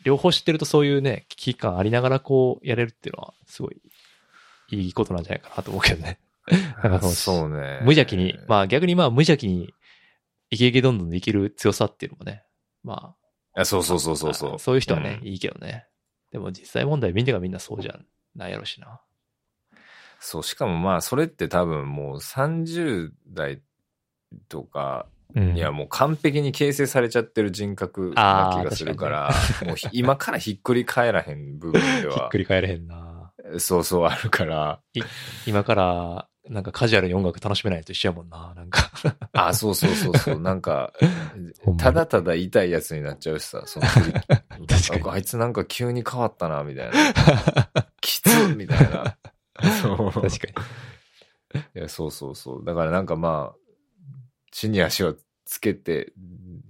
Speaker 2: 両方知ってるとそういうね、危機感ありながらこうやれるっていうのは、すごいいいことなんじゃないかなと思うけどね。なんかその
Speaker 3: そうね。
Speaker 2: 無邪気に、まあ逆にまあ無邪気に、イケイケどんどんできる強さっていうのもね、まあ、
Speaker 3: あ。そうそうそうそうそ
Speaker 2: あ
Speaker 3: う。
Speaker 2: そういう人はね、
Speaker 3: ん
Speaker 2: いいけどね。でも実際問題みんながみんなそうじゃないやろしな。
Speaker 3: そう、しかもまあ、それって多分もう30代とか、
Speaker 2: うん
Speaker 3: いや、もう完璧に形成されちゃってる人格な気がするから、もうひ今からひっくり返らへん部分で
Speaker 2: ひっ
Speaker 3: は
Speaker 2: く、り返れへんな。
Speaker 3: そうそうあるから、
Speaker 2: 今から、なんかカジュアルに音楽楽しめないと一緒やもんな。なんか
Speaker 3: あ、そうそうそうそう。なんか
Speaker 2: ほんま、に
Speaker 3: ただただ痛いやつになっちゃうしさ、 その
Speaker 2: か
Speaker 3: な
Speaker 2: に
Speaker 3: んかあいつなんか急に変わったな、み たいな。きつっみたいな。そう
Speaker 2: 確かに。
Speaker 3: いやそうそうそう。だからなんかまあ、地に足をつけて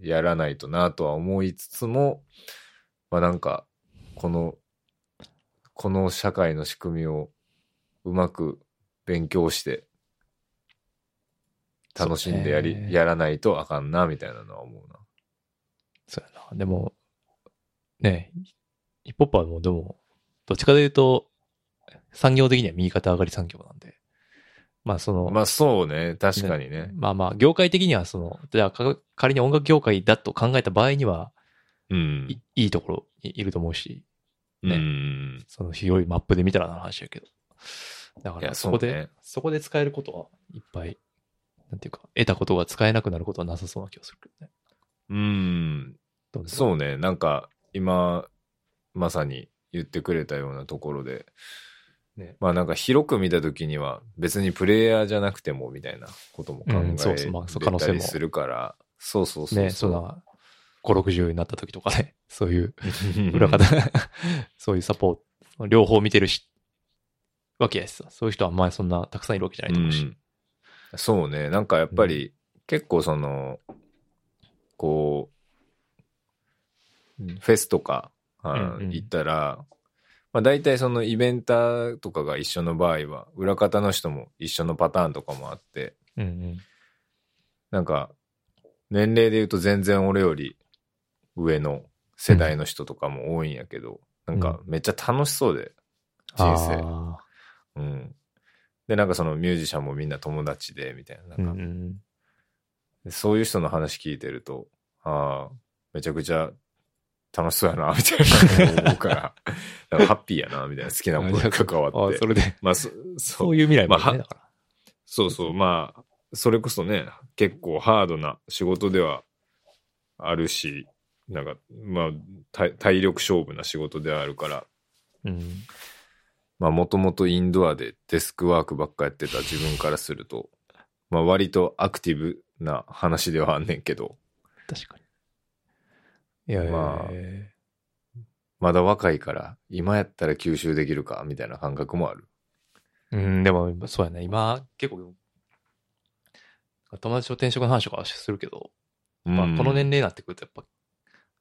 Speaker 3: やらないとなとは思いつつも、まあなんか、この、この社会の仕組みをうまく勉強して、楽しんでやり、
Speaker 2: そうね
Speaker 3: やらないとあかんな、みたいなのは思うな。
Speaker 2: そうやな。でも、ねえ、ヒップホップはもうでも、どっちかというと、産業的には右肩上がり産業なんで。まあその、
Speaker 3: まあそうね、確かにね。
Speaker 2: まあまあ、業界的にはその、じゃあか仮に音楽業界だと考えた場合には、
Speaker 3: うん
Speaker 2: い。いいところにいると思うし、ね
Speaker 3: うん。
Speaker 2: その広いマップで見たらな話やけど。だか
Speaker 3: いや
Speaker 2: らそこで、そ,、
Speaker 3: そうね
Speaker 2: こで使えることはいっぱい、なんていうか、得たことが使えなくなることはなさそうな気がするけどね。
Speaker 3: うん。
Speaker 2: どんどん
Speaker 3: そうね、なんか今、まさに言ってくれたようなところで、
Speaker 2: ね
Speaker 3: まあなんか広く見た時には別にプレイヤーじゃなくてもみたいなことも考
Speaker 2: うんそうそうまあそう可
Speaker 3: え
Speaker 2: 能
Speaker 3: た
Speaker 2: 性も
Speaker 3: りするから、そうそうそうそう。
Speaker 2: ね、そう だ、5、60になった時とかね、そういう裏
Speaker 3: 裏方。
Speaker 2: 方、 そういうサポート、両方見てるし、わけやしさ、そういう人はあんまりそんなたくさんいるわけじゃないと思うし。
Speaker 3: うんそうね、なんかやっぱり結構その、こう、フェスとか、あ
Speaker 2: うんうん
Speaker 3: 行ったら、まあ大体そのイベンターとかが一緒の場合は、裏方の人も一緒のパターンとかもあって、
Speaker 2: うんうん。
Speaker 3: なんか、年齢で言うと全然俺より上の世代の人とかも多いんやけど、
Speaker 2: ん
Speaker 3: なんかめっちゃ楽しそうで、人生。
Speaker 2: あ
Speaker 3: うん。で、なんかそのミュージシャンもみんな友達で、みたいな。なん
Speaker 2: ー
Speaker 3: か
Speaker 2: うんうん。
Speaker 3: でそういう人の話聞いてると、ああ、めちゃくちゃ楽しそうやな、みたいな思う から、なんかハッピーやな、みたいな、好きなものに関わ
Speaker 2: あ
Speaker 3: っ
Speaker 2: ーそ
Speaker 3: て。
Speaker 2: れで、
Speaker 3: まあ、 そ
Speaker 2: そ
Speaker 3: そう
Speaker 2: ういう未来も
Speaker 3: まあ
Speaker 2: あるね、だから。
Speaker 3: そうそう、まあ、それこそね、結構ハードな仕事ではあるし、なんか、まあ、体体力勝負な仕事ではあるから、
Speaker 2: うん。
Speaker 3: まあ、もともとインドアでデスクワークばっかやってた自分からすると、まあ、割とアクティブな話ではあんねんけど、
Speaker 2: 確かに。いやいやいや
Speaker 3: まあまだ若いから、今やったら吸収できるか、みたいな感覚もある。
Speaker 2: うん、でも、そうやね。今、結構、友達と転職の話とかするけど、まあ、
Speaker 3: うん
Speaker 2: この年齢になってくると、やっぱ、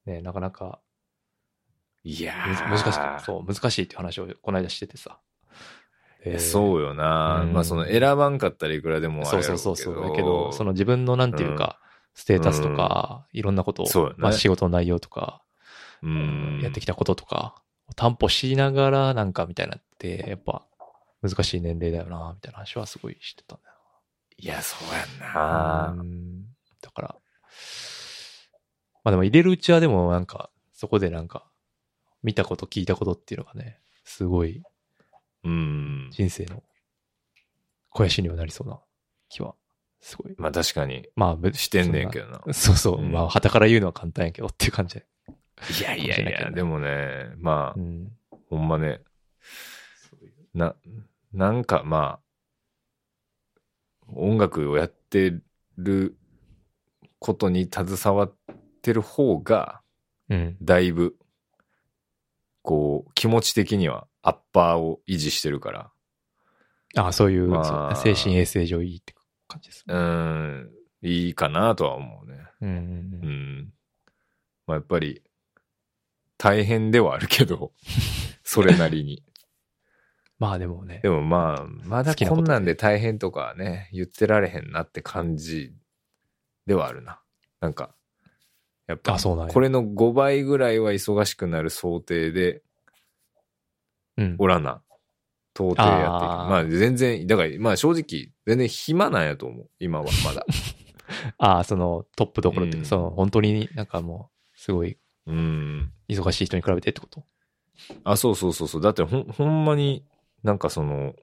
Speaker 2: ね、なかなか
Speaker 3: いや
Speaker 2: むず
Speaker 3: ー
Speaker 2: 難しい。そう、難しいっていう話をこの間しててさ。
Speaker 3: い
Speaker 2: え
Speaker 3: や
Speaker 2: ー
Speaker 3: そうよな、
Speaker 2: うん
Speaker 3: まあその選ばんかったらいくらでもあ
Speaker 2: そ
Speaker 3: る
Speaker 2: う
Speaker 3: や
Speaker 2: そ
Speaker 3: ろ
Speaker 2: う
Speaker 3: う
Speaker 2: そうそう。だけど、その自分のなんていうか、ステータスとか、いろんなことを、
Speaker 3: そうよね
Speaker 2: まあ仕事の内容とか、
Speaker 3: うん、
Speaker 2: やってきたこととか、担保しながらなんかみたいなって、やっぱ難しい年齢だよな、みたいな話はすごいしてたんだよ
Speaker 3: いや、そうやん
Speaker 2: な。
Speaker 3: な、
Speaker 2: うんだから、まあでも入れるうちはでもなんか、そこでなんか、見たこと聞いたことっていうのがね、すごい
Speaker 3: うん。
Speaker 2: 人生の肥やしにはなりそうな気は、すごい。
Speaker 3: まあ確かに、
Speaker 2: まあぶ、
Speaker 3: してんねんけどな。
Speaker 2: そうそう。
Speaker 3: うん
Speaker 2: まあ、旗から言うのは簡単やけどっていう感じで。
Speaker 3: いやいや
Speaker 2: かもしれないけ
Speaker 3: い
Speaker 2: ど
Speaker 3: や、
Speaker 2: ね
Speaker 3: でもね、まあ、
Speaker 2: うん。
Speaker 3: ほんまね、な、なんかまあ、音楽をやってることに携わってる方が、
Speaker 2: うん。
Speaker 3: だいぶ、こう、気持ち的にはアッパーを維持してるから、
Speaker 2: ああ、そういう、
Speaker 3: まあ
Speaker 2: そう精神衛生上いいって感じですね。
Speaker 3: うん、いいかなとは思うね。
Speaker 2: うんう
Speaker 3: うんん。まあ、やっぱり、大変ではあるけど、それなりに。
Speaker 2: まあでもね
Speaker 3: で、もまあ、まだ
Speaker 2: 好きな
Speaker 3: こ
Speaker 2: こと
Speaker 3: んなんで大変とかはね、言ってられへんなって感じではあるな。なんか、やっぱ
Speaker 2: あ、、そうなんや。
Speaker 3: これの5倍ぐらいは忙しくなる想定で、
Speaker 2: うん、
Speaker 3: おらな、到底やっていく。
Speaker 2: あー
Speaker 3: まあ全然、だからまあ正直、全然暇なんやと思う。今はまだ。
Speaker 2: ああ、そのトップどころって、
Speaker 3: うん
Speaker 2: その本当になんかも う、すごい
Speaker 3: うん。
Speaker 2: 忙しい人に比べてってこと
Speaker 3: あ、そうそうそうそう。だってほん、ほんまに、なんかその、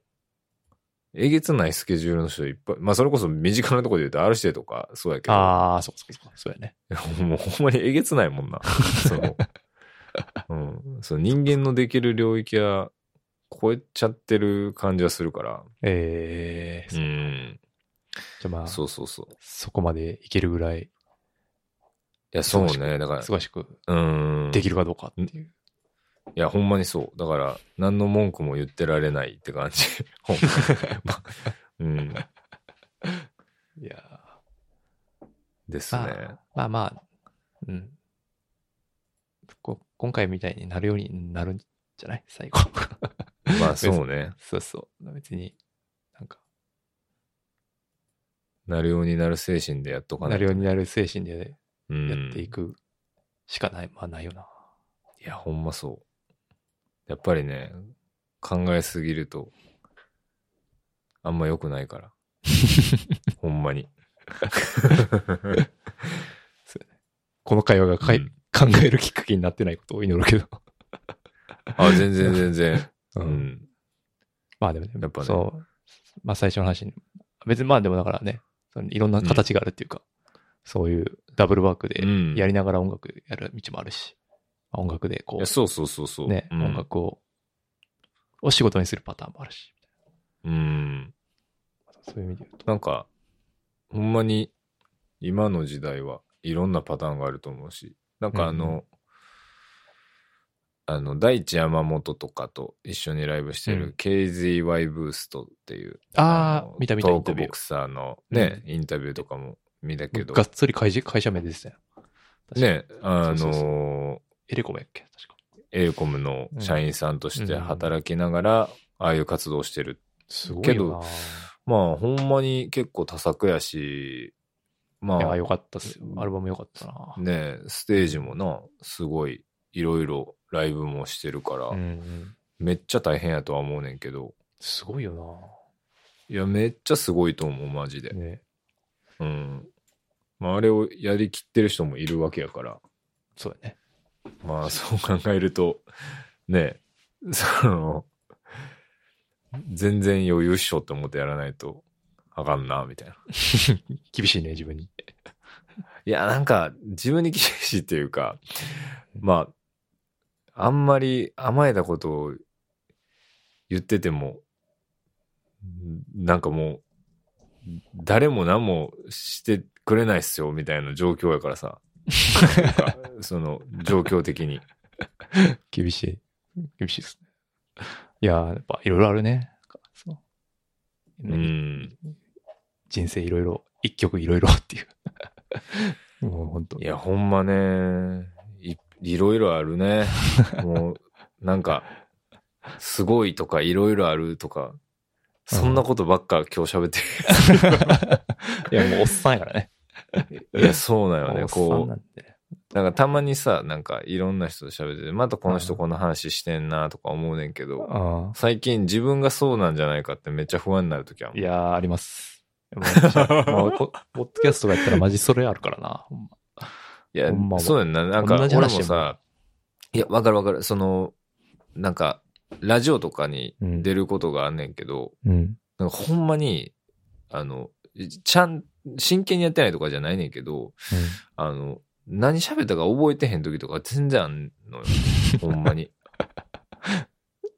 Speaker 3: えげつないスケジュールの人いっぱい、まあそれこそ身近なところで言うと R 指定とかそうやけど、
Speaker 2: ああ、そうかそうかそうか。そうやね。
Speaker 3: もうほんまにえげつない もんな。その、うん。その人間のできる領域は超えちゃってる感じはするから、
Speaker 2: ええ
Speaker 3: う
Speaker 2: じ
Speaker 3: ん。
Speaker 2: ゃあまあ、そ
Speaker 3: そうそうそう。い
Speaker 2: こまでいけるぐらい、
Speaker 3: や、そうね。だか
Speaker 2: 忙しく
Speaker 3: ら、うん。
Speaker 2: できるかどうかっていう。
Speaker 3: いや、ほんまにそう。だから、何の文句も言ってられないって感じ。 ほん まにうん。
Speaker 2: いやー
Speaker 3: です
Speaker 2: まあ
Speaker 3: ね。
Speaker 2: まあまあ、うん。こ今回みたいになるようになるんじゃない最後。
Speaker 3: まあそうね。
Speaker 2: そうそう。別に、なんか、
Speaker 3: なるようになる精神でやっとかな
Speaker 2: ないる
Speaker 3: と
Speaker 2: ようになる精神で
Speaker 3: うん
Speaker 2: やっていくしかない、まあないよな。
Speaker 3: いや、ほんまそう。やっぱりね、考えすぎると、あんま良くな いから。ほんまに。
Speaker 2: この会話がかい、
Speaker 3: うん
Speaker 2: 考えるきっかけになってないことを祈るけど。
Speaker 3: あ、全然全然。
Speaker 2: う
Speaker 3: うんん。
Speaker 2: まあでもね、
Speaker 3: やっぱね
Speaker 2: そう。まあ最初の話に、別にまあでもだからね、そのいろんな形があるっていうか、そういうダブルワークで
Speaker 3: うん
Speaker 2: やりながら音楽やる道もあるし、まあ音楽でこ
Speaker 3: いうや、そうそうそうそう。
Speaker 2: ね、
Speaker 3: うん
Speaker 2: 音楽を、を仕事にするパターンもあるし、
Speaker 3: うん。
Speaker 2: そういう意味で言うと。
Speaker 3: なんか、ほんまに、今の時代はいろんなパターンがあると思うし、なんかあの、
Speaker 2: うんう
Speaker 3: あの、大地山本とかと一緒にライブしてる KZY ブーストっていう、
Speaker 2: ああ
Speaker 3: の、
Speaker 2: 見た見た、イン
Speaker 3: トーク
Speaker 2: タビ
Speaker 3: ボ
Speaker 2: ュ
Speaker 3: クサーのね、インタビューとかも見たけ
Speaker 2: ー。
Speaker 3: ど
Speaker 2: が、っつり会社会社名ですね。確か
Speaker 3: ね、あ
Speaker 2: そうそうそ
Speaker 3: の、
Speaker 2: エレコムやっけ確か。
Speaker 3: エイコムの社員さんとして
Speaker 2: うん
Speaker 3: 働きながら、ああいう活動をしてる。
Speaker 2: す
Speaker 3: ご
Speaker 2: ご
Speaker 3: い
Speaker 2: い
Speaker 3: よ
Speaker 2: よ
Speaker 3: まあ、ほんまに結構多作やし、ま
Speaker 2: いや、
Speaker 3: あ、
Speaker 2: よかったっすよ。アルバムよかったな。
Speaker 3: ね、ステージもな、すごい、いろいろライブもしてるから、
Speaker 2: うんうん。
Speaker 3: めっちゃ大変やとは思うねんけど、
Speaker 2: すごいよ
Speaker 3: いや、めっちゃすごいと思う、マジで
Speaker 2: な。。ね。
Speaker 3: うん。まあ、あれをやりきってる人もいるわけやから、
Speaker 2: そうだね。
Speaker 3: まあそう考えると、ねえ、その、全然余裕っしょって思ってやらないとあかんな、みたいな。
Speaker 2: 厳しいね、自分に。
Speaker 3: いや、なんか自分に厳しいっていうか、まあ、あんまり甘えたことを言ってても、なんかもう、誰も何もしてくれないっすよ、みたいな状況やからさ。その、状況的に。
Speaker 2: 厳しい。厳しいですね。いやー、やっぱいろいろあるね。そう
Speaker 3: う。ん。
Speaker 2: 人生いろいろ、一曲いろいろっていう。 もう本当
Speaker 3: いや、ほんまね、い、いろいろあ るね。もう、なんか、すごいとか、いろいろあるとか、そんなことばっか今日喋って
Speaker 2: いや、もうおっさんやから ね。
Speaker 3: る。いや、そうなよね。
Speaker 2: おっさん
Speaker 3: こ
Speaker 2: なんで。
Speaker 3: う、なんかたまにさ、なんかいろんな人と喋ってて、またこの人この話してんなとか思うねんけど、
Speaker 2: あ
Speaker 3: 最近自分がそうなんじゃないかってめっちゃ不安になるときは
Speaker 2: あ。いやー、あります。も うもうポポッドキャストがやったらマジそれあるからな。ほんま
Speaker 3: いや
Speaker 2: ほんま、は
Speaker 3: そうやんな。なんか、
Speaker 2: 同
Speaker 3: 俺
Speaker 2: じ
Speaker 3: も
Speaker 2: 話やもん
Speaker 3: さ、いや、わかるわかる。その、なんか、ラジオとかに
Speaker 2: うん
Speaker 3: 出ることがあんねんけど、
Speaker 2: うん。
Speaker 3: なんかほんまに、あの、ちゃん、真剣にやってないとかじゃないねんけど、あの、何喋ったか覚えてへん時とか全然あん のよ。ほんまに。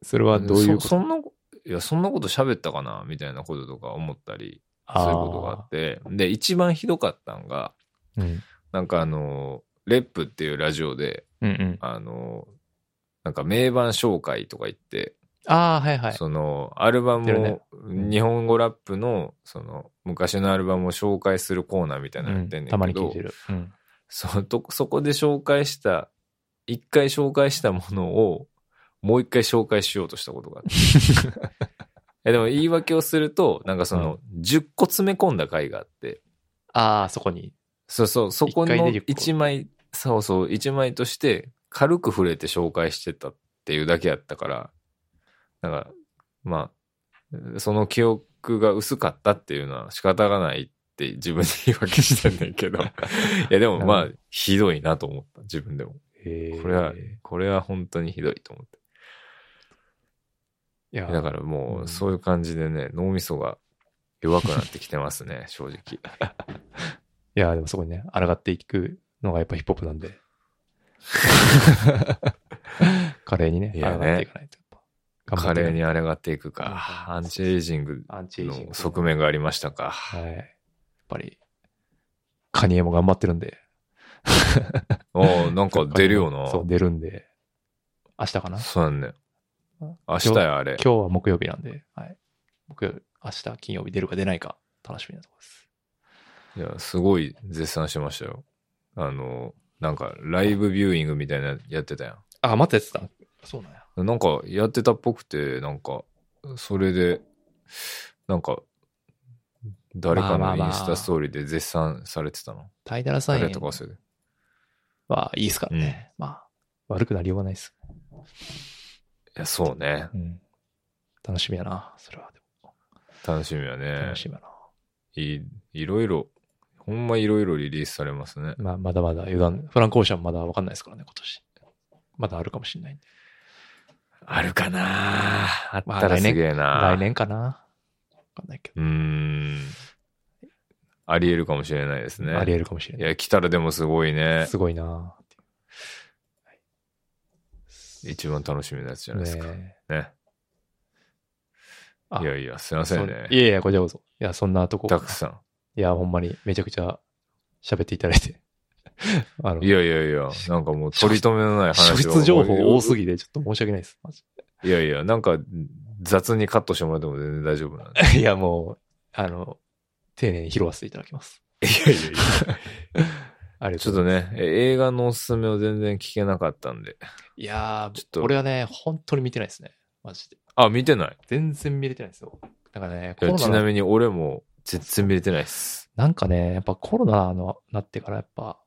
Speaker 2: それはどういう
Speaker 3: そ
Speaker 2: こと
Speaker 3: そんな、いや、そんなこと喋ったかなみたいなこととか思ったり、そういうことがあって。で、一番ひどかったんが、
Speaker 2: あーうん
Speaker 3: なんかあの、レップっていうラジオで、
Speaker 2: うんうん。
Speaker 3: あの、なんか名盤紹介とか言って、
Speaker 2: ああ、はいはい。
Speaker 3: そのアルバム
Speaker 2: やって
Speaker 3: を、
Speaker 2: るねうん
Speaker 3: 日本語ラップのその昔のアルバムを紹介するコーナーみたいなのやってん
Speaker 2: うん
Speaker 3: ね
Speaker 2: た
Speaker 3: ん
Speaker 2: ま
Speaker 3: け
Speaker 2: に聞
Speaker 3: ど
Speaker 2: いて、る。うん
Speaker 3: そとそこで紹介した、一回紹介したものをもう一回紹介しようとしたことがあって。 えでも言い訳をすると、なんかその10個詰め込んだ回があって、
Speaker 2: ああ、そこに。
Speaker 3: そうそう、そこの
Speaker 2: 一回で10個
Speaker 3: 1枚、そうそう、1枚として軽く触れて紹介してたっていうだけやったから、なんか、まあ、その記憶が薄かったっていうのは仕方がないって自分で言い訳してんねん けど、いやでもまあ、ひどいなと思った、自分でも。こ
Speaker 2: こ
Speaker 3: れは、これは本当にひどいと思って。
Speaker 2: いや、
Speaker 3: だからも
Speaker 2: う
Speaker 3: う、
Speaker 2: ん
Speaker 3: そういう感じでね、脳みそが弱くなってきてますね、正直。
Speaker 2: いや、でもそこにね、抗っていくのがやっぱヒップホップなん で。華麗にね、
Speaker 3: い
Speaker 2: 抗
Speaker 3: やね
Speaker 2: っていかないと。やっぱ
Speaker 3: 華
Speaker 2: 頑張って
Speaker 3: 麗
Speaker 2: い
Speaker 3: にあれがっていく
Speaker 2: うん
Speaker 3: か。アンチエイジン
Speaker 2: かな
Speaker 3: グ
Speaker 2: いとアンチエイジング。
Speaker 3: の側面がありましたか。
Speaker 2: はい。やっぱり、カニエも頑張ってるんで。
Speaker 3: お おなんか出るよ
Speaker 2: そう、
Speaker 3: な。
Speaker 2: 出るんで。明日かな
Speaker 3: そうやんね。
Speaker 2: うん
Speaker 3: 明日や、あれ。
Speaker 2: 今日は木曜日なんで、はい。木曜日、明日金曜日出るか出ないか、楽しみなところです。
Speaker 3: いや、すごい絶賛してましたよ。あの、なんか、ライブビューイングみたいなやってたや
Speaker 2: あ、待ってやってた。そうなんや。
Speaker 3: ん。なんか、やってたっぽくて、なんか、それで、なんか、誰か
Speaker 2: ま
Speaker 3: の
Speaker 2: あまあまあ
Speaker 3: インスタストーリーで絶賛されてたの。
Speaker 2: タイダラサイ
Speaker 3: 誰
Speaker 2: ン
Speaker 3: とか忘れて。
Speaker 2: はいいですからね。まあ、悪くなりようがないです。
Speaker 3: いや、そうね。
Speaker 2: うん。楽しみやな、それは。でも
Speaker 3: 楽しみやね
Speaker 2: 楽。しみやな。
Speaker 3: いいろいろ、ほんまいろいろリリースされますね。
Speaker 2: まあ、まだまだ油断、フランクオーシャンまだわかんないですからね、今年。まだあるかもしれないんで。
Speaker 3: あるかなあっ
Speaker 2: まあ
Speaker 3: たらすげえな
Speaker 2: 来年かなわかんないけ
Speaker 3: うーん。ありえるかもしれないです
Speaker 2: ど。
Speaker 3: ね。
Speaker 2: あり得るかもしれ
Speaker 3: い
Speaker 2: ない。
Speaker 3: や、来たらでもすごいね。
Speaker 2: すごいなっていうはい
Speaker 3: 一番楽しみなやつじゃないですか。
Speaker 2: ね
Speaker 3: ね。
Speaker 2: あ
Speaker 3: いやいや、すいませんね
Speaker 2: そう。いやいや、こちらこそ。いや、そんなとこ。
Speaker 3: たくさ
Speaker 2: いや、ほんまにめちゃくちゃ喋っていただいて。 あの
Speaker 3: ん。いやいやいや、なんかもう取り留めのない
Speaker 2: 消
Speaker 3: 話を
Speaker 2: 失情報多す
Speaker 3: ぎ。
Speaker 2: ぎて、ちょっと申し訳ないです。マジ
Speaker 3: いやいや、なんか雑にカットしてもらっても全然大丈夫なんで。
Speaker 2: で いや、もう、あの、丁寧に拾わせていただきます。
Speaker 3: いやいやいや。
Speaker 2: ありが
Speaker 3: ち
Speaker 2: と
Speaker 3: ょ
Speaker 2: うご
Speaker 3: っ
Speaker 2: ざい
Speaker 3: とね、え映画のおすすめを全然聞けなかったんで。
Speaker 2: ます。いやー、
Speaker 3: ちょっと
Speaker 2: 俺はね、本当に見てないですね。マジで。
Speaker 3: あ、見てない。
Speaker 2: 全然見れてないんですよ。だからね、
Speaker 3: い
Speaker 2: コ
Speaker 3: や
Speaker 2: ロ
Speaker 3: ち
Speaker 2: ナ
Speaker 3: な
Speaker 2: の、
Speaker 3: みに俺も全然見れてないっす。
Speaker 2: なんかね、やっぱコロナのなってからやっぱ、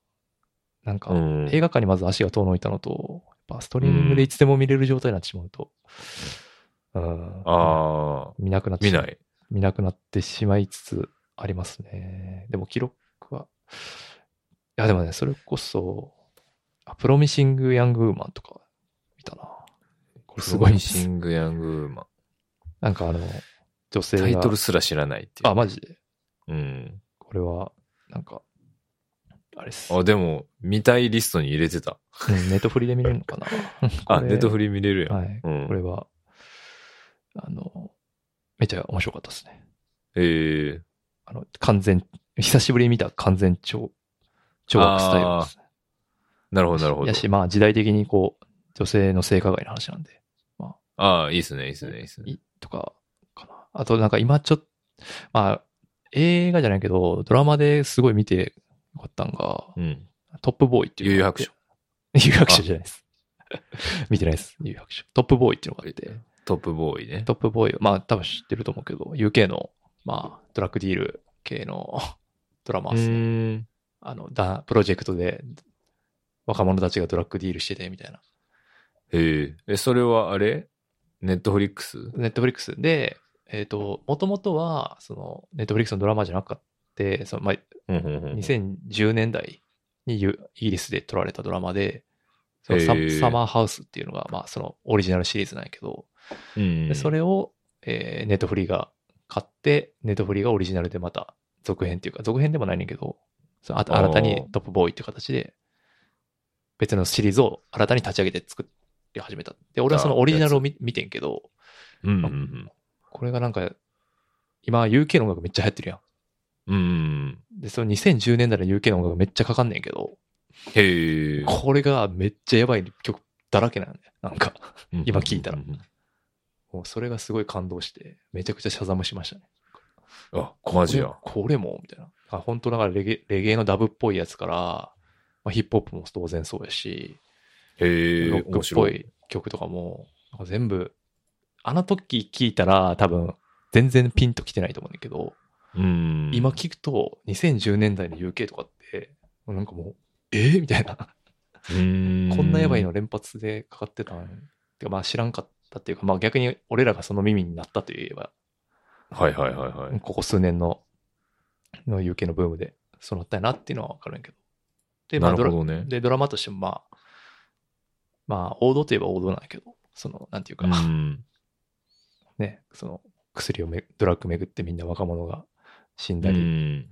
Speaker 2: なんか
Speaker 3: う、ん。
Speaker 2: 映画館にまず足が遠のいたのと、やっぱストリーミングでいつでも見れる状態になってしまうと、うん。
Speaker 3: ああ、
Speaker 2: 見なくなって
Speaker 3: 見
Speaker 2: しまう
Speaker 3: ない。
Speaker 2: 見なくなってしまいつつありますね。でも記録は、いやでもね、それこそ、あプロミシング・ヤング・ウーマンとか見たな。これすご
Speaker 3: プロ
Speaker 2: い
Speaker 3: ミ
Speaker 2: で
Speaker 3: シ
Speaker 2: す。
Speaker 3: ング・ヤング・ウーマン。
Speaker 2: なんかあの、女性が。
Speaker 3: タイトルすら知らないっていう。
Speaker 2: あ、マジで。
Speaker 3: うん。
Speaker 2: これは、なんか、あれっす。う
Speaker 3: あ、でも、見たいリストに入れてた。
Speaker 2: んネットフリで見れるのかな
Speaker 3: あ、ネットフ
Speaker 2: リ
Speaker 3: リ見れるやん。
Speaker 2: はい。
Speaker 3: うん
Speaker 2: これは、あの、めちゃ面白かったですね。
Speaker 3: ええ
Speaker 2: あの、完全、久しぶりに見た完全超、超悪スタイルですね。
Speaker 3: なるほど、なるほど
Speaker 2: や。し、まあ時代的にこう、女性の性加害の話なんで、
Speaker 3: ああ、いいっすね、いいっすね、いいっすね。
Speaker 2: いとか、かな。あとなんか今ちょっと、まあ、映画じゃないけど、ドラマですごい見てよかったんが、
Speaker 3: うん。
Speaker 2: トップボーイっていう
Speaker 3: 悠
Speaker 2: の
Speaker 3: 々
Speaker 2: があっ
Speaker 3: 白
Speaker 2: て
Speaker 3: 書。。
Speaker 2: 有白書じゃないです。見てないです。有白書。トップボーイっていうのがあって、
Speaker 3: トップボーイね。
Speaker 2: トップボーイ、まあ多分知ってると思うけど、UK の、まあ、ドラッグディール系の ドラマですね。
Speaker 3: ね。
Speaker 2: あの、だ、プロジェクトで若者たちがドラッグディールしててみたいな。
Speaker 3: へえ。え、それはあれネットフリックス
Speaker 2: ネットフリックスで、えっ、と、もともとは、その、ネットフリックスのドラマじゃなかった、その、まあ、
Speaker 3: うんうんうんうん。
Speaker 2: 2010年代にゆイギリスで撮られたドラマで、そのサ
Speaker 3: へー
Speaker 2: サマーハウスっていうのが、まあ、そのオリジナルシリーズなんやけど、
Speaker 3: うん
Speaker 2: でそれを、えーネットフリーが買って、ネットフリーがオリジナルでまた続編っていうか、続編でもないねんけど、そのあ
Speaker 3: あー
Speaker 2: 新たにトップボーイっていう形で、別のシリーズを新たに立ち上げて作り始めた。で、俺はそのオリジナルを見見てんけど、
Speaker 3: うんうん
Speaker 2: これがなんか、今 UK の音楽めっちゃ流行ってるや
Speaker 3: うん。うん。
Speaker 2: ん。で、その2010年代の UK の音楽めっちゃかかんねんけど、
Speaker 3: へえ。
Speaker 2: これがめっちゃやばい曲だらけなんだよ。なんか、今聞いたら
Speaker 3: うんうん
Speaker 2: もうそれがすごい感動して、めちゃくちゃシャザムしましたね。
Speaker 3: うん。あ、マジや。
Speaker 2: これこれもみたいな。あ本当だからレゲレゲエのダブっぽいやつから、まあ、ヒップホップも当然そうやし、
Speaker 3: へえ。
Speaker 2: ロックっ
Speaker 3: 面
Speaker 2: ぽ
Speaker 3: 白い。
Speaker 2: い曲とかも、なんか全部、あの時聴いたら多分全然ピンときてないと思うんだけど、
Speaker 3: うん。
Speaker 2: 今聞くと2010年代の UK とかって、なんかもう、えーみたいな。
Speaker 3: うん、
Speaker 2: こんなやばいの連発でかかってたんてかまあ知らんかったっていうか、まあ逆に俺らがその耳になったといえば、
Speaker 3: はいはいはいはい。
Speaker 2: ここ数年の、の UK のブームで、そうなったんやなっていうのはわかるんやけど。で、ま
Speaker 3: な
Speaker 2: あ
Speaker 3: る
Speaker 2: ド
Speaker 3: ほ
Speaker 2: ラ、
Speaker 3: どね。
Speaker 2: で、ドラマとしてもまあ、まあ王道といえば王道なんやけど、その、なんていうか、
Speaker 3: うん。
Speaker 2: ね、その薬をめ、ドラッグ巡ってみんな若者が死んだ
Speaker 3: う
Speaker 2: り、
Speaker 3: ん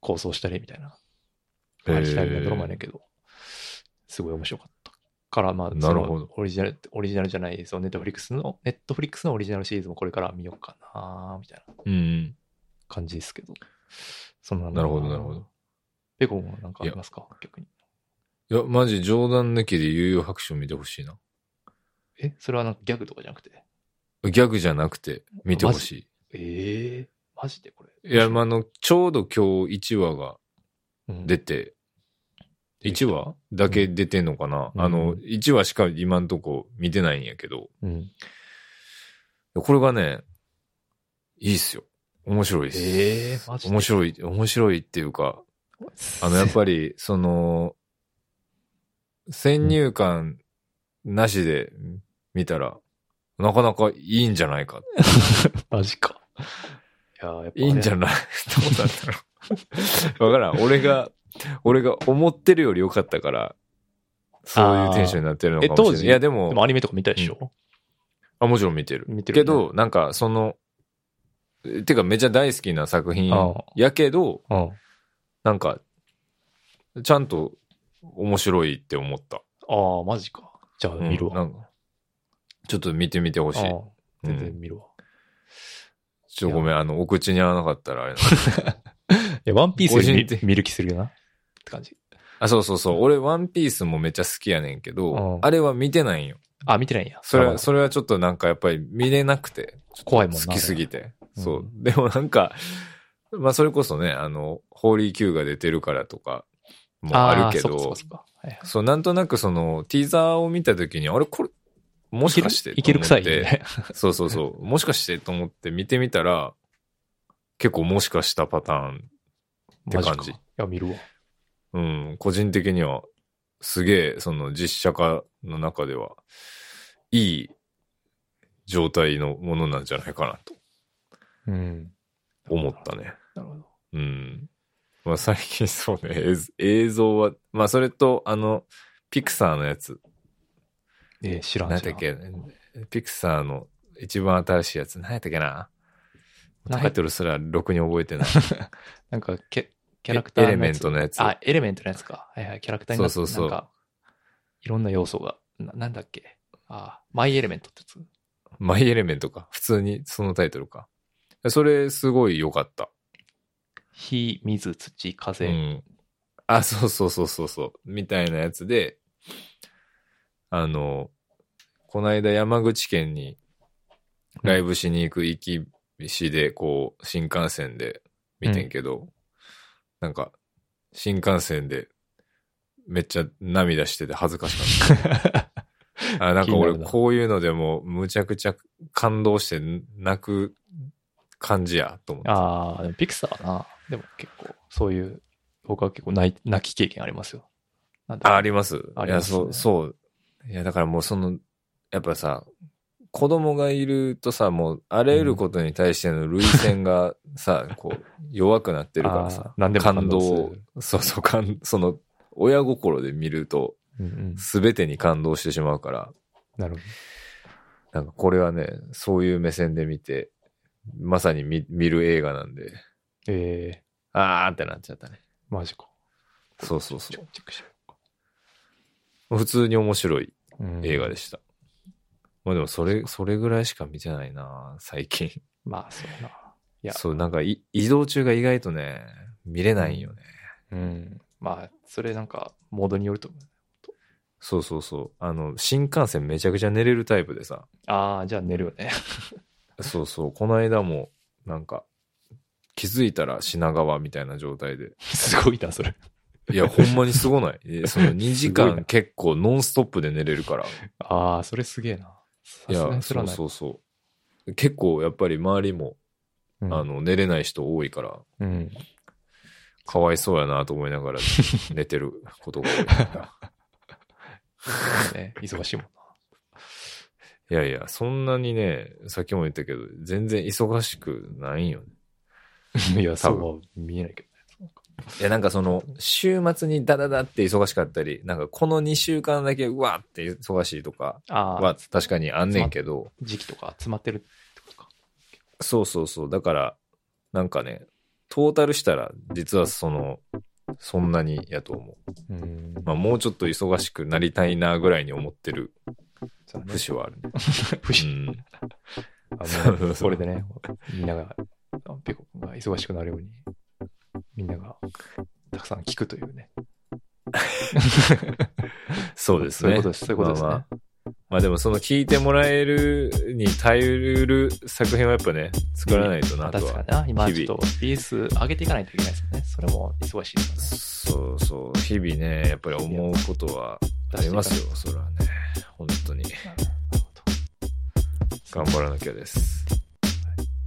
Speaker 2: 構想したりみたいな、
Speaker 3: へー
Speaker 2: ありきたりなドラマやねんけど、すごい面白かった。から、まあ、
Speaker 3: なる
Speaker 2: そ
Speaker 3: ほど
Speaker 2: のオリジナル、オリジナルじゃない、そのネットフリックスの、ネットフリックスのオリジナルシリーズもこれから見ようかな、みたいな
Speaker 3: うん。
Speaker 2: 感じですけど。そんなの
Speaker 3: なるほどなるほど。
Speaker 2: ペコもなんかありますか逆に。
Speaker 3: いや、マジ冗談抜きで悠々白書見てほしいな。
Speaker 2: え、それはなんかギャグとかじゃなくて。
Speaker 3: ギャグじゃなくて見てほし
Speaker 2: ええー、マジでこれ。
Speaker 3: い。いや、まあ、あの、ちょうど今日1話が
Speaker 2: うん、
Speaker 3: 出て、1話だけ出てんのかな、
Speaker 2: うん
Speaker 3: あの、1話しか今んとこ見てないんやけど、
Speaker 2: うん。
Speaker 3: これがね、いいっすよ。面白いっす。
Speaker 2: ええー、マジで。
Speaker 3: 面白い、面白いっていうか、あの、やっぱり、その、先入観なしで見たら、なかなかいいんじゃないか。
Speaker 2: マジか。いやー、やっぱ、
Speaker 3: いいんじゃないどうなんだろう。わからん。俺が、俺が思ってるより良かったから、そういうテンションになってるのかもしれ
Speaker 2: あーえ当
Speaker 3: ない。
Speaker 2: 時
Speaker 3: いや、で
Speaker 2: で
Speaker 3: も
Speaker 2: もアニメとか見たでしょ、
Speaker 3: あ、もちろん見てる。
Speaker 2: 見てる
Speaker 3: け
Speaker 2: よね
Speaker 3: ど、なんか、その、えてかめちゃ大好きな作品
Speaker 2: あー
Speaker 3: やけど、
Speaker 2: うん。
Speaker 3: なんか、ちゃんと面白いって思った。
Speaker 2: ああ、マジか。じゃあ
Speaker 3: うん
Speaker 2: 見るわ。
Speaker 3: なんかちょっと見てみてほしい。
Speaker 2: ああ全然見るわ。
Speaker 3: ちょっとごめん、あの、お口に合わなかったらあ れな
Speaker 2: いや、ワンピースより
Speaker 3: 個人
Speaker 2: 見
Speaker 3: 的
Speaker 2: 見る気するよな。って感じ。
Speaker 3: あ、そうそうそう。俺、ワンピースもめっちゃ好きやねんけど
Speaker 2: う、ん
Speaker 3: あれは見てないんよ。
Speaker 2: あ、見てないんや。
Speaker 3: それ
Speaker 2: あまあ
Speaker 3: は、それはちょっとなんかやっぱり見れなくて、
Speaker 2: 怖いもんな。
Speaker 3: 好きすぎて。
Speaker 2: うん
Speaker 3: そう。でもなんか、まあそれこそね、あの、ホーリー Q が出てるからとかもあるけ
Speaker 2: ーそっ
Speaker 3: ど
Speaker 2: か、そっかそっかはいはい
Speaker 3: そう、なんとなくその、ティーザーを見た時に、あれこれ、もしかして
Speaker 2: いける
Speaker 3: と思
Speaker 2: 臭
Speaker 3: っ
Speaker 2: い
Speaker 3: て
Speaker 2: ね。
Speaker 3: そうそうそう。もしかしてと思って見てみたら、結構もしかしたパターン。て感じ
Speaker 2: マジかいや、見るわ。
Speaker 3: うん、個人的には、すげえ、その実写化の中では、いい状態のものなんじゃないかなと
Speaker 2: うん。
Speaker 3: 思ったね。
Speaker 2: なるほど。
Speaker 3: うん。まあ最近そうね、映像映像は、まあそれと、あの、ピクサーのやつ、
Speaker 2: えー、知らん
Speaker 3: なんだっけ、ピクサーの一番新しいやつ、なんやったっけな。
Speaker 2: なん
Speaker 3: タ
Speaker 2: か
Speaker 3: イトルすらろくに覚えてない。
Speaker 2: なんかキャ、 キャラクター
Speaker 3: エレメントのやつ
Speaker 2: あ、エレメントのやつか。はいはい。キャラクターになって
Speaker 3: そうそうそう
Speaker 2: なんか、いろんな要素が。ななんだっけ。あ、マイエレメントってやつ。
Speaker 3: マイエレメントか。普通にそのタイトルか。それすごい良かった。
Speaker 2: 火、水、土、
Speaker 3: う
Speaker 2: 風。
Speaker 3: ん。あ、そうそうそうそうそう、みたいなやつで、あの、こないだ山口県にライブしに行く行きしで、こう、新幹線で見てんけど、なんか、新幹線でめっちゃ涙してて恥ずかしかった。 あなんか俺、こういうのでもむちゃくちゃ感動して泣く感じやと思って。
Speaker 2: ああ、でもピクサーな。でも結構、そういう、僕は結構泣き経験ありますよ。
Speaker 3: あ、あります
Speaker 2: あります、ね、
Speaker 3: いや、そう、そう。いや、だからもうその、やっぱさ、子供がいるとさ、もう、あらゆることに対しての類線がさ、うん、こう、弱くなってるからさ、
Speaker 2: 何でも
Speaker 3: 感動そうそう、感、その、親心で見ると、すべてに感動してしまうから。
Speaker 2: なるほど。
Speaker 3: なんかこれはね、そういう目線で見て、まさに見見る映画なんで。
Speaker 2: ええ
Speaker 3: ー、あーってなっちゃったね。
Speaker 2: マジか。
Speaker 3: そうそうそう。普通に面白い映画でした。うん、まあでもそれ、それぐらいしか見てないな、最近。
Speaker 2: まあそうな。
Speaker 3: いや。そう、なんか移動中が意外とね、見れないよね。
Speaker 2: うん、うんまあ、それなんか、モードによると思う。
Speaker 3: そうそうそう。あの、新幹線めちゃくちゃ寝れるタイプでさ。
Speaker 2: ああ、じゃあ寝るよね。
Speaker 3: そうそう。この間も、なんか、気づいたら品川みたいな状態で。
Speaker 2: すごいな、それ。
Speaker 3: い や、ほんまにすごない。そ の2時間結構ノンストップで寝れるから。
Speaker 2: ああ、それすげえな。
Speaker 3: いや、そうそうそう。結構、やっぱり周りも、うん、あの、寝れない人多いから。
Speaker 2: うん。
Speaker 3: かわいそうやなと思いな がら寝てることが
Speaker 2: 多い。ね、忙しいもんな。
Speaker 3: いやいや、そんなにね、さっきも言ったけど、全然忙しくないよ
Speaker 2: ね。いや、そう見えないけどね。
Speaker 3: いや、なんかその、週末にダダダって忙しかったり、なんかこの2週間だけうわって忙しいとかは確かにあんねんけど。
Speaker 2: 時期とか集まってるってことか。
Speaker 3: そうそうそう。だから、なんかね、トータルしたら、実はその、そんなにやと思う。うんまあ、もうちょっと忙しくなりたいなぐらいに思ってる 節はあるね。
Speaker 2: 節、ね、うん、それでね、みんなが、ペコ君が忙しくなるように、みんながたくさん聞くというね。
Speaker 3: そうです
Speaker 2: ね。そういうことです。そういうことですね。
Speaker 3: まあまあまあでもその聞いてもらえるに耐える作品はやっぱね、作らないとなとは。、
Speaker 2: 確かに今ちょっとリリース上げていかないといけないですよね。それも忙しいです
Speaker 3: ね、そうそう。日々ね、やっぱり思うことはありますよ。それはね。本当に。頑張らなきゃです。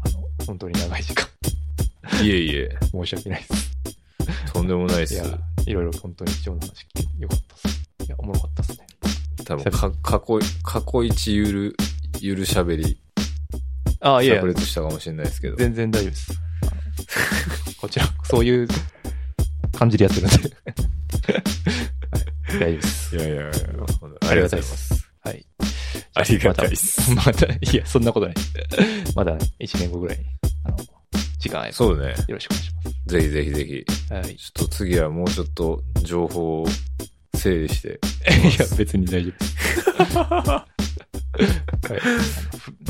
Speaker 2: あの、本当に長い時間。
Speaker 3: いえいえ。
Speaker 2: 申し訳ないです。
Speaker 3: とんでもないです。い
Speaker 2: や、いろいろ本当に貴重な話聞いてよかったです。いや、おもろかったですね。
Speaker 3: 多分か、過去、過去一ゆる、ゆるしゃべり。
Speaker 2: ああ、いや。
Speaker 3: 炸裂したかもしれないですけど。
Speaker 2: 全然大丈夫です。こちら、そういう感じでやってるんで。大丈夫です。
Speaker 3: いやいやいや、
Speaker 2: ありがとうございます。はい。
Speaker 3: ありがたいです。
Speaker 2: また、いや、そんなことない。まだね、1年後ぐらいに、あの、時間あれば。
Speaker 3: そうね。
Speaker 2: よろしくお願いします。
Speaker 3: ぜひぜひぜひ。
Speaker 2: はい。ち
Speaker 3: ょっと次はもうちょっと情報を整理して。
Speaker 2: いや、別に大丈夫です。 は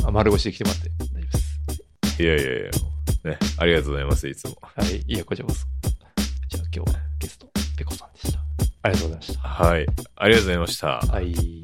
Speaker 2: い。丸腰で来てもらって大丈夫
Speaker 3: です。いやいやいや、ね、ありがとうございます、いつも。
Speaker 2: はい、いや、こちらこそ。じゃあ今日はゲスト、ペコさんでした。ありがとうございました。
Speaker 3: はい、ありがとうございました。
Speaker 2: はい。